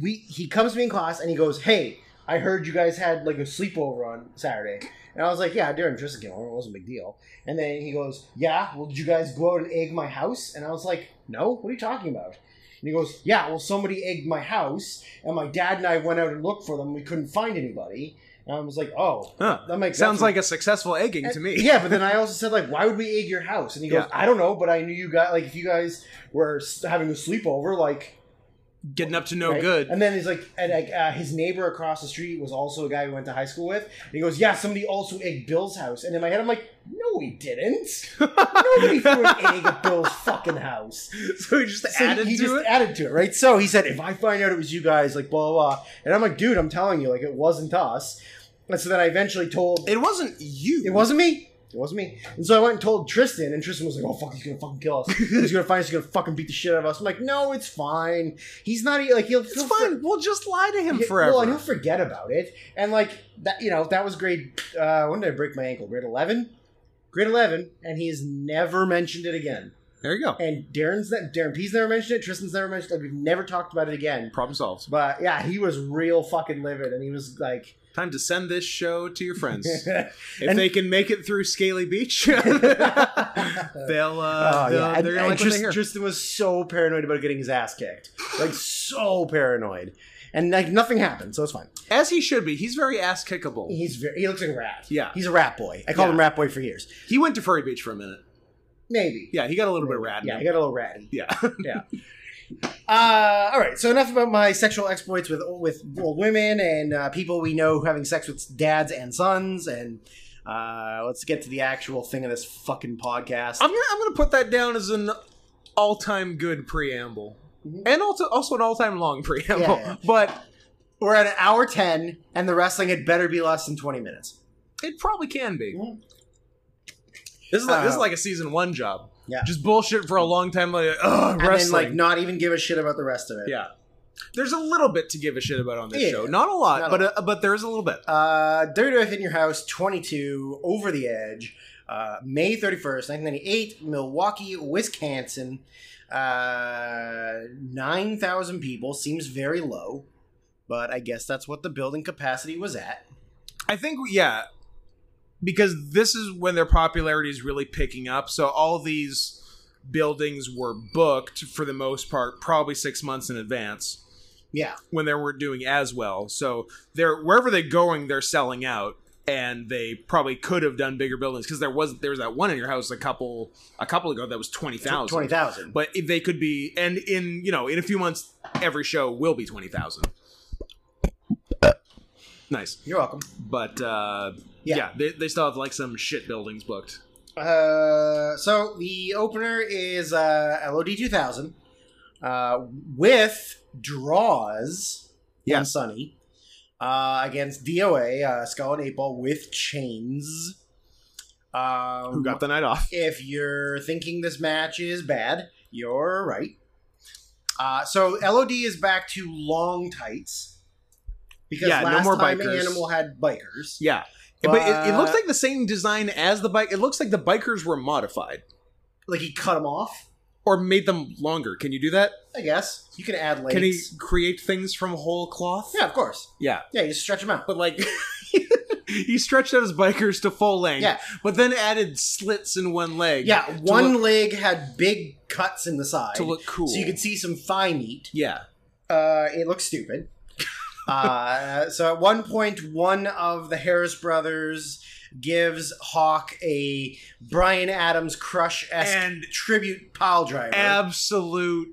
[SPEAKER 2] we he comes to me in class and he goes, "Hey, I heard you guys had like a sleepover on Saturday." And I was like, "Yeah, Darren Tristan came over. It wasn't a big deal." And then he goes, "Yeah, well, did you guys go out and egg my house?" And I was like, "No, what are you talking about?" And he goes, "Yeah, well, somebody egged my house, and my dad and I went out and looked for them. We couldn't find anybody." And I was like, "Oh,
[SPEAKER 1] Huh.
[SPEAKER 2] that makes
[SPEAKER 1] Sounds
[SPEAKER 2] that's-
[SPEAKER 1] like a successful egging to me.
[SPEAKER 2] Uh, (laughs) yeah, but then I also said like, why would we egg your house? And he goes,
[SPEAKER 1] Yeah.
[SPEAKER 2] I don't know, but I knew you guys like if you guys were s- having a sleepover, like
[SPEAKER 1] Getting up to no
[SPEAKER 2] right?
[SPEAKER 1] good.
[SPEAKER 2] And then he's like, and like uh, his neighbor across the street was also a guy we went to high school with. And he goes, yeah, somebody also egged Bill's house. And in my head, I'm like, no,
[SPEAKER 1] (laughs)
[SPEAKER 2] he didn't. Nobody threw an egg at Bill's fucking house.
[SPEAKER 1] so he just
[SPEAKER 2] (laughs) So
[SPEAKER 1] added
[SPEAKER 2] he, he
[SPEAKER 1] to
[SPEAKER 2] just
[SPEAKER 1] it.
[SPEAKER 2] added to it, right? So he said, if I find out it was you guys, like blah blah, blah. and I'm like, dude, I'm telling you, like it wasn't us. And so then I eventually told
[SPEAKER 1] It wasn't you.
[SPEAKER 2] it wasn't me. It wasn't me. And so I went and told Tristan, and Tristan was like, "Oh fuck, he's gonna fucking kill us. He's gonna find us. He's gonna fucking beat the shit out of us." I'm like, "No, it's fine. He's not e- like he'll.
[SPEAKER 1] It's
[SPEAKER 2] he'll
[SPEAKER 1] fine. we'll just lie to him
[SPEAKER 2] for-
[SPEAKER 1] forever.
[SPEAKER 2] Well, and he'll forget about it. And like that, you know, that was grade. Uh, when did I break my ankle? Grade eleven. Grade eleven, and he has never mentioned it again.
[SPEAKER 1] There you go.
[SPEAKER 2] And Darren's ne- Darren P's never mentioned it. Tristan's never mentioned it. Like, we've never talked about it again.
[SPEAKER 1] Problem solved.
[SPEAKER 2] But yeah, he was real fucking livid, and he was
[SPEAKER 1] (laughs)
[SPEAKER 2] like, (laughs)
[SPEAKER 1] Time to send this show to your friends. If
[SPEAKER 2] And-
[SPEAKER 1] they can make it through Scaly
[SPEAKER 2] (laughs)
[SPEAKER 1] Beach, they'll,
[SPEAKER 2] "Oh
[SPEAKER 1] uh, they'll-
[SPEAKER 2] yeah." And,
[SPEAKER 1] they're gonna like what
[SPEAKER 2] and
[SPEAKER 1] they
[SPEAKER 2] Tristan,
[SPEAKER 1] hear.
[SPEAKER 2] Tristan was so paranoid about getting his ass kicked, like so paranoid, and like nothing happened, so it's fine.
[SPEAKER 1] As he should be. He's very ass kickable.
[SPEAKER 2] He's very, he looks like a rat.
[SPEAKER 1] Yeah.
[SPEAKER 2] he's a rat boy. I called
[SPEAKER 1] Yeah.
[SPEAKER 2] him rat boy for years.
[SPEAKER 1] He went to Furry Beach for a minute.
[SPEAKER 2] Maybe.
[SPEAKER 1] Yeah, he got a little bit rat. in
[SPEAKER 2] Yeah,
[SPEAKER 1] him.
[SPEAKER 2] I got a little ratty. (laughs)
[SPEAKER 1] Yeah.
[SPEAKER 2] Uh, all right. So enough about my sexual exploits with with old women and uh, people we know having sex with dads and sons, and uh, let's get to the actual thing of this fucking podcast.
[SPEAKER 1] I'm gonna I'm gonna put that down as an all time good preamble,
[SPEAKER 2] Mhm.
[SPEAKER 1] and also also an all time long (laughs) preamble.
[SPEAKER 2] Yeah.
[SPEAKER 1] But
[SPEAKER 2] We're at an hour ten, and the wrestling had better be less than twenty minutes.
[SPEAKER 1] it probably can be.
[SPEAKER 2] Mhm.
[SPEAKER 1] This is like, this is
[SPEAKER 2] Uh,
[SPEAKER 1] like a season one job.
[SPEAKER 2] Yeah.
[SPEAKER 1] just bullshit for a long time. Like, oh,
[SPEAKER 2] And then,
[SPEAKER 1] wrestling.
[SPEAKER 2] like, not even give a shit about the rest of it.
[SPEAKER 1] yeah, there's a little bit to give a shit about on this
[SPEAKER 2] Yeah.
[SPEAKER 1] show. Not a lot,
[SPEAKER 2] Not a
[SPEAKER 1] but uh, but there is a little bit.
[SPEAKER 2] Uh, WWF in your house, twenty two, over the edge, uh, May thirty first, nineteen ninety eight, Milwaukee, Wisconsin. Uh, nine thousand people seems very low, but I guess that's what the building capacity was at.
[SPEAKER 1] I think yeah, because this is when their popularity is really picking up. So all these buildings were booked for the most part, probably six months in advance.
[SPEAKER 2] Yeah,
[SPEAKER 1] when they weren't doing as well. So they're wherever they're going, they're selling out, and they probably could have done bigger buildings because there was there was that one in your house a couple a couple ago that was twenty
[SPEAKER 2] twenty
[SPEAKER 1] thousand.
[SPEAKER 2] thousand.
[SPEAKER 1] But if they could be, and in you know in a few months, every show will be twenty thousand.
[SPEAKER 2] Uh.
[SPEAKER 1] Nice,
[SPEAKER 2] You're welcome.
[SPEAKER 1] but uh, yeah,
[SPEAKER 2] Yeah.
[SPEAKER 1] they, they still have like some shit buildings booked.
[SPEAKER 2] Uh, so the opener is uh, LOD two thousand, uh, with draws.
[SPEAKER 1] Yeah.
[SPEAKER 2] and Sunny uh, against DOA uh, Skull and Eight Ball with chains. Um,
[SPEAKER 1] Who got the night off?
[SPEAKER 2] if you're thinking this match is bad, you're right. Uh, so LOD is back to long tights because
[SPEAKER 1] Yeah, no
[SPEAKER 2] last
[SPEAKER 1] more
[SPEAKER 2] time
[SPEAKER 1] bikers.
[SPEAKER 2] Animal had bikers.
[SPEAKER 1] Yeah, but it, it looks
[SPEAKER 2] But-
[SPEAKER 1] like the same design as the bike. It looks like the bikers were modified
[SPEAKER 2] Like he cut them off.
[SPEAKER 1] or made them longer. Can you do that?
[SPEAKER 2] I guess you can add legs.
[SPEAKER 1] Can he create things from whole cloth?
[SPEAKER 2] Yeah, of course.
[SPEAKER 1] Yeah.
[SPEAKER 2] Yeah, you just stretch them out.
[SPEAKER 1] But like (laughs) he stretched out his bikers to full length,
[SPEAKER 2] Yeah.
[SPEAKER 1] but then added slits in one leg.
[SPEAKER 2] Yeah, one leg had big cuts in the side,
[SPEAKER 1] to look cool.
[SPEAKER 2] so you could see some thigh meat.
[SPEAKER 1] Yeah.
[SPEAKER 2] Uh, it
[SPEAKER 1] (laughs)
[SPEAKER 2] looks stupid. uh, so at one point, one of the Harris brothers gives Hawk a Brian Adams crush esque
[SPEAKER 1] And
[SPEAKER 2] tribute pile driver.
[SPEAKER 1] absolute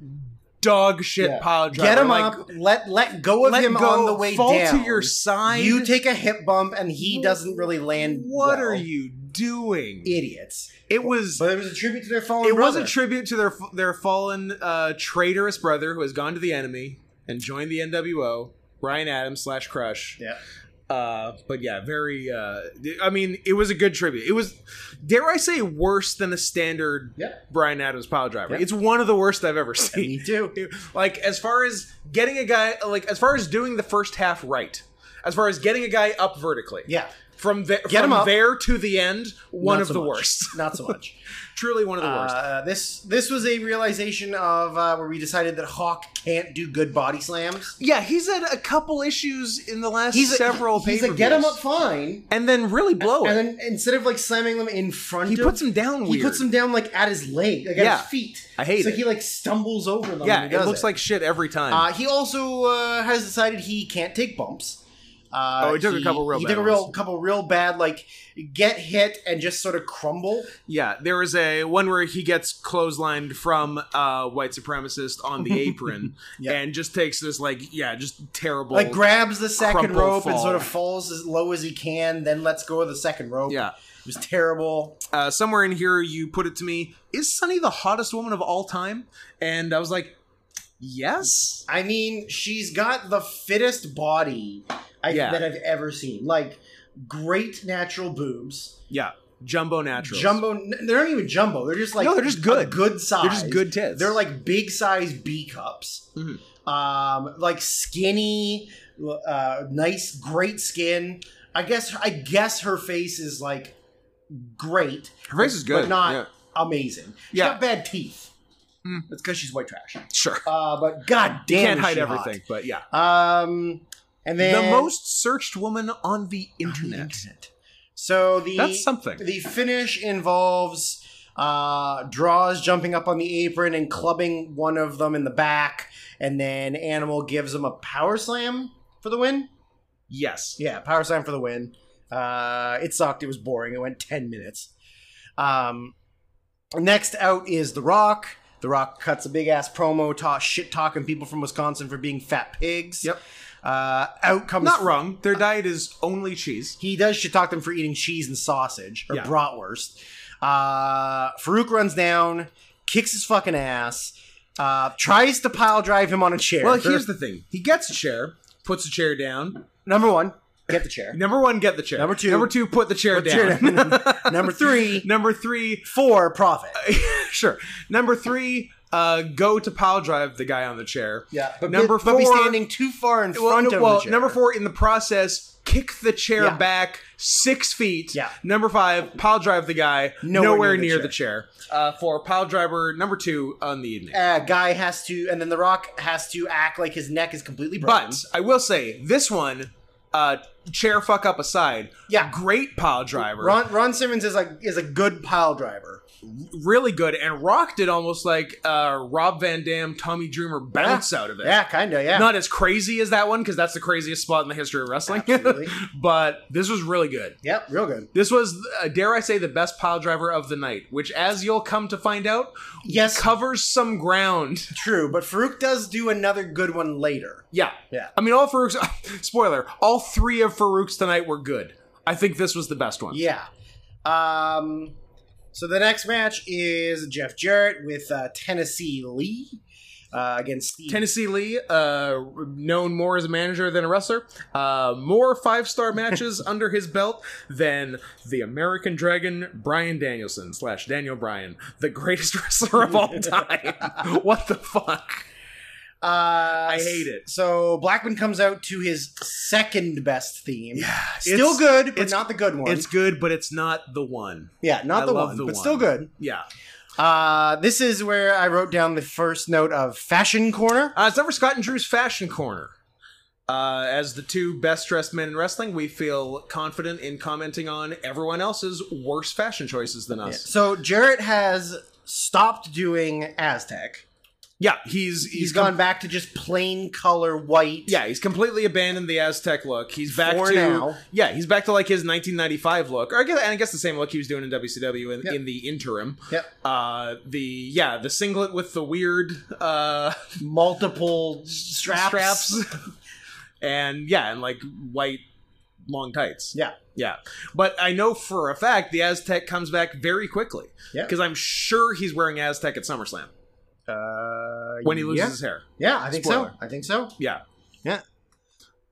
[SPEAKER 1] dog shit
[SPEAKER 2] Yeah.
[SPEAKER 1] pile driver.
[SPEAKER 2] Get him
[SPEAKER 1] Like,
[SPEAKER 2] up. Let let go of
[SPEAKER 1] let
[SPEAKER 2] him
[SPEAKER 1] go,
[SPEAKER 2] on the way
[SPEAKER 1] fall
[SPEAKER 2] down.
[SPEAKER 1] to your side.
[SPEAKER 2] You take a hip bump, and he doesn't really land.
[SPEAKER 1] What
[SPEAKER 2] well.
[SPEAKER 1] are you doing?
[SPEAKER 2] idiots?
[SPEAKER 1] It was
[SPEAKER 2] But it was a tribute to their fallen.
[SPEAKER 1] it was
[SPEAKER 2] brother.
[SPEAKER 1] a tribute to their their fallen uh, traitorous brother who has gone to the enemy and joined the NWO. Ryan Adams slash Crush.
[SPEAKER 2] Yeah.
[SPEAKER 1] Uh, but yeah, very. Uh, I mean, it was a good tribute. It was, dare I say, worse than a standard
[SPEAKER 2] Yeah.
[SPEAKER 1] Brian Adams pile driver.
[SPEAKER 2] Yeah.
[SPEAKER 1] It's one of the worst I've ever seen.
[SPEAKER 2] Me too.
[SPEAKER 1] like as far as getting a guy, like as far as doing the first half right, as far as getting a guy up vertically
[SPEAKER 2] Yeah,
[SPEAKER 1] from the,
[SPEAKER 2] Get
[SPEAKER 1] from
[SPEAKER 2] him up.
[SPEAKER 1] there to the end, one
[SPEAKER 2] Not
[SPEAKER 1] of
[SPEAKER 2] so
[SPEAKER 1] the
[SPEAKER 2] much.
[SPEAKER 1] worst. (laughs)
[SPEAKER 2] not so (laughs) much.
[SPEAKER 1] Truly one of the worst.
[SPEAKER 2] Uh, this this was a realization of uh, where we decided that Hawk can't do good body slams.
[SPEAKER 1] Yeah, he's had a couple issues in the last
[SPEAKER 2] a-
[SPEAKER 1] several.
[SPEAKER 2] He's a
[SPEAKER 1] pay-per-views.
[SPEAKER 2] get him up fine,
[SPEAKER 1] and then really blow
[SPEAKER 2] and
[SPEAKER 1] it.
[SPEAKER 2] then instead of like slamming them in front,
[SPEAKER 1] He
[SPEAKER 2] of,
[SPEAKER 1] puts him down
[SPEAKER 2] Oh. he
[SPEAKER 1] weird.
[SPEAKER 2] puts them down like at his leg, like at
[SPEAKER 1] Yeah.
[SPEAKER 2] his feet.
[SPEAKER 1] I hate
[SPEAKER 2] so
[SPEAKER 1] it.
[SPEAKER 2] he like stumbles over them.
[SPEAKER 1] yeah,
[SPEAKER 2] when
[SPEAKER 1] it
[SPEAKER 2] he does
[SPEAKER 1] looks like shit every time.
[SPEAKER 2] Uh, he also uh, has decided he can't take bumps. Uh,
[SPEAKER 1] Oh, he took a couple real
[SPEAKER 2] He
[SPEAKER 1] bad
[SPEAKER 2] took a real
[SPEAKER 1] ones.
[SPEAKER 2] couple real bad like get hit and just sort of crumble.
[SPEAKER 1] yeah, there was a one where he gets clotheslined from uh, white supremacist on
[SPEAKER 2] (laughs)
[SPEAKER 1] the apron,
[SPEAKER 2] Yeah.
[SPEAKER 1] and just takes this like yeah, just terrible.
[SPEAKER 2] like grabs the second
[SPEAKER 1] crumple
[SPEAKER 2] rope and
[SPEAKER 1] fall.
[SPEAKER 2] sort of falls as low as he can, then lets go of the second rope.
[SPEAKER 1] yeah,
[SPEAKER 2] It was terrible.
[SPEAKER 1] uh, somewhere in here you put it to me: Is Sunny the hottest woman of all time? And I was like, yes.
[SPEAKER 2] I mean, she's got the fittest body I,
[SPEAKER 1] Yeah.
[SPEAKER 2] that I've ever seen. Like great natural boobs,
[SPEAKER 1] Yeah, jumbo natural.
[SPEAKER 2] jumbo. n- They're not even jumbo. They're just like
[SPEAKER 1] No, they're just
[SPEAKER 2] a
[SPEAKER 1] good.
[SPEAKER 2] good size.
[SPEAKER 1] They're just good tits.
[SPEAKER 2] They're like big size B cups.
[SPEAKER 1] Mhm.
[SPEAKER 2] Um, like skinny, uh, nice, great skin. I guess I guess her face is like great.
[SPEAKER 1] her face is good,
[SPEAKER 2] but not
[SPEAKER 1] Yeah.
[SPEAKER 2] amazing. She's
[SPEAKER 1] Yeah.
[SPEAKER 2] got bad teeth.
[SPEAKER 1] Mm.
[SPEAKER 2] That's because she's white trash.
[SPEAKER 1] Sure.
[SPEAKER 2] Uh, but god
[SPEAKER 1] Can't
[SPEAKER 2] damn, is
[SPEAKER 1] hide
[SPEAKER 2] she hot.
[SPEAKER 1] everything, but yeah.
[SPEAKER 2] Um, and then
[SPEAKER 1] the
[SPEAKER 2] (clears throat)
[SPEAKER 1] most searched woman on the internet.
[SPEAKER 2] So the
[SPEAKER 1] That's something.
[SPEAKER 2] the finish involves uh, draws jumping up on the apron and clubbing one of them in the back, and then Animal gives him a power slam for the win.
[SPEAKER 1] Yes.
[SPEAKER 2] Yeah, power slam for the win. Uh, it sucked. It was boring. It went ten minutes. Um, next out is The Rock. The Rock cuts a big ass promo, ta- shit talking people from Wisconsin for being fat pigs.
[SPEAKER 1] Yep.
[SPEAKER 2] Uh, out comes
[SPEAKER 1] Not wrong. Their diet is only cheese.
[SPEAKER 2] he does shit talk them for eating cheese and sausage or
[SPEAKER 1] Yeah.
[SPEAKER 2] bratwurst. Uh, Farouk runs down, kicks his fucking ass, uh, tries to pile drive him on a chair.
[SPEAKER 1] Well, here's the thing. He gets a chair, puts the chair down.
[SPEAKER 2] number one, get the chair.
[SPEAKER 1] Number one, get the chair.
[SPEAKER 2] Number two-
[SPEAKER 1] Number two, put the chair
[SPEAKER 2] Put the chair
[SPEAKER 1] down.
[SPEAKER 2] (laughs) number three,
[SPEAKER 1] (laughs) number three,
[SPEAKER 2] for profit.
[SPEAKER 1] (laughs) sure. Number three, uh, go to pile drive the guy on the chair.
[SPEAKER 2] Yeah, but
[SPEAKER 1] Number
[SPEAKER 2] be, but be
[SPEAKER 1] four-
[SPEAKER 2] standing too far in
[SPEAKER 1] Well,
[SPEAKER 2] front
[SPEAKER 1] no-
[SPEAKER 2] of
[SPEAKER 1] well,
[SPEAKER 2] the chair.
[SPEAKER 1] number four, in the process, kick the chair
[SPEAKER 2] Yeah.
[SPEAKER 1] back six feet.
[SPEAKER 2] Yeah.
[SPEAKER 1] Number five, pile drive the guy nowhere,
[SPEAKER 2] Nowhere
[SPEAKER 1] near, the chair. Uh, for pile driver number two on the evening.
[SPEAKER 2] uh, guy has to, and then the Rock has to act like his neck is completely broken.
[SPEAKER 1] But I will say this one, uh, chair fuck up aside,
[SPEAKER 2] yeah,
[SPEAKER 1] great pile driver,
[SPEAKER 2] Ron, Ron Simmons is a is a good pile driver.
[SPEAKER 1] really good, and rocked it almost like uh, Rob Van Dam, Tommy Dreamer bounce out of it.
[SPEAKER 2] Yeah, kind of. Yeah,
[SPEAKER 1] Not as crazy as that one because that's the craziest spot in the history of wrestling.
[SPEAKER 2] (laughs) Absolutely.
[SPEAKER 1] (laughs) but this was really good.
[SPEAKER 2] yep, real good.
[SPEAKER 1] This was, uh, dare I say, the best pile driver of the night, which, as you'll come to find out,
[SPEAKER 2] Yes,
[SPEAKER 1] covers some ground. (laughs)
[SPEAKER 2] True, but Farouk does do another good one later.
[SPEAKER 1] Yeah.
[SPEAKER 2] Yeah.
[SPEAKER 1] I mean, all Farouk's, (laughs) spoiler, all three of Farouk's tonight were good. I think this was the best one.
[SPEAKER 2] Yeah. Um, so the next match is Jeff Jarrett with uh, Tennessee Lee uh, against Steve.
[SPEAKER 1] Tennessee Lee, uh, known more as a manager than a wrestler, uh, more five
[SPEAKER 2] (laughs)
[SPEAKER 1] star matches under his belt than the American Dragon Brian Danielson slash Daniel Bryan, the greatest (laughs) wrestler of
[SPEAKER 2] (laughs)
[SPEAKER 1] all time. what the fuck? I
[SPEAKER 2] uh, I
[SPEAKER 1] hate it.
[SPEAKER 2] So Blackman comes out to his second best theme.
[SPEAKER 1] Yeah,
[SPEAKER 2] Still
[SPEAKER 1] it's-
[SPEAKER 2] good, but
[SPEAKER 1] it's-
[SPEAKER 2] not the good one.
[SPEAKER 1] It's good, but it's not the one.
[SPEAKER 2] yeah, not
[SPEAKER 1] I
[SPEAKER 2] the
[SPEAKER 1] love
[SPEAKER 2] one,
[SPEAKER 1] the
[SPEAKER 2] but
[SPEAKER 1] one.
[SPEAKER 2] still good.
[SPEAKER 1] Yeah,
[SPEAKER 2] Uh, this is where I wrote down the first note of Fashion Corner.
[SPEAKER 1] uh, it's over Scott and Drew's Fashion Corner. Uh, as the two best dressed men in wrestling, we feel confident in commenting on everyone else's worse fashion choices than us.
[SPEAKER 2] So Jarrett has stopped doing Aztec.
[SPEAKER 1] Yeah, he's
[SPEAKER 2] he's
[SPEAKER 1] com-
[SPEAKER 2] gone back to just plain color white.
[SPEAKER 1] Yeah, he's completely abandoned the Aztec look. He's back
[SPEAKER 2] For
[SPEAKER 1] to
[SPEAKER 2] now.
[SPEAKER 1] yeah, he's back to like his 1995 look, or I guess, and I guess the same look he was doing in WCW in,
[SPEAKER 2] Yep.
[SPEAKER 1] in the interim.
[SPEAKER 2] Yep.
[SPEAKER 1] Uh, the yeah, the singlet with the weird uh,
[SPEAKER 2] Multiple (laughs) straps.
[SPEAKER 1] straps, (laughs) and yeah, and like white long tights.
[SPEAKER 2] Yeah.
[SPEAKER 1] yeah. But I know for a fact the Aztec comes back very quickly.
[SPEAKER 2] Yeah.
[SPEAKER 1] because I'm sure he's wearing Aztec at SummerSlam
[SPEAKER 2] Uh,
[SPEAKER 1] when he loses
[SPEAKER 2] yeah.
[SPEAKER 1] his hair.
[SPEAKER 2] Yeah, I think
[SPEAKER 1] Spoiler.
[SPEAKER 2] so. I think so.
[SPEAKER 1] Yeah.
[SPEAKER 2] Yeah.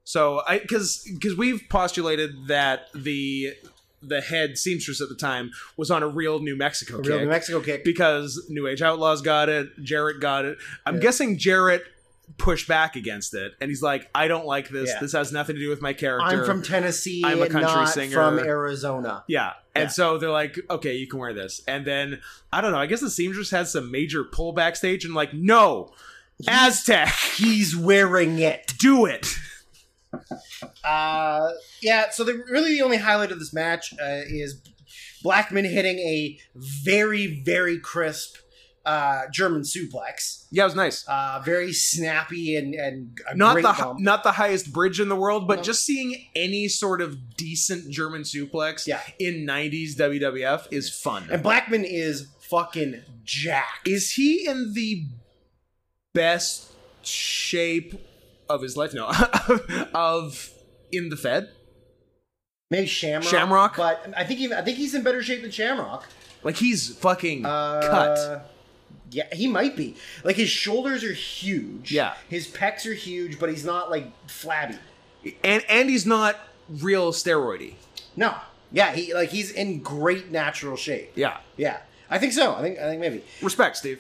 [SPEAKER 1] So I because because we've postulated that the the head seamstress at the time was on a real New Mexico
[SPEAKER 2] A
[SPEAKER 1] kick
[SPEAKER 2] real New Mexico kick.
[SPEAKER 1] because New Age Outlaws got it, Jarrett got it. I'm
[SPEAKER 2] Yeah.
[SPEAKER 1] guessing Jarrett pushed back against it, and he's like, "I don't like this.
[SPEAKER 2] Yeah.
[SPEAKER 1] This has nothing to do with my character."
[SPEAKER 2] I'm from Tennessee.
[SPEAKER 1] I'm a country
[SPEAKER 2] not
[SPEAKER 1] singer.
[SPEAKER 2] From Arizona.
[SPEAKER 1] yeah. And
[SPEAKER 2] Yeah.
[SPEAKER 1] so they're like, okay, you can wear this. And then, I don't know, I guess the seamstress had some major pull backstage and, like, no, Aztec, (laughs)
[SPEAKER 2] He's wearing it.
[SPEAKER 1] do it.
[SPEAKER 2] Uh, yeah. So the really the only highlight of this match uh, is Blackman hitting a very very crisp uh, German suplex.
[SPEAKER 1] Yeah, it was nice.
[SPEAKER 2] Uh, very snappy and and a
[SPEAKER 1] not
[SPEAKER 2] great
[SPEAKER 1] the
[SPEAKER 2] bump.
[SPEAKER 1] not the highest bridge in the world, but
[SPEAKER 2] No.
[SPEAKER 1] just seeing any sort of decent German suplex
[SPEAKER 2] Yeah.
[SPEAKER 1] in '90s WWF is fun.
[SPEAKER 2] And Blackman is fucking jacked.
[SPEAKER 1] is he in the best shape of his life? No, (laughs) of in the Fed.
[SPEAKER 2] Maybe Shamrock.
[SPEAKER 1] Shamrock?
[SPEAKER 2] but I think he, I think he's in better shape than Shamrock.
[SPEAKER 1] Like he's fucking
[SPEAKER 2] Uh,
[SPEAKER 1] cut.
[SPEAKER 2] Yeah, he might be. Like his shoulders are huge.
[SPEAKER 1] Yeah.
[SPEAKER 2] his pecs are huge, but he's not like flabby.
[SPEAKER 1] and and he's not real steroidy.
[SPEAKER 2] No. Yeah, he like he's in great natural shape.
[SPEAKER 1] Yeah,
[SPEAKER 2] Yeah, I think so. I think I think maybe.
[SPEAKER 1] respect, Steve.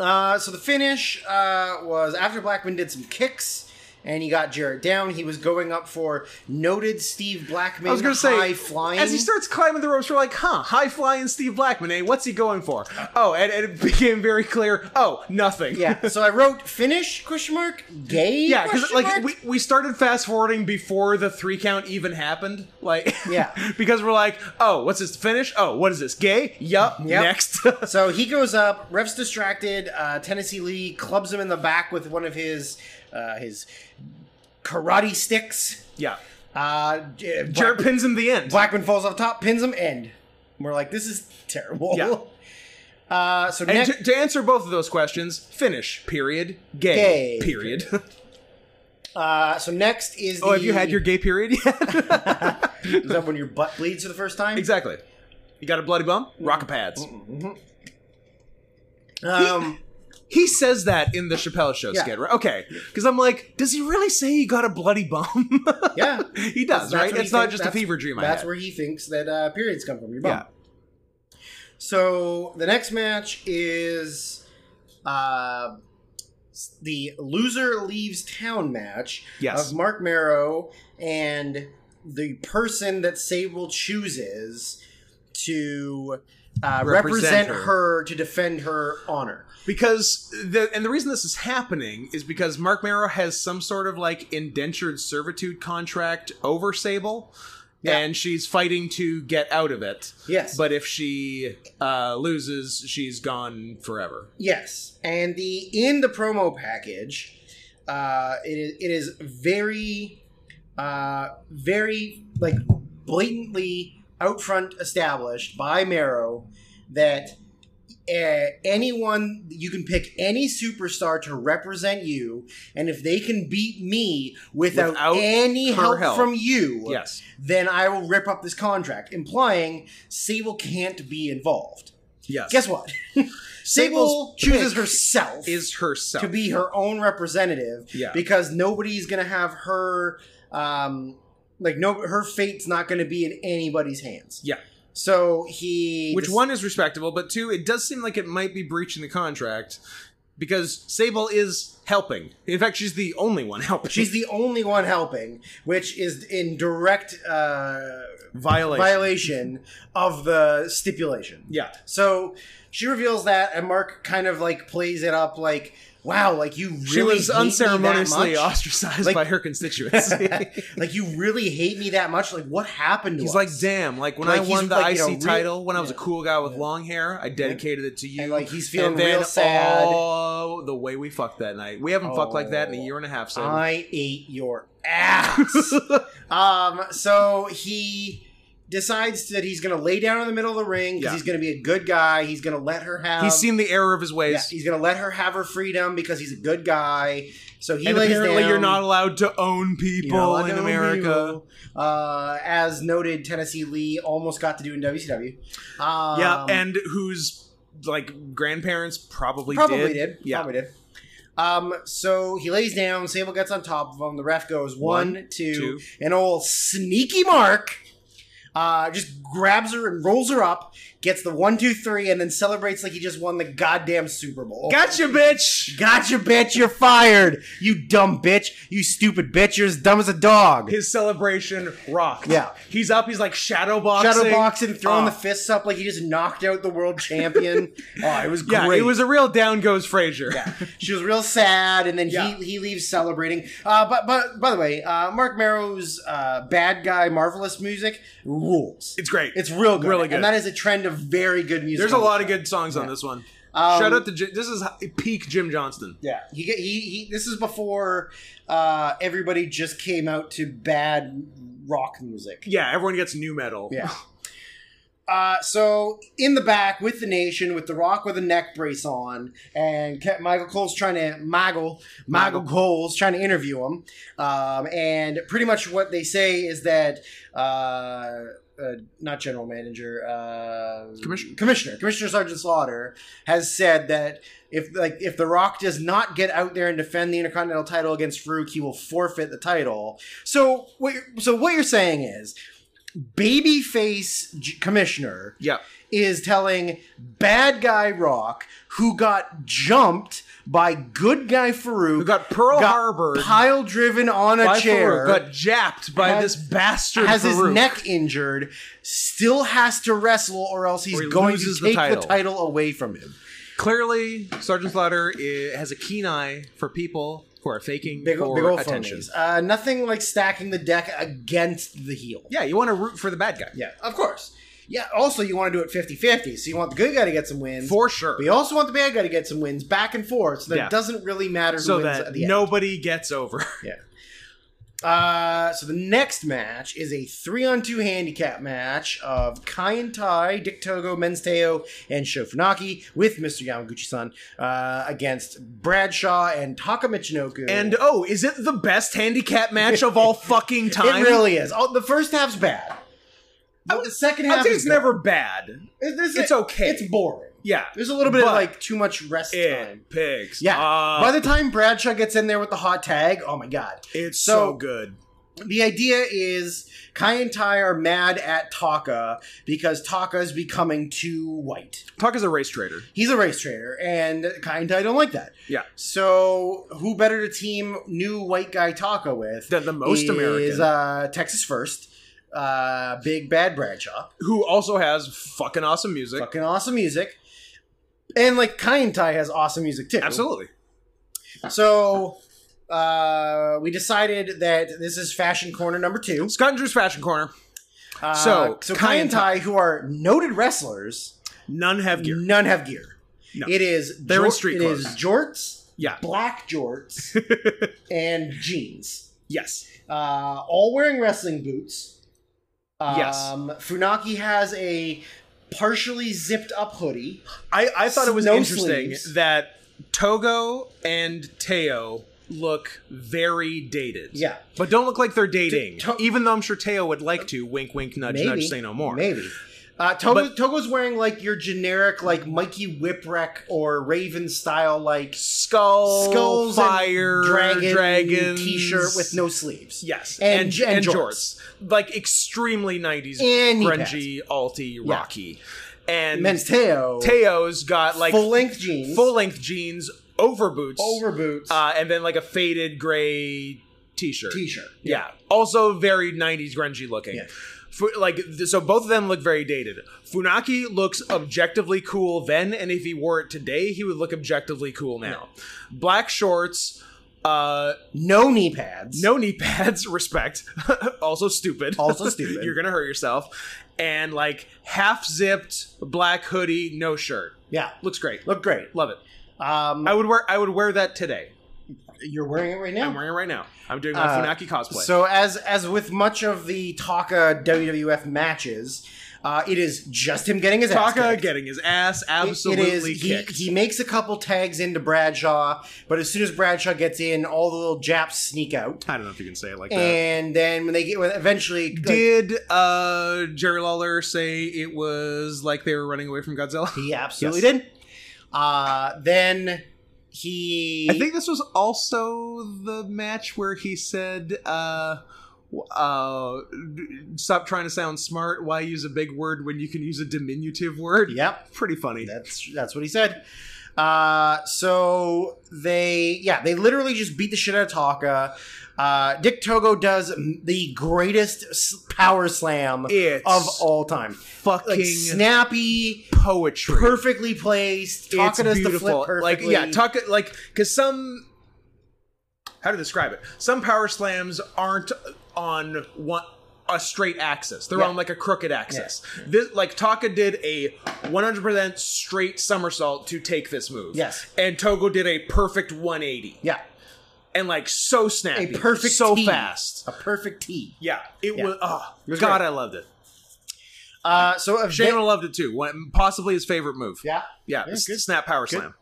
[SPEAKER 2] Uh, so the finish uh, was after Blackman did some kicks and he got Jarrett down. He was going up for noted Steve Blackman.
[SPEAKER 1] I was gonna say,
[SPEAKER 2] high flying.
[SPEAKER 1] As he starts climbing the ropes, we're like, huh, high flying Steve Blackman, eh? What's he going for? Oh, and, and it became very clear, oh, nothing.
[SPEAKER 2] Uh, yeah. So I wrote finish question mark gay.
[SPEAKER 1] (laughs) Yeah, because
[SPEAKER 2] question
[SPEAKER 1] like
[SPEAKER 2] mark?
[SPEAKER 1] we, we started fast forwarding before the three count even happened. Like
[SPEAKER 2] Yeah.
[SPEAKER 1] (laughs) because we're like, oh, what's this finish? Oh, what is this? Gay? Yup.
[SPEAKER 2] Yep.
[SPEAKER 1] Next. (laughs)
[SPEAKER 2] So he goes up. Ref's distracted. Uh, Tennessee Lee clubs him in the back with one of his uh, his karate sticks.
[SPEAKER 1] yeah.
[SPEAKER 2] Uh, J- Black-
[SPEAKER 1] Jared pins him the end.
[SPEAKER 2] Blackman falls off top, pins him, end. And we're like, this is terrible.
[SPEAKER 1] Yeah.
[SPEAKER 2] (laughs) Uh, so
[SPEAKER 1] and
[SPEAKER 2] next,
[SPEAKER 1] to, to answer both of those questions, finish. Period. Gay.
[SPEAKER 2] Gay.
[SPEAKER 1] Period. (laughs)
[SPEAKER 2] uh, so next is
[SPEAKER 1] oh,
[SPEAKER 2] the,
[SPEAKER 1] have you had your gay period yet?
[SPEAKER 2] (laughs)
[SPEAKER 1] (laughs)
[SPEAKER 2] is that when your butt bleeds for the first time?
[SPEAKER 1] exactly. You got a bloody bum? Rock a pads.
[SPEAKER 2] Um,
[SPEAKER 1] He says that in the Chappelle Show
[SPEAKER 2] Yeah.
[SPEAKER 1] skit, right? Okay, because I'm like, does he really say he got a bloody bum? (laughs)
[SPEAKER 2] yeah,
[SPEAKER 1] he does,
[SPEAKER 2] That's
[SPEAKER 1] right?
[SPEAKER 2] what he
[SPEAKER 1] It's not
[SPEAKER 2] thinks-
[SPEAKER 1] just a
[SPEAKER 2] that's-
[SPEAKER 1] fever dream. I
[SPEAKER 2] that's
[SPEAKER 1] had.
[SPEAKER 2] where he thinks that uh, periods come from your bum.
[SPEAKER 1] yeah.
[SPEAKER 2] So the next match is uh, s- the loser leaves town match
[SPEAKER 1] Yes.
[SPEAKER 2] of Mark Marrow and the person that Sable chooses to uh,
[SPEAKER 1] Represent
[SPEAKER 2] represent,
[SPEAKER 1] her.
[SPEAKER 2] her. to defend her honor.
[SPEAKER 1] because the and the reason this is happening is because Mark Marrow has some sort of like indentured servitude contract over Sable,
[SPEAKER 2] Yeah.
[SPEAKER 1] and she's fighting to get out of it.
[SPEAKER 2] Yes,
[SPEAKER 1] But if she uh, loses, she's gone forever.
[SPEAKER 2] yes, and the in the promo package, uh, it is it is very, uh, very like blatantly out front established by Marrow that uh, anyone you can pick any superstar to represent you, and if they can beat me without,
[SPEAKER 1] Without
[SPEAKER 2] any
[SPEAKER 1] her
[SPEAKER 2] help,
[SPEAKER 1] help.
[SPEAKER 2] from you,
[SPEAKER 1] Yes.
[SPEAKER 2] then I will rip up this contract, implying Sable can't be involved.
[SPEAKER 1] Yes.
[SPEAKER 2] Guess what? Sable
[SPEAKER 1] Sable's
[SPEAKER 2] chooses
[SPEAKER 1] pick
[SPEAKER 2] herself
[SPEAKER 1] is herself
[SPEAKER 2] to be her own representative
[SPEAKER 1] Yeah.
[SPEAKER 2] because nobody's gonna have her um like no her fate's not gonna be in anybody's hands
[SPEAKER 1] Yeah.
[SPEAKER 2] so he
[SPEAKER 1] which
[SPEAKER 2] dis-
[SPEAKER 1] one is respectable, but two, it does seem like it might be breaching the contract because Sable is helping. In fact, she's the only one helping.
[SPEAKER 2] she's
[SPEAKER 1] (laughs)
[SPEAKER 2] the only one helping which is in direct uh
[SPEAKER 1] violating.
[SPEAKER 2] violation of the stipulation
[SPEAKER 1] yeah,
[SPEAKER 2] so she reveals that and mark kind of like plays it up like wow like you really
[SPEAKER 1] she was
[SPEAKER 2] hate me that
[SPEAKER 1] unceremoniously
[SPEAKER 2] much?
[SPEAKER 1] ostracized
[SPEAKER 2] Like-
[SPEAKER 1] by her
[SPEAKER 2] (laughs)
[SPEAKER 1] constituency.
[SPEAKER 2] like you really hate me that much like what happened
[SPEAKER 1] (laughs)
[SPEAKER 2] to
[SPEAKER 1] he's
[SPEAKER 2] us?
[SPEAKER 1] like, damn! Like when
[SPEAKER 2] Like,
[SPEAKER 1] I
[SPEAKER 2] he's
[SPEAKER 1] won the
[SPEAKER 2] like,
[SPEAKER 1] IC
[SPEAKER 2] you know, real-
[SPEAKER 1] title, when I was a
[SPEAKER 2] yeah.
[SPEAKER 1] cool guy with long hair, I dedicated it to you.
[SPEAKER 2] And, like, he's feeling
[SPEAKER 1] and then
[SPEAKER 2] real sad.
[SPEAKER 1] all the way we fucked that night. We haven't fucked like that in a
[SPEAKER 2] Oh,
[SPEAKER 1] year and a half. So (laughs)
[SPEAKER 2] I ate your ass. um, so he decides that he's going to lay down in the middle of the ring because
[SPEAKER 1] Yeah.
[SPEAKER 2] he's going to be a good guy. He's going to let her have.
[SPEAKER 1] he's seen the error of his
[SPEAKER 2] yeah,
[SPEAKER 1] ways.
[SPEAKER 2] he's going to let her have her freedom because he's a good guy. So he
[SPEAKER 1] and
[SPEAKER 2] lays
[SPEAKER 1] apparently,
[SPEAKER 2] down.
[SPEAKER 1] you're not allowed to own
[SPEAKER 2] you know,
[SPEAKER 1] people
[SPEAKER 2] I
[SPEAKER 1] in
[SPEAKER 2] know
[SPEAKER 1] America.
[SPEAKER 2] you. Uh, as noted, Tennessee Lee almost got to do in WCW. Um,
[SPEAKER 1] yeah, and whose like grandparents probably
[SPEAKER 2] probably
[SPEAKER 1] did.
[SPEAKER 2] did.
[SPEAKER 1] Yeah.
[SPEAKER 2] Probably did. Um, so he lays down. Sable gets on top of him. The ref goes one, two,
[SPEAKER 1] Two.
[SPEAKER 2] an old sneaky mark. Uh, just grabs her and rolls her up, gets the one, two, three, and then celebrates like he just won the goddamn Super Bowl.
[SPEAKER 1] Gotcha, bitch.
[SPEAKER 2] Gotcha, bitch! You're fired. You dumb bitch. You stupid bitch. You're as dumb as a dog.
[SPEAKER 1] His celebration rocked.
[SPEAKER 2] Yeah.
[SPEAKER 1] he's up. He's like shadow boxing.
[SPEAKER 2] Shadow boxing, throwing
[SPEAKER 1] Oh.
[SPEAKER 2] the fists up like he just knocked out the
[SPEAKER 1] (laughs)
[SPEAKER 2] world champion. oh, it was great.
[SPEAKER 1] Yeah, it was a real down goes Frazier.
[SPEAKER 2] she was real sad, and then
[SPEAKER 1] Yeah.
[SPEAKER 2] he, he leaves celebrating. Uh, but but by the way, uh, Mark Marrow's uh, bad guy marvelous music rules.
[SPEAKER 1] It's great.
[SPEAKER 2] It's real good,
[SPEAKER 1] Really good.
[SPEAKER 2] and that is a trend of very good music.
[SPEAKER 1] There's a lot of good songs on this one.
[SPEAKER 2] Um,
[SPEAKER 1] Shout out to Jim, this is hi- peak Jim Johnston.
[SPEAKER 2] Yeah, he, get- he he. This is before uh, everybody just came out to bad rock music.
[SPEAKER 1] Yeah, everyone gets new metal.
[SPEAKER 2] Yeah. (laughs) Uh, so in the back with the nation, with the Rock with a neck brace on, and Ke- Michael Cole's trying to Michael Michael Cole's trying to interview him, um, and pretty much what they say is that uh, uh, not general manager, uh,
[SPEAKER 1] Commissioner.
[SPEAKER 2] commissioner, commissioner Sergeant Slaughter has said that if like if the Rock does not get out there and defend the Intercontinental title against Farouk, he will forfeit the title. So what? You're, so what you're saying is babyface j- commissioner
[SPEAKER 1] Yeah.
[SPEAKER 5] is telling bad guy Rock, who got jumped by good guy
[SPEAKER 1] We
[SPEAKER 5] Farouk,
[SPEAKER 1] got Pearl
[SPEAKER 5] Got
[SPEAKER 1] Harbor
[SPEAKER 5] pile driven on a
[SPEAKER 1] by
[SPEAKER 5] chair,
[SPEAKER 1] Farouk, got japped by
[SPEAKER 5] Has-
[SPEAKER 1] this bastard
[SPEAKER 5] has his
[SPEAKER 1] Farouk.
[SPEAKER 5] neck injured, still has to wrestle, or else he's
[SPEAKER 1] Or he
[SPEAKER 5] going to
[SPEAKER 1] loses the
[SPEAKER 5] take the
[SPEAKER 1] title.
[SPEAKER 5] title away from him.
[SPEAKER 1] Clearly, Sergeant Slaughter i- has a keen eye for people who are faking
[SPEAKER 5] Big,
[SPEAKER 1] for
[SPEAKER 5] big old
[SPEAKER 1] attention.
[SPEAKER 5] attention.
[SPEAKER 2] Uh, nothing like stacking the deck against the heel.
[SPEAKER 1] Yeah, you want to root for the bad guy.
[SPEAKER 2] Yeah, of course. Yeah, also you want to do it 50-50, so you want the good guy to get some wins,
[SPEAKER 1] For sure.
[SPEAKER 2] but you also want the bad guy to get some wins back and forth, so that
[SPEAKER 1] Yeah.
[SPEAKER 2] it doesn't really matter who
[SPEAKER 1] So
[SPEAKER 2] wins
[SPEAKER 1] that
[SPEAKER 2] at the end.
[SPEAKER 1] nobody gets over.
[SPEAKER 2] Uh, so the next match is a three-on-two handicap match of Kai and Tai, Dick Togo, Men's Teo, and Shofunaki with Mr. Yamaguchi-san uh, against Bradshaw and Taka Michinoku.
[SPEAKER 1] And oh, is it the best handicap match of all fucking time?
[SPEAKER 2] (laughs) it really is. Oh, the first half's bad. But the second half
[SPEAKER 1] I'd say
[SPEAKER 2] is
[SPEAKER 1] it's
[SPEAKER 2] good.
[SPEAKER 1] never bad.
[SPEAKER 2] It- this-
[SPEAKER 1] It's okay.
[SPEAKER 2] It's boring.
[SPEAKER 1] yeah.
[SPEAKER 2] There's a little bit
[SPEAKER 1] But-
[SPEAKER 2] of like too much rest time.
[SPEAKER 1] It uh, picks.
[SPEAKER 2] Yeah.
[SPEAKER 1] up.
[SPEAKER 2] By the time Bradshaw gets in there with the hot tag, oh my god.
[SPEAKER 1] it's so,
[SPEAKER 2] so-
[SPEAKER 1] good.
[SPEAKER 2] The idea is Kai and Tai are mad at Taka because Taka is becoming too white.
[SPEAKER 1] Talk as a race trader.
[SPEAKER 2] He's a race trader, and Kai and Tai don't like that.
[SPEAKER 1] Yeah.
[SPEAKER 2] So who better to team new white guy Taka with?
[SPEAKER 1] The, the most
[SPEAKER 2] is,
[SPEAKER 1] American.
[SPEAKER 2] uh, Texas first, uh, big bad Bradshaw.
[SPEAKER 1] who also has fucking awesome music.
[SPEAKER 2] Fucking awesome music. And like Kai and Tai has awesome music too.
[SPEAKER 1] Absolutely.
[SPEAKER 2] So uh, we decided that this is Fashion Corner number two.
[SPEAKER 1] Scott and Drew's Fashion Corner.
[SPEAKER 2] Uh,
[SPEAKER 1] So,
[SPEAKER 2] so
[SPEAKER 1] Kai
[SPEAKER 2] Kai
[SPEAKER 1] and
[SPEAKER 2] and Tai, who are noted wrestlers,
[SPEAKER 1] None have gear.
[SPEAKER 2] none have gear.
[SPEAKER 1] No.
[SPEAKER 2] It is
[SPEAKER 1] They're in
[SPEAKER 2] jor-
[SPEAKER 1] street
[SPEAKER 2] it
[SPEAKER 1] clothes.
[SPEAKER 2] is jorts,
[SPEAKER 1] Yeah. (laughs)
[SPEAKER 2] black jorts, and jeans.
[SPEAKER 1] Yes.
[SPEAKER 2] Uh, all wearing wrestling boots. Um,
[SPEAKER 1] Yes.
[SPEAKER 2] Funaki has a partially zipped up hoodie.
[SPEAKER 1] I, I thought it was
[SPEAKER 2] No
[SPEAKER 1] interesting
[SPEAKER 2] sleeves.
[SPEAKER 1] that Togo and Teo look very dated.
[SPEAKER 2] Yeah,
[SPEAKER 1] But don't look like they're dating.
[SPEAKER 2] To-
[SPEAKER 1] even though I'm sure Teo would like to. Wink, wink, nudge,
[SPEAKER 2] Maybe.
[SPEAKER 1] nudge, say no more.
[SPEAKER 2] maybe. Uh, Togo, Togo's wearing like your generic like Mikey Whipwreck or Raven style like
[SPEAKER 1] Skull,
[SPEAKER 2] skulls
[SPEAKER 1] fire,
[SPEAKER 2] and dragon
[SPEAKER 1] dragons.
[SPEAKER 2] t-shirt with no sleeves.
[SPEAKER 1] Yes.
[SPEAKER 2] And-
[SPEAKER 1] And, and
[SPEAKER 2] and
[SPEAKER 1] jorts. Like extremely 90s
[SPEAKER 2] And knee
[SPEAKER 1] grungy, alty, rocky. And
[SPEAKER 2] Men's Teo,
[SPEAKER 1] Teo's got like
[SPEAKER 2] full length jeans,
[SPEAKER 1] full length jeans, over boots,
[SPEAKER 2] over boots,
[SPEAKER 1] uh, and then like a faded gray t shirt.
[SPEAKER 2] t-shirt.
[SPEAKER 1] Yeah. Also very 90s grungy looking.
[SPEAKER 2] Yeah.
[SPEAKER 1] Fu- like th- so both of them look very dated. Funaki looks objectively cool then and if he wore it today, he would look objectively cool now. Black shorts, uh
[SPEAKER 2] No knee pads.
[SPEAKER 1] no knee pads, (laughs) respect. also stupid. (laughs)
[SPEAKER 2] Also stupid.
[SPEAKER 1] You're going to hurt yourself. And like half zipped black hoodie, no shirt.
[SPEAKER 2] Yeah.
[SPEAKER 1] Looks great.
[SPEAKER 2] Look great.
[SPEAKER 1] Love it.
[SPEAKER 2] Um,
[SPEAKER 1] I would wear I would wear that today.
[SPEAKER 2] you're wearing it right
[SPEAKER 1] I'm
[SPEAKER 2] now.
[SPEAKER 1] wearing it right now. I'm doing my
[SPEAKER 2] Uh,
[SPEAKER 1] Funaki cosplay.
[SPEAKER 2] So as as with much of the Taka WWF matches, uh, it is just him getting his ass
[SPEAKER 1] Taka
[SPEAKER 2] kicked.
[SPEAKER 1] getting his ass
[SPEAKER 2] It-
[SPEAKER 1] absolutely
[SPEAKER 2] it is, he,
[SPEAKER 1] kicked.
[SPEAKER 2] he makes a couple tags into Bradshaw, but as soon as Bradshaw gets in, all the little Japs sneak out.
[SPEAKER 1] I don't know if you can say it like that.
[SPEAKER 2] And then when they get when eventually, like,
[SPEAKER 1] Did uh, Jerry Lawler say it was like they were running away from Godzilla?
[SPEAKER 2] He absolutely did. Uh, then he.
[SPEAKER 1] I think this was also the match where he said, uh, w- uh, "Stop trying to sound smart. Why use a big word when you can use a diminutive word?"
[SPEAKER 2] Yep,
[SPEAKER 1] Pretty funny.
[SPEAKER 2] that's that's what he said. Uh, so they, yeah, they literally just beat the shit out of Taka. Uh, Dick Togo does m- the greatest s- power slam
[SPEAKER 1] It's
[SPEAKER 2] of all time.
[SPEAKER 1] fucking
[SPEAKER 2] Like snappy,
[SPEAKER 1] poetry.
[SPEAKER 2] perfectly placed.
[SPEAKER 1] it's
[SPEAKER 2] Taka does the
[SPEAKER 1] beautiful.
[SPEAKER 2] flip
[SPEAKER 1] like
[SPEAKER 2] perfectly.
[SPEAKER 1] yeah, Taka like because some how to describe it? Some power slams aren't on one a straight axis. They're
[SPEAKER 2] Yeah.
[SPEAKER 1] on like a crooked axis. This like Taka did a 100% straight somersault to take this move.
[SPEAKER 2] Yes.
[SPEAKER 1] And Togo did a perfect 180.
[SPEAKER 2] Yeah.
[SPEAKER 1] And like so snappy.
[SPEAKER 2] A perfect
[SPEAKER 1] so
[SPEAKER 2] T.
[SPEAKER 1] fast.
[SPEAKER 2] A perfect T.
[SPEAKER 1] Yeah. It
[SPEAKER 2] Yeah.
[SPEAKER 1] was oh
[SPEAKER 2] was
[SPEAKER 1] god,
[SPEAKER 2] great.
[SPEAKER 1] I loved it.
[SPEAKER 2] Uh, so ev-
[SPEAKER 1] Shayna loved it too. One, possibly his favorite move.
[SPEAKER 2] yeah.
[SPEAKER 1] Yeah,
[SPEAKER 2] Yeah,
[SPEAKER 1] s-
[SPEAKER 2] good.
[SPEAKER 1] snap power
[SPEAKER 2] Good.
[SPEAKER 1] slam.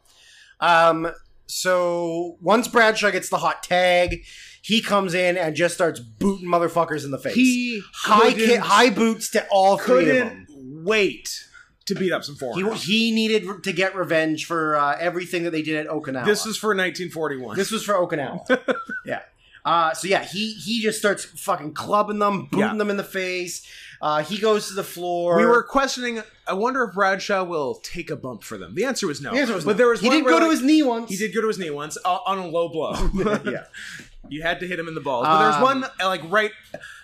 [SPEAKER 2] Um, so once Bradshaw gets the hot tag, he comes in and just starts booting motherfuckers in the face.
[SPEAKER 1] He
[SPEAKER 2] high
[SPEAKER 1] couldn't-
[SPEAKER 2] ki- high boots to all three of
[SPEAKER 1] couldn't
[SPEAKER 2] them.
[SPEAKER 1] wait to beat up some
[SPEAKER 2] He,
[SPEAKER 1] foreigners.
[SPEAKER 2] he needed to get revenge for uh, everything that they did at Okinawa.
[SPEAKER 1] this is for 1941.
[SPEAKER 2] this was for Okinawa.
[SPEAKER 1] (laughs)
[SPEAKER 2] yeah. Uh, so yeah, he he just starts fucking clubbing them, booting
[SPEAKER 1] Yeah.
[SPEAKER 2] them in the face. Uh, he goes to the floor.
[SPEAKER 1] we were questioning. I wonder if Bradshaw will take a bump for them. The answer was no.
[SPEAKER 2] The answer was
[SPEAKER 1] but
[SPEAKER 2] no.
[SPEAKER 1] there was
[SPEAKER 2] He
[SPEAKER 1] one
[SPEAKER 2] did
[SPEAKER 1] where,
[SPEAKER 2] go to
[SPEAKER 1] like,
[SPEAKER 2] his knee once.
[SPEAKER 1] He did go to his knee once uh, on a low blow.
[SPEAKER 2] (laughs) yeah.
[SPEAKER 1] (laughs) you had to hit him in the balls. But there's
[SPEAKER 2] Um,
[SPEAKER 1] one uh, like right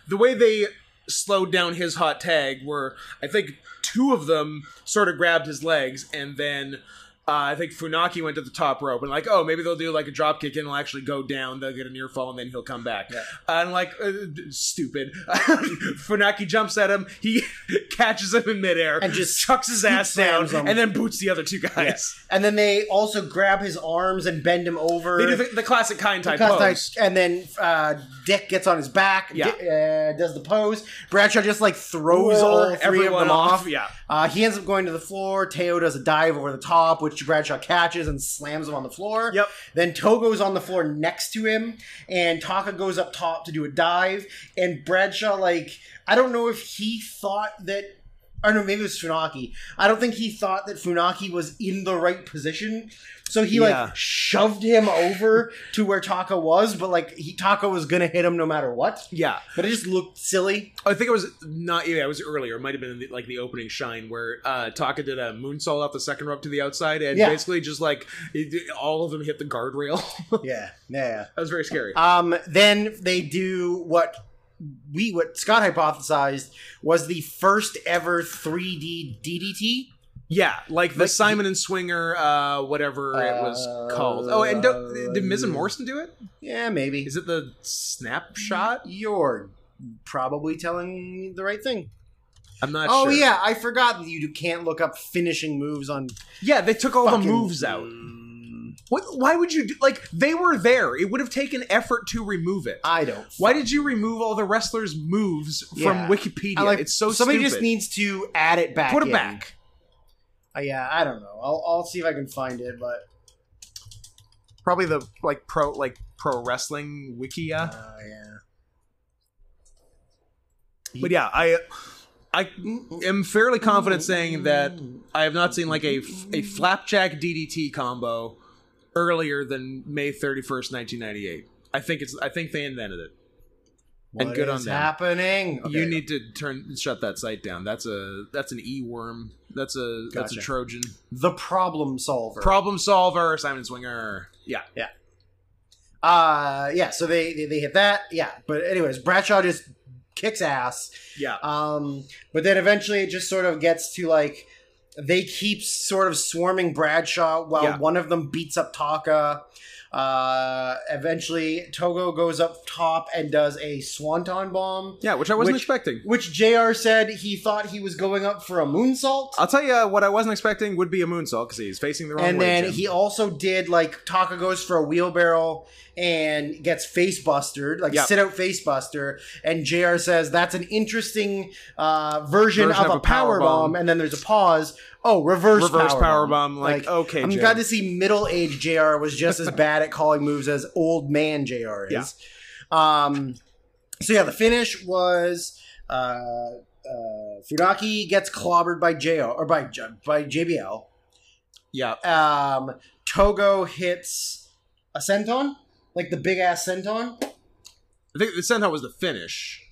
[SPEAKER 1] the way they slowed down his hot tag were I think two of them sort of grabbed his legs and then uh, I think Funaki went to the top rope and like, oh, maybe they'll do like a drop kick and he'll actually go down. They'll get a near fall and then he'll come back.
[SPEAKER 2] Yeah.
[SPEAKER 1] And like, uh, d- stupid. (laughs) Funaki jumps at him. He (laughs) catches him in midair
[SPEAKER 2] And just
[SPEAKER 1] chucks his ass down
[SPEAKER 2] slams him.
[SPEAKER 1] and then boots the other two guys.
[SPEAKER 2] And then they also grab his arms and bend him over.
[SPEAKER 1] They do the, the classic kind type
[SPEAKER 2] Because, like,
[SPEAKER 1] pose.
[SPEAKER 2] and then uh, Dick gets on his back,
[SPEAKER 1] Yeah.
[SPEAKER 2] Dick, uh, does the pose. Bradshaw just like throws
[SPEAKER 1] Roll
[SPEAKER 2] all three of
[SPEAKER 1] everyone
[SPEAKER 2] them off.
[SPEAKER 1] Yeah.
[SPEAKER 2] Uh, he ends up going to the floor. Teo does a dive over the top, which Bradshaw catches and slams him on the floor.
[SPEAKER 1] Yep.
[SPEAKER 2] Then Togo's on the floor next to him, and Taka goes up top to do a dive. And Bradshaw, like, I don't know if he thought that. Or no, maybe it was Funaki. I don't think he thought that Funaki was in the right position. So he
[SPEAKER 1] Yeah.
[SPEAKER 2] like shoved him over to where Taka was, but like he, Taka was gonna hit him no matter what.
[SPEAKER 1] Yeah.
[SPEAKER 2] But it just looked silly.
[SPEAKER 1] (laughs) I think it was not. Yeah, it was earlier. It might have been in the, like the opening shine where uh, Taka did a moonsault off the second rope to the outside, and
[SPEAKER 2] Yeah.
[SPEAKER 1] basically just like it- all of them hit the guardrail. (laughs)
[SPEAKER 2] Yeah, yeah.
[SPEAKER 1] that was very scary.
[SPEAKER 2] Um, then they do what we what Scott hypothesized was the first ever 3D DDT.
[SPEAKER 1] yeah, like the
[SPEAKER 2] like-
[SPEAKER 1] Simon and Swinger, uh, whatever it was
[SPEAKER 2] Uh,
[SPEAKER 1] called. Oh, and don't, did Miz and Morrison do it?
[SPEAKER 2] Yeah, maybe.
[SPEAKER 1] Is it the snapshot?
[SPEAKER 2] You're probably telling the right thing.
[SPEAKER 1] I'm not
[SPEAKER 2] oh
[SPEAKER 1] sure.
[SPEAKER 2] yeah, I forgot that you can't look up finishing moves on
[SPEAKER 1] yeah, they took all
[SPEAKER 2] fucking-
[SPEAKER 1] Oh, the moves out.
[SPEAKER 2] Mm,
[SPEAKER 1] What? Why would you do? Like they were there. It would have taken effort to remove it.
[SPEAKER 2] I don't.
[SPEAKER 1] why did you remove all the wrestlers' moves
[SPEAKER 2] Yeah.
[SPEAKER 1] from Wikipedia?
[SPEAKER 2] I like-
[SPEAKER 1] it's so
[SPEAKER 2] somebody
[SPEAKER 1] stupid.
[SPEAKER 2] just needs to add it back.
[SPEAKER 1] Put it
[SPEAKER 2] in.
[SPEAKER 1] back.
[SPEAKER 2] Uh, yeah, I don't know. I'll, I'll see if I can find it, but
[SPEAKER 1] probably the like pro like pro wrestling wikia
[SPEAKER 2] uh, yeah.
[SPEAKER 1] but yeah i i am fairly Mm, confident saying that i have not seen like a f- a flapjack ddt combo earlier than may 31st 1998 i think it's i think they invented it And
[SPEAKER 2] What
[SPEAKER 1] good
[SPEAKER 2] is
[SPEAKER 1] on them.
[SPEAKER 2] happening. Okay.
[SPEAKER 1] you need to turn shut that site down that's a that's an e-worm that's a that's a
[SPEAKER 2] Gotcha.
[SPEAKER 1] trojan
[SPEAKER 2] the problem solver.
[SPEAKER 1] problem solver simon swinger yeah
[SPEAKER 2] uh yeah, so they, they they hit that. Yeah, but anyways, Bradshaw just kicks ass.
[SPEAKER 1] yeah
[SPEAKER 2] Um but then eventually it just sort of gets to like they keep sort of swarming Bradshaw while
[SPEAKER 1] Yeah.
[SPEAKER 2] one of them beats up Taka. Uh eventually Togo goes up top and does a swanton bomb,
[SPEAKER 1] yeah which i wasn't
[SPEAKER 2] Which-
[SPEAKER 1] expecting
[SPEAKER 2] which JR said he thought he was going up for a moonsault.
[SPEAKER 1] I'll tell you uh, what I wasn't expecting would be a moonsault because he's facing the wrong
[SPEAKER 2] and
[SPEAKER 1] way.
[SPEAKER 2] then
[SPEAKER 1] Jim.
[SPEAKER 2] he also did like Taka goes for a wheelbarrow and gets face bustered, like
[SPEAKER 1] Yeah.
[SPEAKER 2] sit out face buster. And JR says that's an interesting uh, version, of, a power bomb. And then there's a pause. Oh, reverse,
[SPEAKER 1] reverse power
[SPEAKER 2] powerbomb.
[SPEAKER 1] bomb. Like, okay,
[SPEAKER 2] I'm
[SPEAKER 1] Jim.
[SPEAKER 2] glad to see middle aged JR was just as bad at calling moves as old man JR is.
[SPEAKER 1] Yeah.
[SPEAKER 2] Um, so yeah, the finish was uh, uh, Funaki gets clobbered by JR or by J- by JBL.
[SPEAKER 1] yeah,
[SPEAKER 2] Um, Togo hits a senton, like the big ass senton.
[SPEAKER 1] I think the senton was the finish.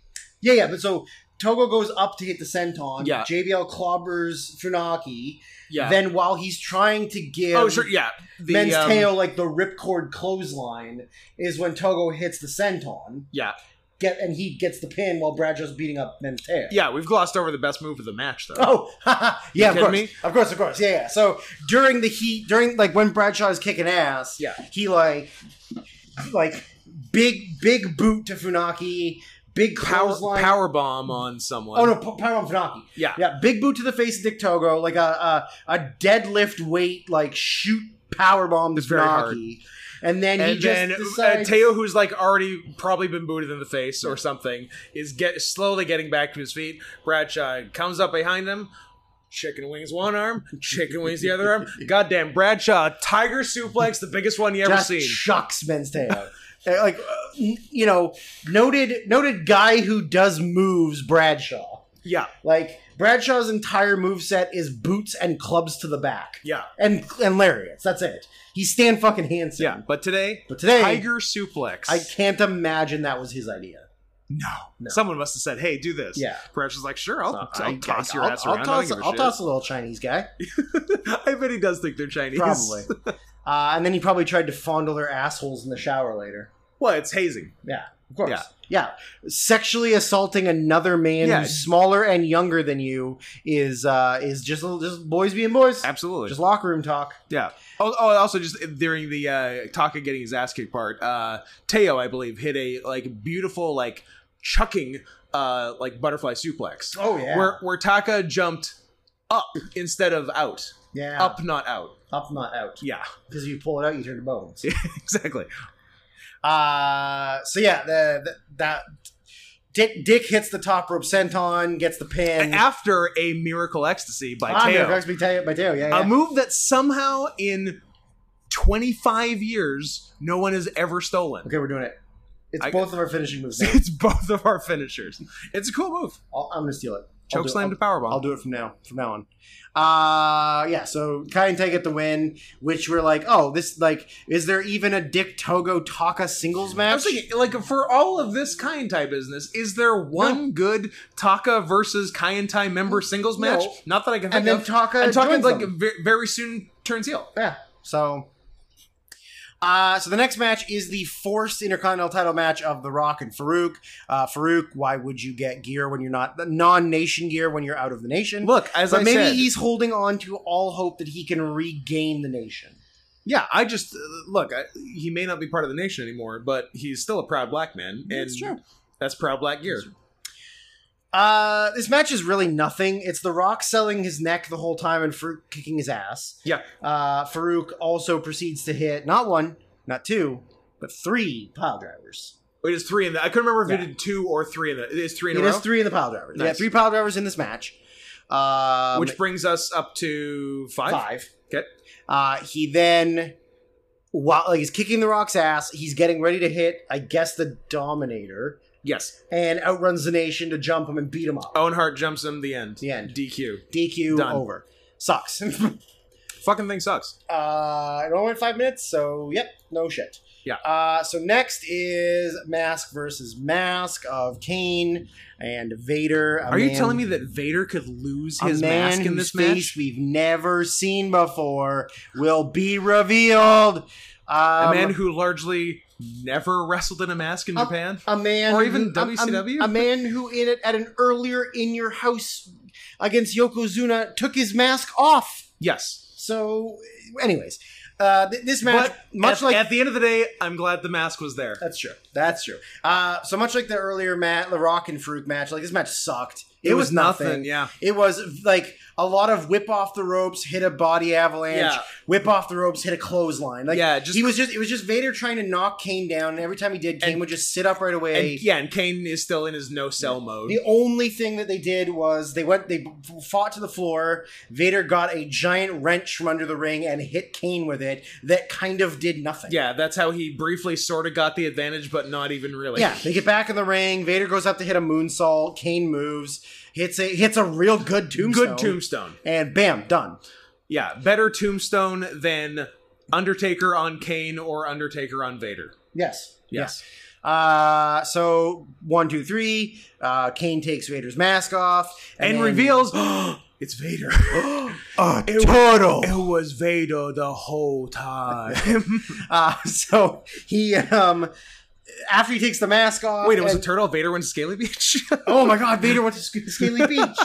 [SPEAKER 2] Yeah, yeah. But so Togo goes up to hit the senton.
[SPEAKER 1] Yeah.
[SPEAKER 2] JBL clobbers Funaki.
[SPEAKER 1] Yeah.
[SPEAKER 2] Then while he's trying to give
[SPEAKER 1] oh, sure. Yeah. The,
[SPEAKER 2] Men's
[SPEAKER 1] um,
[SPEAKER 2] Tail like the ripcord clothesline is when Togo hits the senton.
[SPEAKER 1] Yeah.
[SPEAKER 2] Get and he gets the pin while Bradshaw's beating up Men's Tail.
[SPEAKER 1] Yeah, we've glossed over the best move of the match, though.
[SPEAKER 2] Oh, (laughs) yeah, of
[SPEAKER 1] kidding
[SPEAKER 2] course,
[SPEAKER 1] me?
[SPEAKER 2] of course, of course, yeah, yeah. So during the heat, during like when Bradshaw is kicking ass,
[SPEAKER 1] Yeah.
[SPEAKER 2] he like, like big big boot to Funaki, big
[SPEAKER 1] power
[SPEAKER 2] clothesline.
[SPEAKER 1] power bomb on someone.
[SPEAKER 2] Oh no, p- power on Funaki.
[SPEAKER 1] Yeah.
[SPEAKER 2] Yeah, big boot to the face of Dick Togo, like a a, a deadlift weight, like shoot power bomb to
[SPEAKER 1] It's very hard.
[SPEAKER 2] Funaki, and then he
[SPEAKER 1] And
[SPEAKER 2] just
[SPEAKER 1] then
[SPEAKER 2] decides,
[SPEAKER 1] uh, Teo, who's like already probably been booted in the face or something, is get slowly getting back to his feet. Bradshaw comes up behind him, chicken wings one arm, chicken wings the other
[SPEAKER 2] (laughs)
[SPEAKER 1] arm. Goddamn, Bradshaw tiger suplex, the biggest one you ever
[SPEAKER 2] just
[SPEAKER 1] seen.
[SPEAKER 2] shocks Men's (laughs) Tail. Uh, like uh, n- you know, noted noted guy who does moves Bradshaw.
[SPEAKER 1] yeah,
[SPEAKER 2] Like Bradshaw's entire moveset is boots and clubs to the back
[SPEAKER 1] yeah,
[SPEAKER 2] and and lariats. That's it. He's Stan fucking Hansen.
[SPEAKER 1] yeah. But today,
[SPEAKER 2] But today,
[SPEAKER 1] tiger suplex.
[SPEAKER 2] I can't imagine that was his idea.
[SPEAKER 1] No. Someone must have said, "Hey, do this."
[SPEAKER 2] Yeah.
[SPEAKER 1] Perhaps is like, "Sure, I'll,
[SPEAKER 3] So
[SPEAKER 1] I'll
[SPEAKER 2] I-
[SPEAKER 1] toss
[SPEAKER 2] I-
[SPEAKER 1] your
[SPEAKER 2] I'll-
[SPEAKER 1] ass
[SPEAKER 2] I'll
[SPEAKER 1] around."
[SPEAKER 2] Toss,
[SPEAKER 1] I don't give a
[SPEAKER 2] I'll
[SPEAKER 1] shit.
[SPEAKER 2] toss a little Chinese guy,
[SPEAKER 1] (laughs) I bet he does think they're Chinese.
[SPEAKER 2] probably.
[SPEAKER 1] (laughs)
[SPEAKER 2] uh, and then he probably tried to fondle their assholes in the shower later.
[SPEAKER 1] well, it's hazing.
[SPEAKER 2] Of course.
[SPEAKER 1] Yeah.
[SPEAKER 2] Yeah. Sexually assaulting another man
[SPEAKER 1] Yeah.
[SPEAKER 2] who's smaller and younger than you is uh is just a little- just boys being boys.
[SPEAKER 1] Absolutely.
[SPEAKER 2] Just locker room talk.
[SPEAKER 1] Oh, oh, and also just during the uh, Taka getting his ass kicked part, uh, Teo, I believe, hit a like beautiful like chucking uh, like butterfly suplex
[SPEAKER 2] Oh yeah.
[SPEAKER 1] where where Taka jumped up instead of out,
[SPEAKER 2] yeah. Up,
[SPEAKER 1] up not out.
[SPEAKER 2] not out.
[SPEAKER 1] Yeah, (laughs)
[SPEAKER 2] Because if you pull it out, you turn to bones.
[SPEAKER 1] exactly.
[SPEAKER 2] Uh so yeah, the, the that Dick Dick hits the top rope senton, gets the pin.
[SPEAKER 1] And after a miracle ecstasy by
[SPEAKER 2] Ah,
[SPEAKER 1] Teo,
[SPEAKER 2] Miraculous by Teo. By Teo. Yeah, yeah.
[SPEAKER 1] a move that somehow in 25 years no one has ever stolen.
[SPEAKER 2] okay, we're doing it. It's
[SPEAKER 1] I-
[SPEAKER 2] both of our finishing moves.
[SPEAKER 1] So
[SPEAKER 2] Now.
[SPEAKER 1] (laughs) it's both of our finishers. It's a cool move.
[SPEAKER 2] I'll, I'm gonna steal it. I'll
[SPEAKER 1] Choke
[SPEAKER 2] do it.
[SPEAKER 1] slam
[SPEAKER 2] I'll-
[SPEAKER 1] to powerbomb.
[SPEAKER 2] I'll do it from now from now on. Uh yeah, so Kai and Tay get the win, which we're like, oh, this like is there even a Dick Togo Taka singles
[SPEAKER 1] I
[SPEAKER 2] match?
[SPEAKER 1] was thinking, like, for all of this Kai Tai business, is there one good Taka versus Kai Tai member singles
[SPEAKER 2] No.
[SPEAKER 1] match? Not that I can think
[SPEAKER 2] and then
[SPEAKER 1] of.
[SPEAKER 2] Taka
[SPEAKER 1] and Taka,
[SPEAKER 2] joins
[SPEAKER 1] like,
[SPEAKER 2] them.
[SPEAKER 1] ve- very soon turns heel.
[SPEAKER 2] yeah. So uh, so the next match is the forced Intercontinental title match of The Rock and Farouk. Uh, Farouk, why would you get gear when you're not non-nation gear when you're out of the nation?
[SPEAKER 1] Look, as
[SPEAKER 2] but
[SPEAKER 1] I
[SPEAKER 2] maybe
[SPEAKER 1] said,
[SPEAKER 2] he's holding on to all hope that he can regain the nation.
[SPEAKER 1] yeah, I just uh, look. I, he may not be part of the nation anymore, but he's still a proud black man, and
[SPEAKER 2] That's true.
[SPEAKER 1] that's proud black gear.
[SPEAKER 2] Uh, this match is really nothing. It's The Rock selling his neck the whole time and Farouk kicking his ass.
[SPEAKER 1] Yeah.
[SPEAKER 2] Uh, Farouk also proceeds to hit not one, not two, but three pile drivers.
[SPEAKER 1] It is three in the. I couldn't remember if
[SPEAKER 2] Yeah.
[SPEAKER 1] it did two or three in the. It is three in
[SPEAKER 2] It
[SPEAKER 1] a
[SPEAKER 2] is
[SPEAKER 1] row.
[SPEAKER 2] three in the pile drivers. Yeah,
[SPEAKER 1] Nice.
[SPEAKER 2] three pile drivers in this match. Um,
[SPEAKER 1] which brings us up to five.
[SPEAKER 2] five.
[SPEAKER 1] Okay.
[SPEAKER 2] Uh, he then, while like he's kicking The Rock's ass, he's getting ready to hit, I guess, the Dominator,
[SPEAKER 1] Yes,
[SPEAKER 2] and outruns the nation to jump him and beat him up.
[SPEAKER 1] Owen Hart jumps him. The end.
[SPEAKER 2] The end.
[SPEAKER 1] DQ.
[SPEAKER 2] DQ
[SPEAKER 1] Done.
[SPEAKER 2] over. Sucks. (laughs)
[SPEAKER 1] Fucking thing sucks.
[SPEAKER 2] Uh, it only went five minutes, so yep, no shit.
[SPEAKER 1] Yeah.
[SPEAKER 2] Uh, so next is Mask versus Mask of Kane and Vader.
[SPEAKER 1] Are you telling me that Vader could lose his mask in this
[SPEAKER 2] face
[SPEAKER 1] match?
[SPEAKER 2] we've never seen before will be revealed? Um,
[SPEAKER 1] a man who largely never wrestled in a mask in
[SPEAKER 2] Up-
[SPEAKER 1] Japan.
[SPEAKER 2] a man,
[SPEAKER 1] or even
[SPEAKER 2] who- a- a-
[SPEAKER 1] WCW?
[SPEAKER 2] a, man who in it at an earlier in your house against Yokozuna took his mask off.
[SPEAKER 1] Yes,
[SPEAKER 2] So, anyways, uh, th- this match, much
[SPEAKER 1] at,
[SPEAKER 2] like
[SPEAKER 1] at the end of the day, I'm glad the mask was there.
[SPEAKER 2] That's true. That's true. Uh, so much like the earlier Matt, the Rock and Farouk match, like this match sucked. It, was, nothing.
[SPEAKER 1] Yeah,
[SPEAKER 2] It was like a lot of whip off the ropes, hit a body avalanche,
[SPEAKER 1] Yeah.
[SPEAKER 2] whip off the ropes, hit a clothesline. Like
[SPEAKER 1] yeah. Just
[SPEAKER 2] he was just it was just Vader trying to knock Kane down, and every time he did, Kane
[SPEAKER 1] And-
[SPEAKER 2] would just sit up right away.
[SPEAKER 1] and, yeah, and Kane is still in his no sell mode.
[SPEAKER 2] The only thing that they did was they went they fought to the floor. Vader got a giant wrench from under the ring and hit Kane with it. That kind of did nothing.
[SPEAKER 1] yeah, that's how he briefly sort of got the advantage, but not even really.
[SPEAKER 2] yeah, they get back in the ring. Vader goes up to hit a moonsault. Kane moves, hits a hits a real good tombstone.
[SPEAKER 1] good tombstone.
[SPEAKER 2] And bam, done.
[SPEAKER 1] Yeah, better tombstone than Undertaker on Kane or Undertaker on Vader.
[SPEAKER 2] Yes.
[SPEAKER 1] Yes.
[SPEAKER 2] Yeah. Uh, so one, two, three. Uh, Kane takes Vader's mask off
[SPEAKER 1] And,
[SPEAKER 2] then-
[SPEAKER 1] (gasps) reveals it's
[SPEAKER 2] (laughs)
[SPEAKER 1] Vader.
[SPEAKER 2] (gasps) a
[SPEAKER 1] It-
[SPEAKER 2] turtle.
[SPEAKER 1] it was Vader the whole time.
[SPEAKER 2] Uh, so he um, after he takes the mask off.
[SPEAKER 1] Wait, it was a
[SPEAKER 2] and-
[SPEAKER 1] turtle. Vader went to Scaly Beach.
[SPEAKER 2] oh my god, Vader went to Sc- Scaly Beach.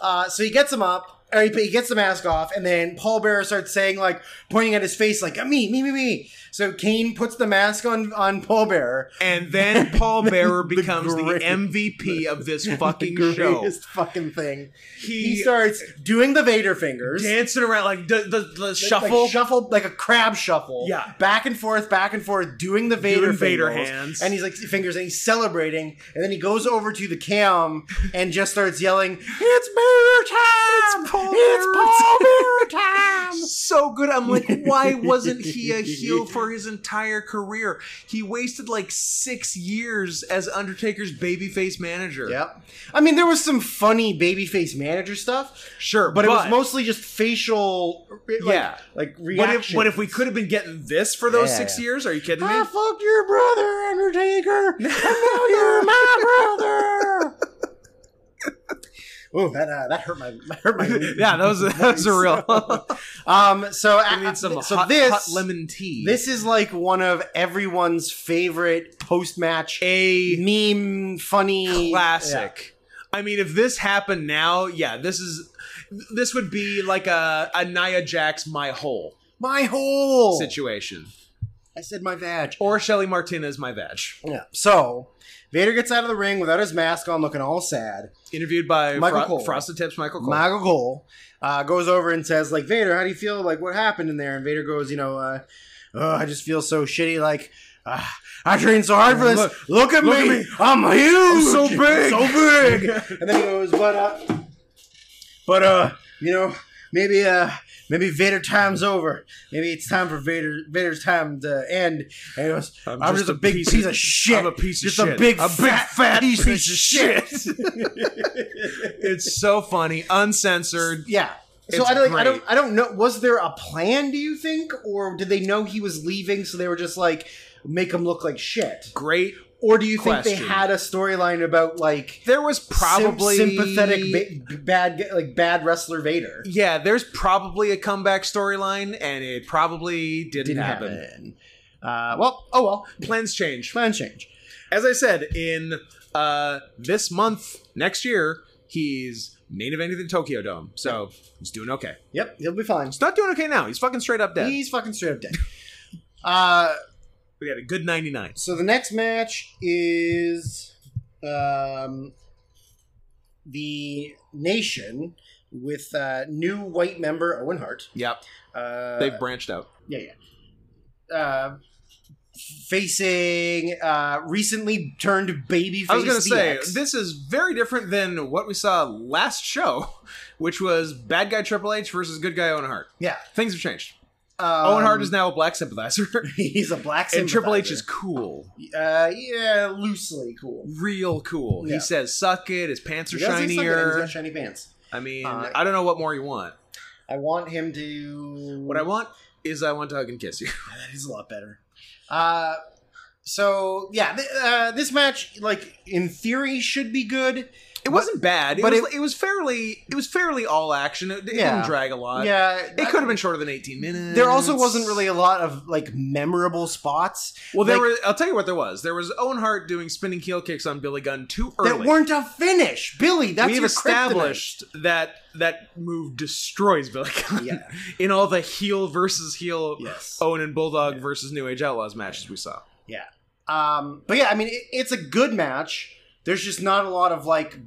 [SPEAKER 2] Uh, so he gets him up, or he, he gets the mask off, and then Paul Bearer starts saying, like, pointing at his face, like, me, me, me, me. So Kane puts the mask on on Paul Bearer.
[SPEAKER 1] and then Paul Bearer becomes the,
[SPEAKER 2] great-
[SPEAKER 1] MVP of this fucking
[SPEAKER 2] the
[SPEAKER 1] show.
[SPEAKER 2] greatest fucking thing. He,
[SPEAKER 1] He,
[SPEAKER 2] starts doing the Vader fingers.
[SPEAKER 1] dancing around like the, the, the
[SPEAKER 2] like-
[SPEAKER 1] shuffle.
[SPEAKER 2] like shuffle like a crab shuffle.
[SPEAKER 1] Yeah.
[SPEAKER 2] back and forth, back and forth, doing the Vader
[SPEAKER 1] Doing Vader
[SPEAKER 2] fingers.
[SPEAKER 1] hands.
[SPEAKER 2] and he's like fingers, and he's celebrating, and then he goes over to the cam and just starts yelling, "It's Vader time! It's
[SPEAKER 1] Bearer time."
[SPEAKER 2] time.
[SPEAKER 1] so good. I'm like, why wasn't he a heel for his entire career? He wasted like six years as Undertaker's babyface manager.
[SPEAKER 2] Yep. I mean, there was some funny babyface manager stuff,
[SPEAKER 1] Sure,
[SPEAKER 2] but, it was mostly just facial. Like,
[SPEAKER 1] Yeah.
[SPEAKER 2] Like
[SPEAKER 1] What
[SPEAKER 2] reaction.
[SPEAKER 1] if, what if we could have been getting this for those
[SPEAKER 2] Yeah. Ah,
[SPEAKER 1] six years? Are you kidding me?
[SPEAKER 2] I fucked your brother, Undertaker. and now you're my brother. (laughs) Oh, that uh, that hurt my that
[SPEAKER 1] (laughs)
[SPEAKER 2] hurt my.
[SPEAKER 1] yeah, that was that was a
[SPEAKER 2] (laughs)
[SPEAKER 1] real.
[SPEAKER 2] Um. So
[SPEAKER 1] I
[SPEAKER 2] I
[SPEAKER 1] need (laughs) some
[SPEAKER 2] so
[SPEAKER 1] hot,
[SPEAKER 2] this
[SPEAKER 1] hot lemon tea.
[SPEAKER 2] This is like one of everyone's favorite post match
[SPEAKER 1] a
[SPEAKER 2] meme, funny
[SPEAKER 1] classic. I mean, if this happened now, yeah, this is this would be like a, a Nia Jax my hole
[SPEAKER 2] Yeah. My hole.
[SPEAKER 1] situation,
[SPEAKER 2] I said my vag.
[SPEAKER 1] or Shelly Martinez my vag.
[SPEAKER 2] Yeah. So Vader gets out of the ring without his mask on, looking all sad.
[SPEAKER 1] Interviewed by
[SPEAKER 2] Michael
[SPEAKER 1] Fro-
[SPEAKER 2] Cole.
[SPEAKER 1] Frosted Tips Michael Cole.
[SPEAKER 2] Michael Cole uh, goes over and says, like, Vader, how do you feel? Like, what happened in there? And Vader goes, you know, uh, oh, I just feel so shitty. Like, ah, I trained so hard for this.
[SPEAKER 1] Look-
[SPEAKER 2] Look, at,
[SPEAKER 1] look
[SPEAKER 2] me.
[SPEAKER 1] at me.
[SPEAKER 2] I'm huge.
[SPEAKER 1] so big."
[SPEAKER 2] So
[SPEAKER 1] (laughs)
[SPEAKER 2] big. and then he goes, but, uh, but, uh, you know, maybe, uh, maybe Vader time's over. Maybe it's time for Vader, Vader's time to end. And he goes, I'm, just, a, big piece, of shit.
[SPEAKER 1] I'm a piece of
[SPEAKER 2] just
[SPEAKER 1] shit.
[SPEAKER 2] a big,
[SPEAKER 1] A big
[SPEAKER 2] fat,
[SPEAKER 1] fat
[SPEAKER 2] piece,
[SPEAKER 1] piece
[SPEAKER 2] of
[SPEAKER 1] of
[SPEAKER 2] shit. (laughs)
[SPEAKER 1] it's so funny, uncensored.
[SPEAKER 2] Yeah. So
[SPEAKER 1] It's
[SPEAKER 2] I don't, like, I
[SPEAKER 1] great.
[SPEAKER 2] don't, I don't know. Was there a plan? Do you think, or did they know he was leaving, so they were just like make him look like shit?
[SPEAKER 1] Great.
[SPEAKER 2] Or do you think
[SPEAKER 1] Question.
[SPEAKER 2] they had a storyline about like
[SPEAKER 1] There was probably
[SPEAKER 2] sym- sympathetic ba- bad g- like bad wrestler Vader?
[SPEAKER 1] Yeah, there's probably a comeback storyline, and it probably didn't,
[SPEAKER 2] Didn't
[SPEAKER 1] happen.
[SPEAKER 2] happen. Uh, well, oh well.
[SPEAKER 1] Plans change.
[SPEAKER 2] Plan change.
[SPEAKER 1] As I said, in uh, this month, next year, he's main eventing the Tokyo Dome, so he's doing okay.
[SPEAKER 2] Yep, he'll be fine.
[SPEAKER 1] He's not doing okay now. He's fucking straight up dead.
[SPEAKER 2] He's fucking straight up dead. (laughs) uh,
[SPEAKER 1] we had a good 99.
[SPEAKER 2] So the next match is um, the Nation with uh, new white member Owen Hart.
[SPEAKER 1] Yep,
[SPEAKER 2] Uh,
[SPEAKER 1] they've branched out.
[SPEAKER 2] yeah, yeah. Uh, facing uh, recently turned baby.
[SPEAKER 1] I was gonna say this is very different than what we saw last show, (laughs) which was bad guy Triple H versus good guy Owen Hart.
[SPEAKER 2] Yeah.
[SPEAKER 1] things have changed. Owen Hart is now a black sympathizer,
[SPEAKER 2] Um, (laughs)
[SPEAKER 1] (laughs)
[SPEAKER 2] he's a black
[SPEAKER 1] and Triple H is
[SPEAKER 2] sympathizer.
[SPEAKER 1] cool,
[SPEAKER 2] uh, yeah loosely cool.
[SPEAKER 1] real cool.
[SPEAKER 2] Yeah.
[SPEAKER 1] He says "suck it." His pants are
[SPEAKER 2] He does look like that, He's
[SPEAKER 1] shinier.
[SPEAKER 2] got shiny pants.
[SPEAKER 1] I mean,
[SPEAKER 2] Uh,
[SPEAKER 1] I don't know what more you want.
[SPEAKER 2] I want him to.
[SPEAKER 1] What I want is I want to hug and kiss you.
[SPEAKER 2] (sighs) That is a lot better. Uh, so yeah, th- uh, this match, like in theory, should be good.
[SPEAKER 1] It wasn't bad,
[SPEAKER 2] but
[SPEAKER 1] but it was, it, was fairly it was fairly all action. It, it
[SPEAKER 2] Yeah.
[SPEAKER 1] didn't drag a lot.
[SPEAKER 2] yeah,
[SPEAKER 1] It could have been shorter than 18 minutes.
[SPEAKER 2] There also wasn't really a lot of like memorable spots
[SPEAKER 1] Well, there
[SPEAKER 2] Like-
[SPEAKER 1] were. I'll tell you what there was. There was Owen Hart doing spinning heel kicks on Billy Gunn too early.
[SPEAKER 2] that weren't a finish. Billy, that's
[SPEAKER 1] We've
[SPEAKER 2] your kryptonite.
[SPEAKER 1] established that that move destroys Billy Gunn
[SPEAKER 2] (laughs) Yeah.
[SPEAKER 1] (laughs) in all the heel versus heel
[SPEAKER 2] Yes.
[SPEAKER 1] Owen and Bulldog versus New Age Outlaws matches we saw.
[SPEAKER 2] Um, but yeah, I mean, it, it's a good match. There's just not a lot of like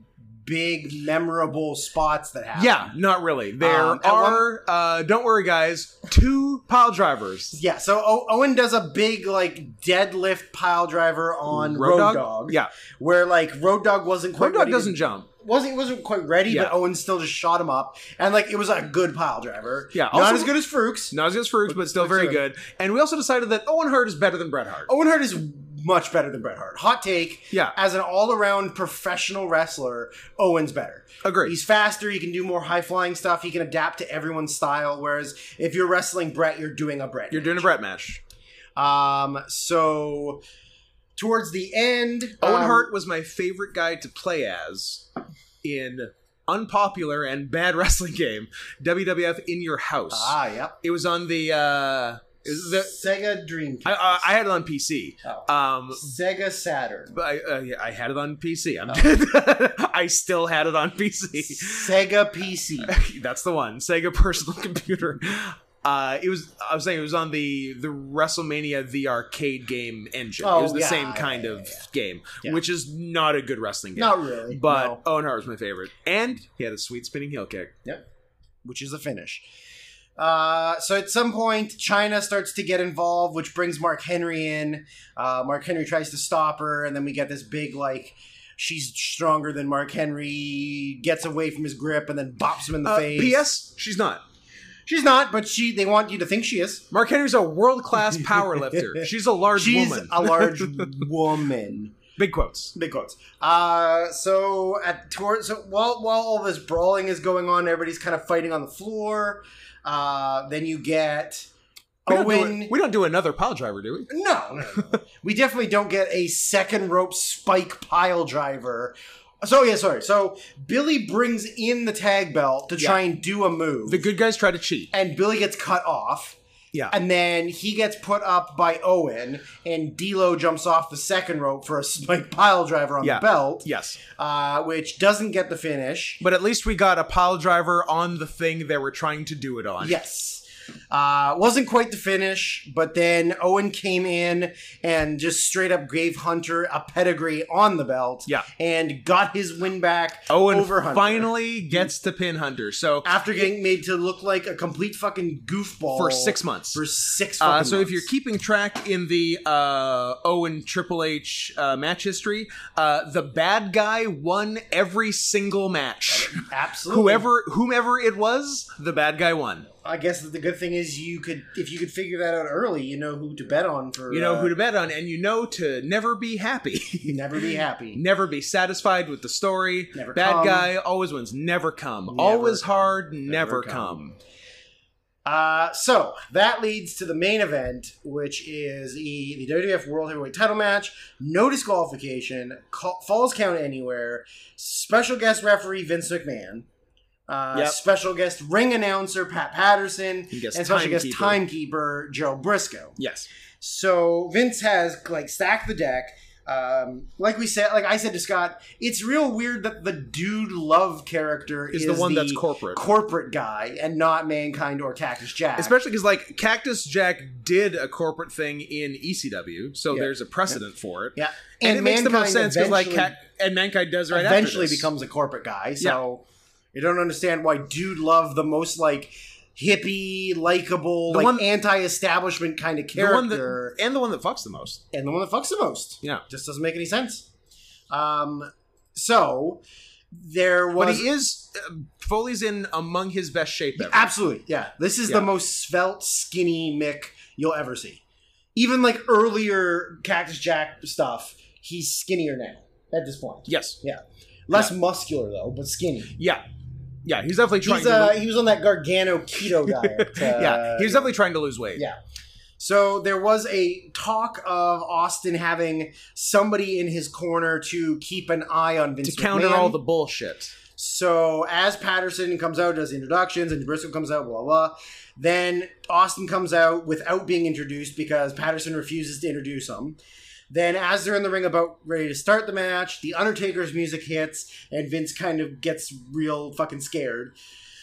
[SPEAKER 2] big memorable spots that happen.
[SPEAKER 1] Yeah, not really. There
[SPEAKER 2] Um, at one-
[SPEAKER 1] are. uh, don't worry, guys. Two pile drivers.
[SPEAKER 2] Yeah, so o- Owen does a big like deadlift pile driver on Road, Dog,
[SPEAKER 1] Yeah,
[SPEAKER 2] where like Road Dog wasn't quite
[SPEAKER 1] Road Dog
[SPEAKER 2] ready to-
[SPEAKER 1] doesn't jump.
[SPEAKER 2] wasn't wasn't quite ready,
[SPEAKER 1] Yeah.
[SPEAKER 2] but Owen still just shot him up, and like it was a good pile driver.
[SPEAKER 1] Yeah,
[SPEAKER 2] not
[SPEAKER 1] also-
[SPEAKER 2] as good as Farouk's.
[SPEAKER 1] Not as good as Farouk's, but still
[SPEAKER 2] But
[SPEAKER 1] very
[SPEAKER 2] still- Oh,
[SPEAKER 1] good. And we also decided that Owen Hart is better than Bret Hart.
[SPEAKER 2] Owen Hart is much better than Bret Hart. Hot take:
[SPEAKER 1] Yeah,
[SPEAKER 2] as an all-around professional wrestler, Owen's better.
[SPEAKER 1] agree.
[SPEAKER 2] He's faster. He can do more high-flying stuff. He can adapt to everyone's style. Whereas if you're wrestling Bret, you're doing a Bret.
[SPEAKER 1] You're doing a Bret match.
[SPEAKER 2] Um. So towards the end,
[SPEAKER 1] Owen
[SPEAKER 2] um,
[SPEAKER 1] Hart was my favorite guy to play as in unpopular and bad (laughs) wrestling game WWF In Your House.
[SPEAKER 2] Ah, yep.
[SPEAKER 1] It was on the. Uh, it was the
[SPEAKER 2] Sega Dreamcast.
[SPEAKER 1] I, uh, I- I had it on PC.
[SPEAKER 2] Oh.
[SPEAKER 1] Um,
[SPEAKER 2] Sega
[SPEAKER 1] (laughs)
[SPEAKER 2] Saturn.
[SPEAKER 1] but I, uh, yeah, I had it on PC. I'm
[SPEAKER 2] Oh.
[SPEAKER 1] (laughs) I still had it on PC.
[SPEAKER 2] Sega
[SPEAKER 1] (laughs)
[SPEAKER 2] PC.
[SPEAKER 1] That's the one. Sega (laughs) personal computer. Uh, it was. I was saying it was on the the WrestleMania the arcade game engine.
[SPEAKER 2] Oh,
[SPEAKER 1] it was the
[SPEAKER 2] yeah,
[SPEAKER 1] same
[SPEAKER 2] yeah,
[SPEAKER 1] kind
[SPEAKER 2] yeah,
[SPEAKER 1] of
[SPEAKER 2] yeah.
[SPEAKER 1] game,
[SPEAKER 2] Yeah.
[SPEAKER 1] which is not a good wrestling game.
[SPEAKER 2] Not really.
[SPEAKER 1] But
[SPEAKER 2] no.
[SPEAKER 1] Owen Hart was my favorite, and he had a sweet spinning heel kick.
[SPEAKER 2] which is a finish. Uh, so at some point, China starts to get involved, which brings Mark Henry in. Uh, Mark Henry tries to stop her, and then we get this big like she's stronger than Mark Henry, gets away from his grip, and then bops him in the
[SPEAKER 1] Uh,
[SPEAKER 2] face.
[SPEAKER 1] P.S. She's not.
[SPEAKER 2] She's not, but she they want you to think she is.
[SPEAKER 1] Mark Henry's a world class
[SPEAKER 2] (laughs)
[SPEAKER 1] power lifter. She's a large
[SPEAKER 2] she's
[SPEAKER 1] woman. (laughs)
[SPEAKER 2] a large woman.
[SPEAKER 1] Big quotes.
[SPEAKER 2] Big quotes. Uh, so at towards so while while all this brawling is going on, everybody's kind of fighting on the floor. Uh, then you get
[SPEAKER 1] We don't, do
[SPEAKER 2] Owen.
[SPEAKER 1] it- we don't do another pile driver, do we?
[SPEAKER 2] No, no, no. we definitely don't get a second rope spike pile driver. So yeah, sorry. So Billy brings in the tag belt to try and do a move,
[SPEAKER 1] The good guys try to cheat.
[SPEAKER 2] and Billy gets cut off.
[SPEAKER 1] Yeah.
[SPEAKER 2] and then he gets put up by Owen, and D'Lo jumps off the second rope for a spike pile driver on
[SPEAKER 1] Yeah.
[SPEAKER 2] the belt,
[SPEAKER 1] Yes.
[SPEAKER 2] uh, which doesn't get the finish.
[SPEAKER 1] But at least we got a pile driver on the thing they were trying to do it on.
[SPEAKER 2] Yes. Uh, wasn't quite the finish, but then Owen came in and just straight up gave Hunter a pedigree on the belt.
[SPEAKER 1] Yeah.
[SPEAKER 2] And got his win back
[SPEAKER 1] Owen
[SPEAKER 2] over Hunter.
[SPEAKER 1] finally gets to pin Hunter. So uh,
[SPEAKER 2] After getting made to look like a complete fucking goofball
[SPEAKER 1] for six months.
[SPEAKER 2] For six fucking
[SPEAKER 1] Uh, so if
[SPEAKER 2] months.
[SPEAKER 1] you're keeping track in the uh, Owen Triple H uh, match history, uh, the bad guy won every single
[SPEAKER 2] (laughs)
[SPEAKER 1] match.
[SPEAKER 2] Absolutely.
[SPEAKER 1] Whoever, whomever it was, the bad guy won.
[SPEAKER 2] I guess the good thing is you could, if you could figure that out early, you know who to bet on for.
[SPEAKER 1] You know
[SPEAKER 2] uh,
[SPEAKER 1] who to bet on, and you know to never be happy, (laughs)
[SPEAKER 2] never be happy.
[SPEAKER 1] never be satisfied with the story.
[SPEAKER 2] Never
[SPEAKER 1] bad
[SPEAKER 2] come.
[SPEAKER 1] guy always wins. Never come.
[SPEAKER 2] Never
[SPEAKER 1] always
[SPEAKER 2] come.
[SPEAKER 1] hard. Never,
[SPEAKER 2] Never
[SPEAKER 1] come.
[SPEAKER 2] come. Uh, so that leads to the main event, which is the, the WWF World Heavyweight Title match. No disqualification, call, falls count anywhere. Special guest referee Vince McMahon. Uh,
[SPEAKER 1] Yep.
[SPEAKER 2] Special guest ring announcer Pat Patterson.
[SPEAKER 1] You guess
[SPEAKER 2] and special guest
[SPEAKER 1] timekeeper.
[SPEAKER 2] timekeeper Joe Briscoe.
[SPEAKER 1] Yes.
[SPEAKER 2] So Vince has like stacked the deck. Um, like we said, like I said to Scott, it's real weird that the dude love character
[SPEAKER 1] Is, the one that's corporate.
[SPEAKER 2] corporate guy and not mankind or Cactus Jack.
[SPEAKER 1] Especially because, like, Cactus Jack did a corporate thing in ECW, so
[SPEAKER 2] Yeah.
[SPEAKER 1] there's a precedent for it.
[SPEAKER 2] yeah,
[SPEAKER 1] and, it makes the most
[SPEAKER 2] Mankind
[SPEAKER 1] sense because like
[SPEAKER 2] eventually-
[SPEAKER 1] Cat and mankind does right
[SPEAKER 2] eventually
[SPEAKER 1] after this.
[SPEAKER 2] becomes a corporate guy. So you don't understand why dude love the most like hippie, likable,
[SPEAKER 1] The
[SPEAKER 2] like
[SPEAKER 1] one-
[SPEAKER 2] anti-establishment kind of
[SPEAKER 1] the one
[SPEAKER 2] character,
[SPEAKER 1] that and the one that fucks the most.
[SPEAKER 2] and the one that fucks the most.
[SPEAKER 1] Yeah.
[SPEAKER 2] just doesn't make any sense. Um, so there was.
[SPEAKER 1] But he is uh, Foley's in among his best shape ever.
[SPEAKER 2] Absolutely, yeah. This is
[SPEAKER 1] Yeah.
[SPEAKER 2] the most svelte, skinny Mick you'll ever see. Even like earlier Cactus Jack stuff, he's skinnier now at this point.
[SPEAKER 1] yes,
[SPEAKER 2] Less muscular though, but skinny.
[SPEAKER 1] yeah, yeah. He's definitely trying.
[SPEAKER 2] He's,
[SPEAKER 1] to
[SPEAKER 2] uh,
[SPEAKER 1] lose-
[SPEAKER 2] he was on that
[SPEAKER 1] (laughs)
[SPEAKER 2] Gargano keto diet. uh,
[SPEAKER 1] yeah, he was definitely trying to lose weight.
[SPEAKER 2] Yeah. So there was a talk of Austin having somebody in his corner to keep an eye on Vince
[SPEAKER 1] To counter
[SPEAKER 2] McMahon.
[SPEAKER 1] all the bullshit,
[SPEAKER 2] So as Patterson comes out, does introductions, and Briscoe comes out, blah blah. Then Austin comes out without being introduced because Patterson refuses to introduce him. Then as they're in the ring about ready to start the match, the Undertaker's music hits, and Vince kind of gets real fucking scared.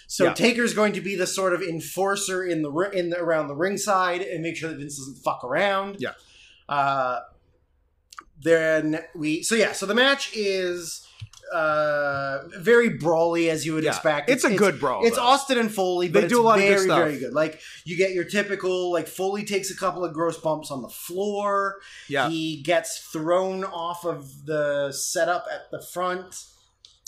[SPEAKER 2] So
[SPEAKER 1] Yeah.
[SPEAKER 2] Taker's going to be the sort of enforcer in the ri- in the, around the ringside and make sure that Vince doesn't fuck around.
[SPEAKER 1] Yeah.
[SPEAKER 2] Uh, then we so yeah so the match is uh very brawly as you would
[SPEAKER 1] Yeah.
[SPEAKER 2] expect.
[SPEAKER 1] it's, a good brawl.
[SPEAKER 2] It's
[SPEAKER 1] though.
[SPEAKER 2] Austin and Foley, but
[SPEAKER 1] They
[SPEAKER 2] it's
[SPEAKER 1] do a lot of
[SPEAKER 2] very,
[SPEAKER 1] good stuff.
[SPEAKER 2] very good. Like you get your typical like Foley takes a couple of gross bumps on the floor.
[SPEAKER 1] Yeah,
[SPEAKER 2] He gets thrown off of the setup at the front.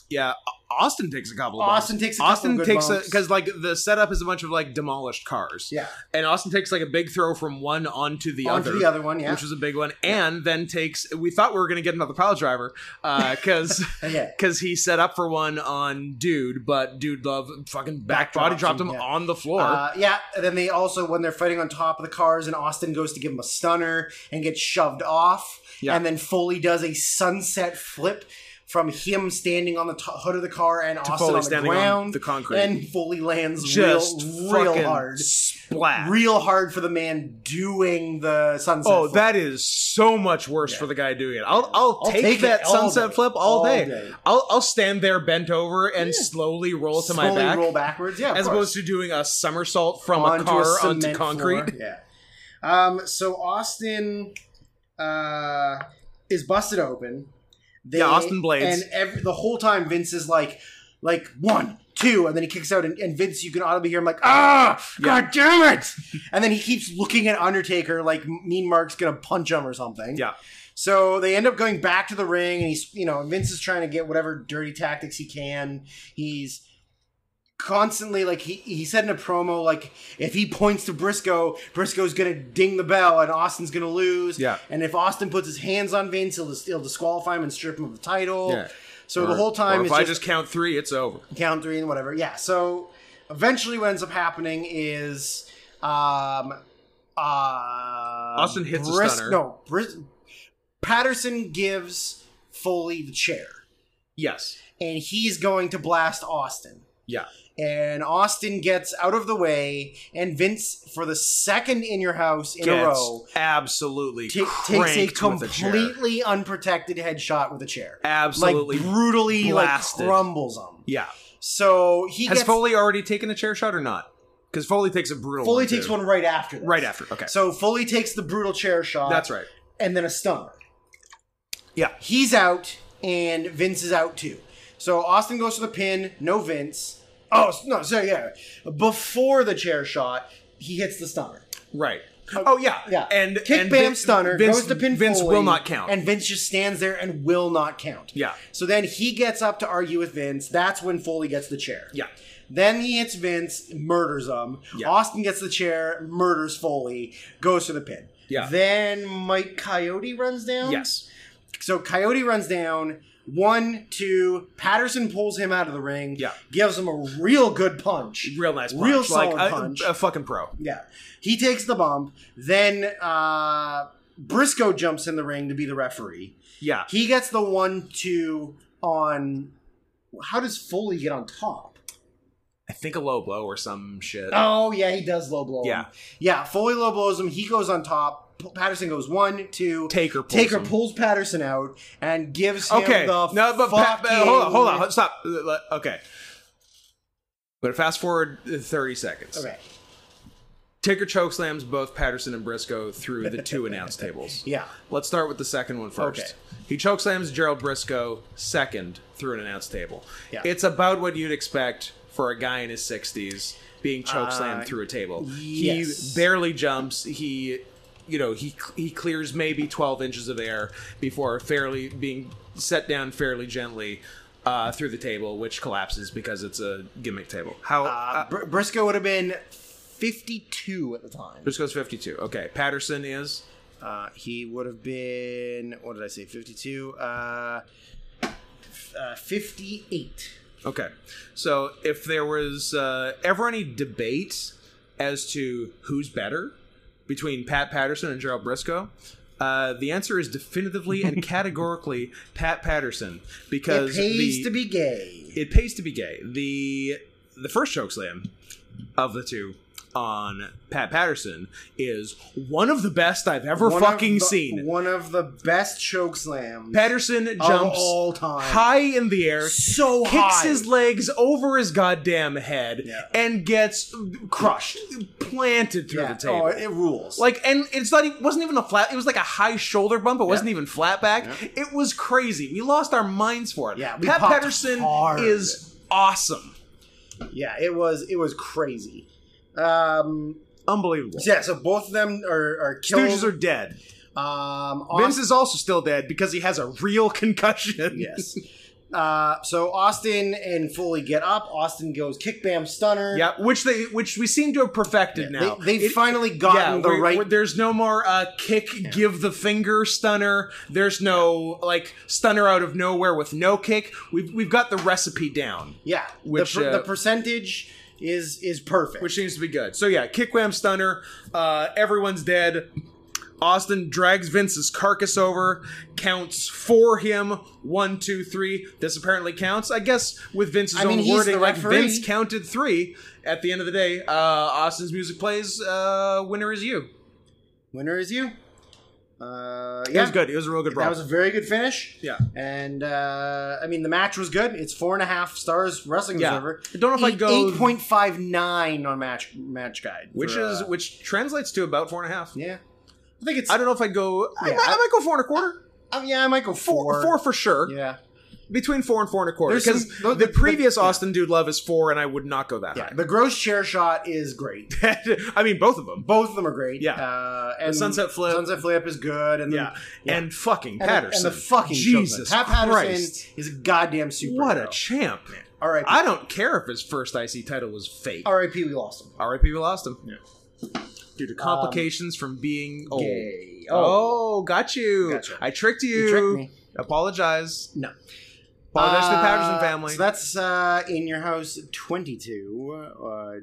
[SPEAKER 1] yeah. Austin takes a couple. Of
[SPEAKER 2] Austin takes a
[SPEAKER 1] bumps.
[SPEAKER 2] couple
[SPEAKER 1] Austin
[SPEAKER 2] good
[SPEAKER 1] takes a
[SPEAKER 2] bumps.
[SPEAKER 1] because like the setup is a bunch of like demolished cars,
[SPEAKER 2] yeah
[SPEAKER 1] and Austin takes like a big throw from one onto the
[SPEAKER 2] onto
[SPEAKER 1] other.
[SPEAKER 2] the other one yeah
[SPEAKER 1] which was a big one, and then takes. We thought we were going to get another pile driver
[SPEAKER 2] (laughs)
[SPEAKER 1] because
[SPEAKER 2] okay.
[SPEAKER 1] because he set up for one on dude, but dude love fucking back
[SPEAKER 2] Backdropped
[SPEAKER 1] body dropped him
[SPEAKER 2] him, yeah.
[SPEAKER 1] on the floor.
[SPEAKER 2] Uh, yeah, and then they also when they're fighting on top of the cars, and Austin goes to give him a stunner and gets shoved off,
[SPEAKER 1] Yeah.
[SPEAKER 2] and then Foley does a sunset flip from him standing on the to hood of the car and
[SPEAKER 1] to
[SPEAKER 2] Austin
[SPEAKER 1] Foley
[SPEAKER 2] on the
[SPEAKER 1] standing on
[SPEAKER 2] ground,
[SPEAKER 1] the concrete
[SPEAKER 2] and Foley lands
[SPEAKER 1] just
[SPEAKER 2] real,
[SPEAKER 1] fucking
[SPEAKER 2] real hard,
[SPEAKER 1] splat.
[SPEAKER 2] real hard for the man doing the sunset.
[SPEAKER 1] Oh,
[SPEAKER 2] flip.
[SPEAKER 1] that is so much worse
[SPEAKER 2] Yeah.
[SPEAKER 1] for the guy doing it. I'll I'll,
[SPEAKER 2] I'll
[SPEAKER 1] take,
[SPEAKER 2] take it
[SPEAKER 1] that
[SPEAKER 2] all
[SPEAKER 1] sunset
[SPEAKER 2] day.
[SPEAKER 1] flip all,
[SPEAKER 2] All
[SPEAKER 1] day.
[SPEAKER 2] day.
[SPEAKER 1] I'll I'll stand there bent over and slowly roll to my
[SPEAKER 2] Slowly
[SPEAKER 1] back,
[SPEAKER 2] roll backwards, yeah, of
[SPEAKER 1] as
[SPEAKER 2] course.
[SPEAKER 1] opposed to doing a somersault from a
[SPEAKER 2] onto
[SPEAKER 1] car onto
[SPEAKER 2] cement
[SPEAKER 1] concrete.
[SPEAKER 2] floor. Yeah. Um, so Austin uh, is busted open. They-
[SPEAKER 1] Yeah, Austin Blades.
[SPEAKER 2] And every, the whole time Vince is like, like one, two, and then he kicks out, and, and Vince, you can audibly hear him like, ah,
[SPEAKER 1] Yeah.
[SPEAKER 2] god damn it! and then he keeps looking at Undertaker like Mean Mark's gonna punch him or something.
[SPEAKER 1] Yeah.
[SPEAKER 2] So they end up going back to the ring, and he's you know Vince is trying to get whatever dirty tactics he can. He's constantly like he he said in a promo like if he points to Briscoe, Briscoe's gonna ding the bell, and Austin's gonna lose.
[SPEAKER 1] Yeah.
[SPEAKER 2] And if Austin puts his hands on Vince, he'll, he'll disqualify him and strip him of the title.
[SPEAKER 1] (laughs) Yeah.
[SPEAKER 2] So the
[SPEAKER 1] Or-
[SPEAKER 2] whole time
[SPEAKER 1] or if
[SPEAKER 2] it's
[SPEAKER 1] I
[SPEAKER 2] just
[SPEAKER 1] just count three, it's over.
[SPEAKER 2] count three and whatever. Yeah. So eventually, what ends up happening is, um, uh, Austin
[SPEAKER 1] hits a stunner.
[SPEAKER 2] No, Bris- Patterson gives Foley the chair,
[SPEAKER 1] Yes.
[SPEAKER 2] and he's going to blast Austin.
[SPEAKER 1] Yeah.
[SPEAKER 2] And Austin gets out of the way, and Vince, for the second in your house in a
[SPEAKER 1] Gets
[SPEAKER 2] row,
[SPEAKER 1] absolutely
[SPEAKER 2] ta- takes a
[SPEAKER 1] cranked with a chair.
[SPEAKER 2] completely unprotected headshot with a chair,
[SPEAKER 1] absolutely.
[SPEAKER 2] like brutally,
[SPEAKER 1] blasted.
[SPEAKER 2] like crumbles him.
[SPEAKER 1] yeah.
[SPEAKER 2] So he
[SPEAKER 1] Has
[SPEAKER 2] gets,
[SPEAKER 1] Foley already taken the chair shot or not? Because Foley takes a brutal.
[SPEAKER 2] Foley
[SPEAKER 1] one
[SPEAKER 2] takes
[SPEAKER 1] too.
[SPEAKER 2] one right after. This.
[SPEAKER 1] right after. Okay,
[SPEAKER 2] So Foley takes the brutal chair shot.
[SPEAKER 1] that's right.
[SPEAKER 2] And then a stunner.
[SPEAKER 1] Yeah.
[SPEAKER 2] He's out, and Vince is out too. So Austin goes for the pin. No Vince. Oh no! So yeah, before the chair shot, he hits the stunner.
[SPEAKER 1] Right. Oh yeah.
[SPEAKER 2] Yeah.
[SPEAKER 1] And
[SPEAKER 2] Kick,
[SPEAKER 1] and
[SPEAKER 2] bam,
[SPEAKER 1] Vince-
[SPEAKER 2] stunner
[SPEAKER 1] Vince,
[SPEAKER 2] goes to pin.
[SPEAKER 1] Vince
[SPEAKER 2] Foley,
[SPEAKER 1] will not count.
[SPEAKER 2] and Vince just stands there and will not count.
[SPEAKER 1] yeah.
[SPEAKER 2] So then he gets up to argue with Vince. That's when Foley gets the chair.
[SPEAKER 1] Yeah.
[SPEAKER 2] Then he hits Vince, murders him.
[SPEAKER 1] Yeah.
[SPEAKER 2] Austin gets the chair, murders Foley, goes to the pin.
[SPEAKER 1] Yeah.
[SPEAKER 2] Then Mike Coyote runs down.
[SPEAKER 1] Yes.
[SPEAKER 2] So Coyote runs down. One, two. Patterson pulls him out of the ring.
[SPEAKER 1] Yeah.
[SPEAKER 2] Gives him a real good punch.
[SPEAKER 1] Real nice. Punch.
[SPEAKER 2] Real
[SPEAKER 1] like,
[SPEAKER 2] solid
[SPEAKER 1] a-
[SPEAKER 2] punch.
[SPEAKER 1] A, fucking pro.
[SPEAKER 2] Yeah. He takes the bump. Then uh, Briscoe jumps in the ring to be the referee.
[SPEAKER 1] Yeah.
[SPEAKER 2] He gets the one, two on. How does Foley get on top?
[SPEAKER 1] I think a low blow or some shit.
[SPEAKER 2] Oh yeah, he does low blow.
[SPEAKER 1] Yeah.
[SPEAKER 2] him. yeah. Foley low blows him. He goes on top. P- Patterson goes one, two.
[SPEAKER 1] Taker. Pulls
[SPEAKER 2] Taker
[SPEAKER 1] him.
[SPEAKER 2] pulls Patterson out and gives him
[SPEAKER 1] Okay. no,
[SPEAKER 2] the
[SPEAKER 1] but pa- but
[SPEAKER 2] fucking-
[SPEAKER 1] hold on, hold on, stop. Uh, Okay. But fast forward thirty seconds.
[SPEAKER 2] Okay,
[SPEAKER 1] Taker chokeslams both Patterson and Briscoe through the two announce tables.
[SPEAKER 2] yeah,
[SPEAKER 1] Let's start with the second one first.
[SPEAKER 2] Okay.
[SPEAKER 1] He chokeslams Gerald Briscoe second through an announce table.
[SPEAKER 2] Yeah.
[SPEAKER 1] It's about what you'd expect for a guy in his 60s being chokeslammed
[SPEAKER 2] Uh,
[SPEAKER 1] through a table.
[SPEAKER 2] yes.
[SPEAKER 1] He barely jumps. He, you know, he he clears maybe 12 inches of air before fairly being set down fairly gently. Uh, through the table, which collapses because it's a gimmick table. How
[SPEAKER 2] Uh, Br- Briscoe would have been fifty-two at the time.
[SPEAKER 1] Briscoe's fifty-two. Okay, Patterson is
[SPEAKER 2] Uh, he would have been what did I say? Fifty-two. Uh, f- uh, fifty-eight.
[SPEAKER 1] Okay. So if there was uh, ever any debate as to who's better between Pat Patterson and Gerald Briscoe, uh, the answer is definitively
[SPEAKER 2] (laughs)
[SPEAKER 1] and categorically Pat Patterson
[SPEAKER 2] It
[SPEAKER 1] because
[SPEAKER 2] pays
[SPEAKER 1] the-
[SPEAKER 2] to be gay.
[SPEAKER 1] it pays to be gay. The the first chokeslam of the two on Pat Patterson is one of the best I've ever
[SPEAKER 2] One of
[SPEAKER 1] fucking
[SPEAKER 2] the-
[SPEAKER 1] seen.
[SPEAKER 2] One of the best choke slams
[SPEAKER 1] Patterson
[SPEAKER 2] of
[SPEAKER 1] jumps
[SPEAKER 2] all time.
[SPEAKER 1] high in the air,
[SPEAKER 2] so
[SPEAKER 1] kicks
[SPEAKER 2] high.
[SPEAKER 1] his legs over his goddamn head
[SPEAKER 2] Yeah.
[SPEAKER 1] and gets crushed, planted through
[SPEAKER 2] Yeah.
[SPEAKER 1] the table.
[SPEAKER 2] Oh, it rules.
[SPEAKER 1] like and it's not it wasn't even a flat it was like a high shoulder bump it wasn't even flat back it was crazy we lost our minds for it
[SPEAKER 2] Yeah, we
[SPEAKER 1] pat
[SPEAKER 2] popped
[SPEAKER 1] patterson
[SPEAKER 2] hard.
[SPEAKER 1] is awesome
[SPEAKER 2] yeah, it was it was crazy. Um,
[SPEAKER 1] unbelievable
[SPEAKER 2] so yeah, so both of them are, are killed.
[SPEAKER 1] stooges are dead
[SPEAKER 2] um,
[SPEAKER 1] vince
[SPEAKER 2] Austin,
[SPEAKER 1] is also still dead because he has a real concussion
[SPEAKER 2] yes. Uh, so Austin and Foley get up. Austin goes kick, bam, stunner.
[SPEAKER 1] (laughs) yeah which they which we seem to have perfected now
[SPEAKER 2] They, have
[SPEAKER 1] It-
[SPEAKER 2] finally gotten the
[SPEAKER 1] we're-
[SPEAKER 2] right.
[SPEAKER 1] we're- there's no more uh, kick, give the finger stunner. There's no like stunner out of nowhere with no kick. We've we've got the recipe down,
[SPEAKER 2] yeah,
[SPEAKER 1] which,
[SPEAKER 2] the, per-
[SPEAKER 1] uh,
[SPEAKER 2] the percentage is is perfect.
[SPEAKER 1] which seems to be good. So yeah, kick wham stunner. Uh, everyone's dead. Austin drags Vince's carcass over, counts for him. One, two, three. This apparently counts. I guess with Vince's
[SPEAKER 2] I mean,
[SPEAKER 1] own
[SPEAKER 2] he's
[SPEAKER 1] wording,
[SPEAKER 2] the
[SPEAKER 1] like
[SPEAKER 2] referee.
[SPEAKER 1] Vince counted three. At the end of the day, uh, Austin's music plays. Uh, winner is you.
[SPEAKER 2] winner is you. Uh,
[SPEAKER 1] It
[SPEAKER 2] yeah,
[SPEAKER 1] was good. It was a real good.
[SPEAKER 2] that
[SPEAKER 1] brawl.
[SPEAKER 2] was a very good finish.
[SPEAKER 1] yeah.
[SPEAKER 2] And uh, I mean, the match was good. It's four and a half stars Wrestling
[SPEAKER 1] Yeah.
[SPEAKER 2] Observer.
[SPEAKER 1] I don't know if I go
[SPEAKER 2] E- eight point five nine on match match guide,
[SPEAKER 1] which
[SPEAKER 2] for,
[SPEAKER 1] is
[SPEAKER 2] uh,
[SPEAKER 1] which translates to about four and a half.
[SPEAKER 2] yeah. I think it's
[SPEAKER 1] I don't know if I'd go. I,
[SPEAKER 2] Yeah,
[SPEAKER 1] might, I,
[SPEAKER 2] I-
[SPEAKER 1] might go four and a quarter.
[SPEAKER 2] um, yeah, I might go
[SPEAKER 1] Four,
[SPEAKER 2] four.
[SPEAKER 1] four for sure.
[SPEAKER 2] Yeah.
[SPEAKER 1] between four and four and a quarter.
[SPEAKER 6] There's some-
[SPEAKER 1] Because
[SPEAKER 6] the-
[SPEAKER 1] the,
[SPEAKER 6] the-
[SPEAKER 1] previous
[SPEAKER 6] the- yeah.
[SPEAKER 1] Austin Dude Love is four, and I would not go that
[SPEAKER 6] Yeah.
[SPEAKER 2] The gross chair shot is great.
[SPEAKER 1] high. (laughs) I mean, both of them.
[SPEAKER 2] Both of them are great.
[SPEAKER 1] Yeah.
[SPEAKER 2] Uh,
[SPEAKER 1] The
[SPEAKER 2] and
[SPEAKER 1] sunset flip.
[SPEAKER 2] Sunset Flip is good. And
[SPEAKER 1] yeah.
[SPEAKER 2] then yeah.
[SPEAKER 1] and fucking
[SPEAKER 2] and the-
[SPEAKER 1] Patterson.
[SPEAKER 2] And the fucking
[SPEAKER 1] Jesus
[SPEAKER 2] Children. Pat Patterson
[SPEAKER 1] Christ.
[SPEAKER 2] is a goddamn super.
[SPEAKER 1] What a champ!
[SPEAKER 2] All right.
[SPEAKER 1] I don't care if his first IC title was fake.
[SPEAKER 2] R.I.P. We lost him.
[SPEAKER 1] R.I.P. We lost him. Due to complications
[SPEAKER 2] Um,
[SPEAKER 1] from being old.
[SPEAKER 2] Gay.
[SPEAKER 1] Oh, got you.
[SPEAKER 2] Gotcha.
[SPEAKER 1] I tricked you.
[SPEAKER 2] You tricked me.
[SPEAKER 1] Apologize.
[SPEAKER 2] No.
[SPEAKER 1] Apologize to the
[SPEAKER 2] Uh,
[SPEAKER 1] Patterson family.
[SPEAKER 2] So that's uh, in your house twenty two. Uh,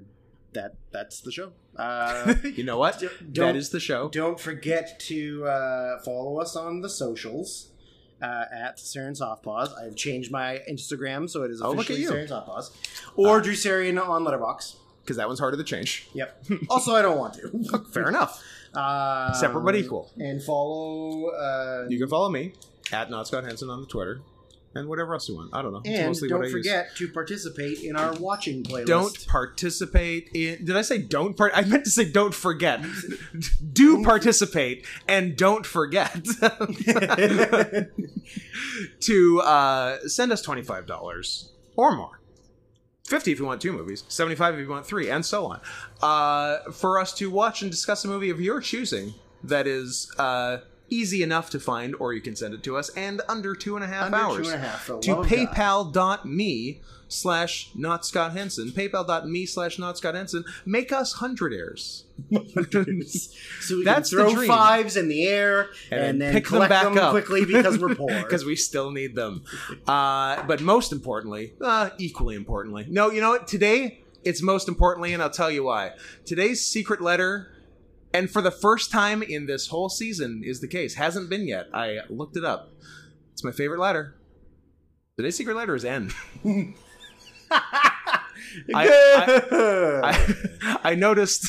[SPEAKER 2] that that's the show.
[SPEAKER 1] (laughs)
[SPEAKER 2] Uh,
[SPEAKER 1] you know what? That
[SPEAKER 2] (laughs) don't-
[SPEAKER 1] is the show.
[SPEAKER 2] don't forget to uh, follow us on the socials uh, at Saren Soft Paws. I've changed my Instagram, so it is
[SPEAKER 1] Oh, look at
[SPEAKER 2] officially
[SPEAKER 1] you. Uh.
[SPEAKER 2] Saren Soft Paws. Or Drew Sarian on Letterbox.
[SPEAKER 1] Because that one's harder to change.
[SPEAKER 2] Yep. (laughs) also, I don't want to.
[SPEAKER 1] Fair enough.
[SPEAKER 2] (laughs) Um,
[SPEAKER 1] Separate but equal.
[SPEAKER 2] And follow. Uh,
[SPEAKER 1] You can follow me at Not Scott Henson on the Twitter and whatever else you want. I don't know. It's
[SPEAKER 2] and
[SPEAKER 1] mostly
[SPEAKER 2] don't
[SPEAKER 1] what I use.
[SPEAKER 2] forget to participate in our watching playlist.
[SPEAKER 1] don't participate in did i say don't part i meant to say don't forget do participate and don't forget (laughs) to uh, send us $25 or more 50 if you want two movies 75 if you want three and so on uh, for us to watch and discuss a movie of your choosing that is uh, easy enough to find or you can send it to us and under two and a half
[SPEAKER 2] Under
[SPEAKER 1] hours
[SPEAKER 2] two and a half. for the
[SPEAKER 1] to
[SPEAKER 2] love of God.
[SPEAKER 1] paypal.me slash not Scott Henson. Paypal.me slash not Scott Henson. Make us hundred heirs.
[SPEAKER 2] (laughs) So we
[SPEAKER 1] That's the
[SPEAKER 2] can throw
[SPEAKER 1] dream.
[SPEAKER 2] fives in the air
[SPEAKER 1] And
[SPEAKER 2] and,
[SPEAKER 1] then
[SPEAKER 2] then
[SPEAKER 1] pick them
[SPEAKER 2] collect
[SPEAKER 1] back
[SPEAKER 2] them,
[SPEAKER 1] up.
[SPEAKER 2] quickly because
[SPEAKER 1] (laughs)
[SPEAKER 2] we're poor.
[SPEAKER 1] Because
[SPEAKER 2] (laughs)
[SPEAKER 1] we still need them. Uh, but most importantly, uh, equally importantly. No, you know what? Today, it's most importantly, and I'll tell you why. Today's secret letter, and for the first time in this whole season, is the case. Hasn't been yet. I looked it up. It's my favorite letter. Today's secret letter is N. I- I- (laughs) I, I noticed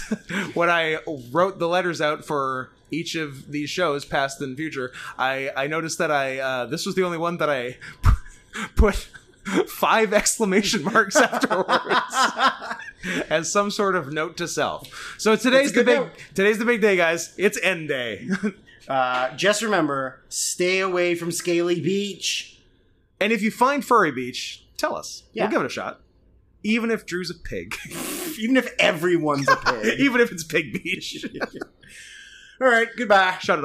[SPEAKER 1] when I wrote the letters out for each of these shows, past and future, I, I noticed that I uh, this was the only one that I (laughs) put five exclamation
[SPEAKER 2] (laughs)
[SPEAKER 1] marks afterwards (laughs) as some sort of note to self. So today's
[SPEAKER 2] That's
[SPEAKER 1] the
[SPEAKER 2] a good
[SPEAKER 1] big
[SPEAKER 2] note.
[SPEAKER 1] today's the big day, guys. It's end day. (laughs)
[SPEAKER 2] uh, just remember, stay away from Scaly Beach.
[SPEAKER 1] and if you find Furry Beach, tell us.
[SPEAKER 2] Yeah.
[SPEAKER 1] We'll give it a shot. Even if Drew's a
[SPEAKER 2] (laughs)
[SPEAKER 1] pig. (laughs)
[SPEAKER 2] Even if everyone's a pig.
[SPEAKER 1] Even if it's Pig Beach.
[SPEAKER 2] All right, goodbye.
[SPEAKER 1] (laughs) Shut it up.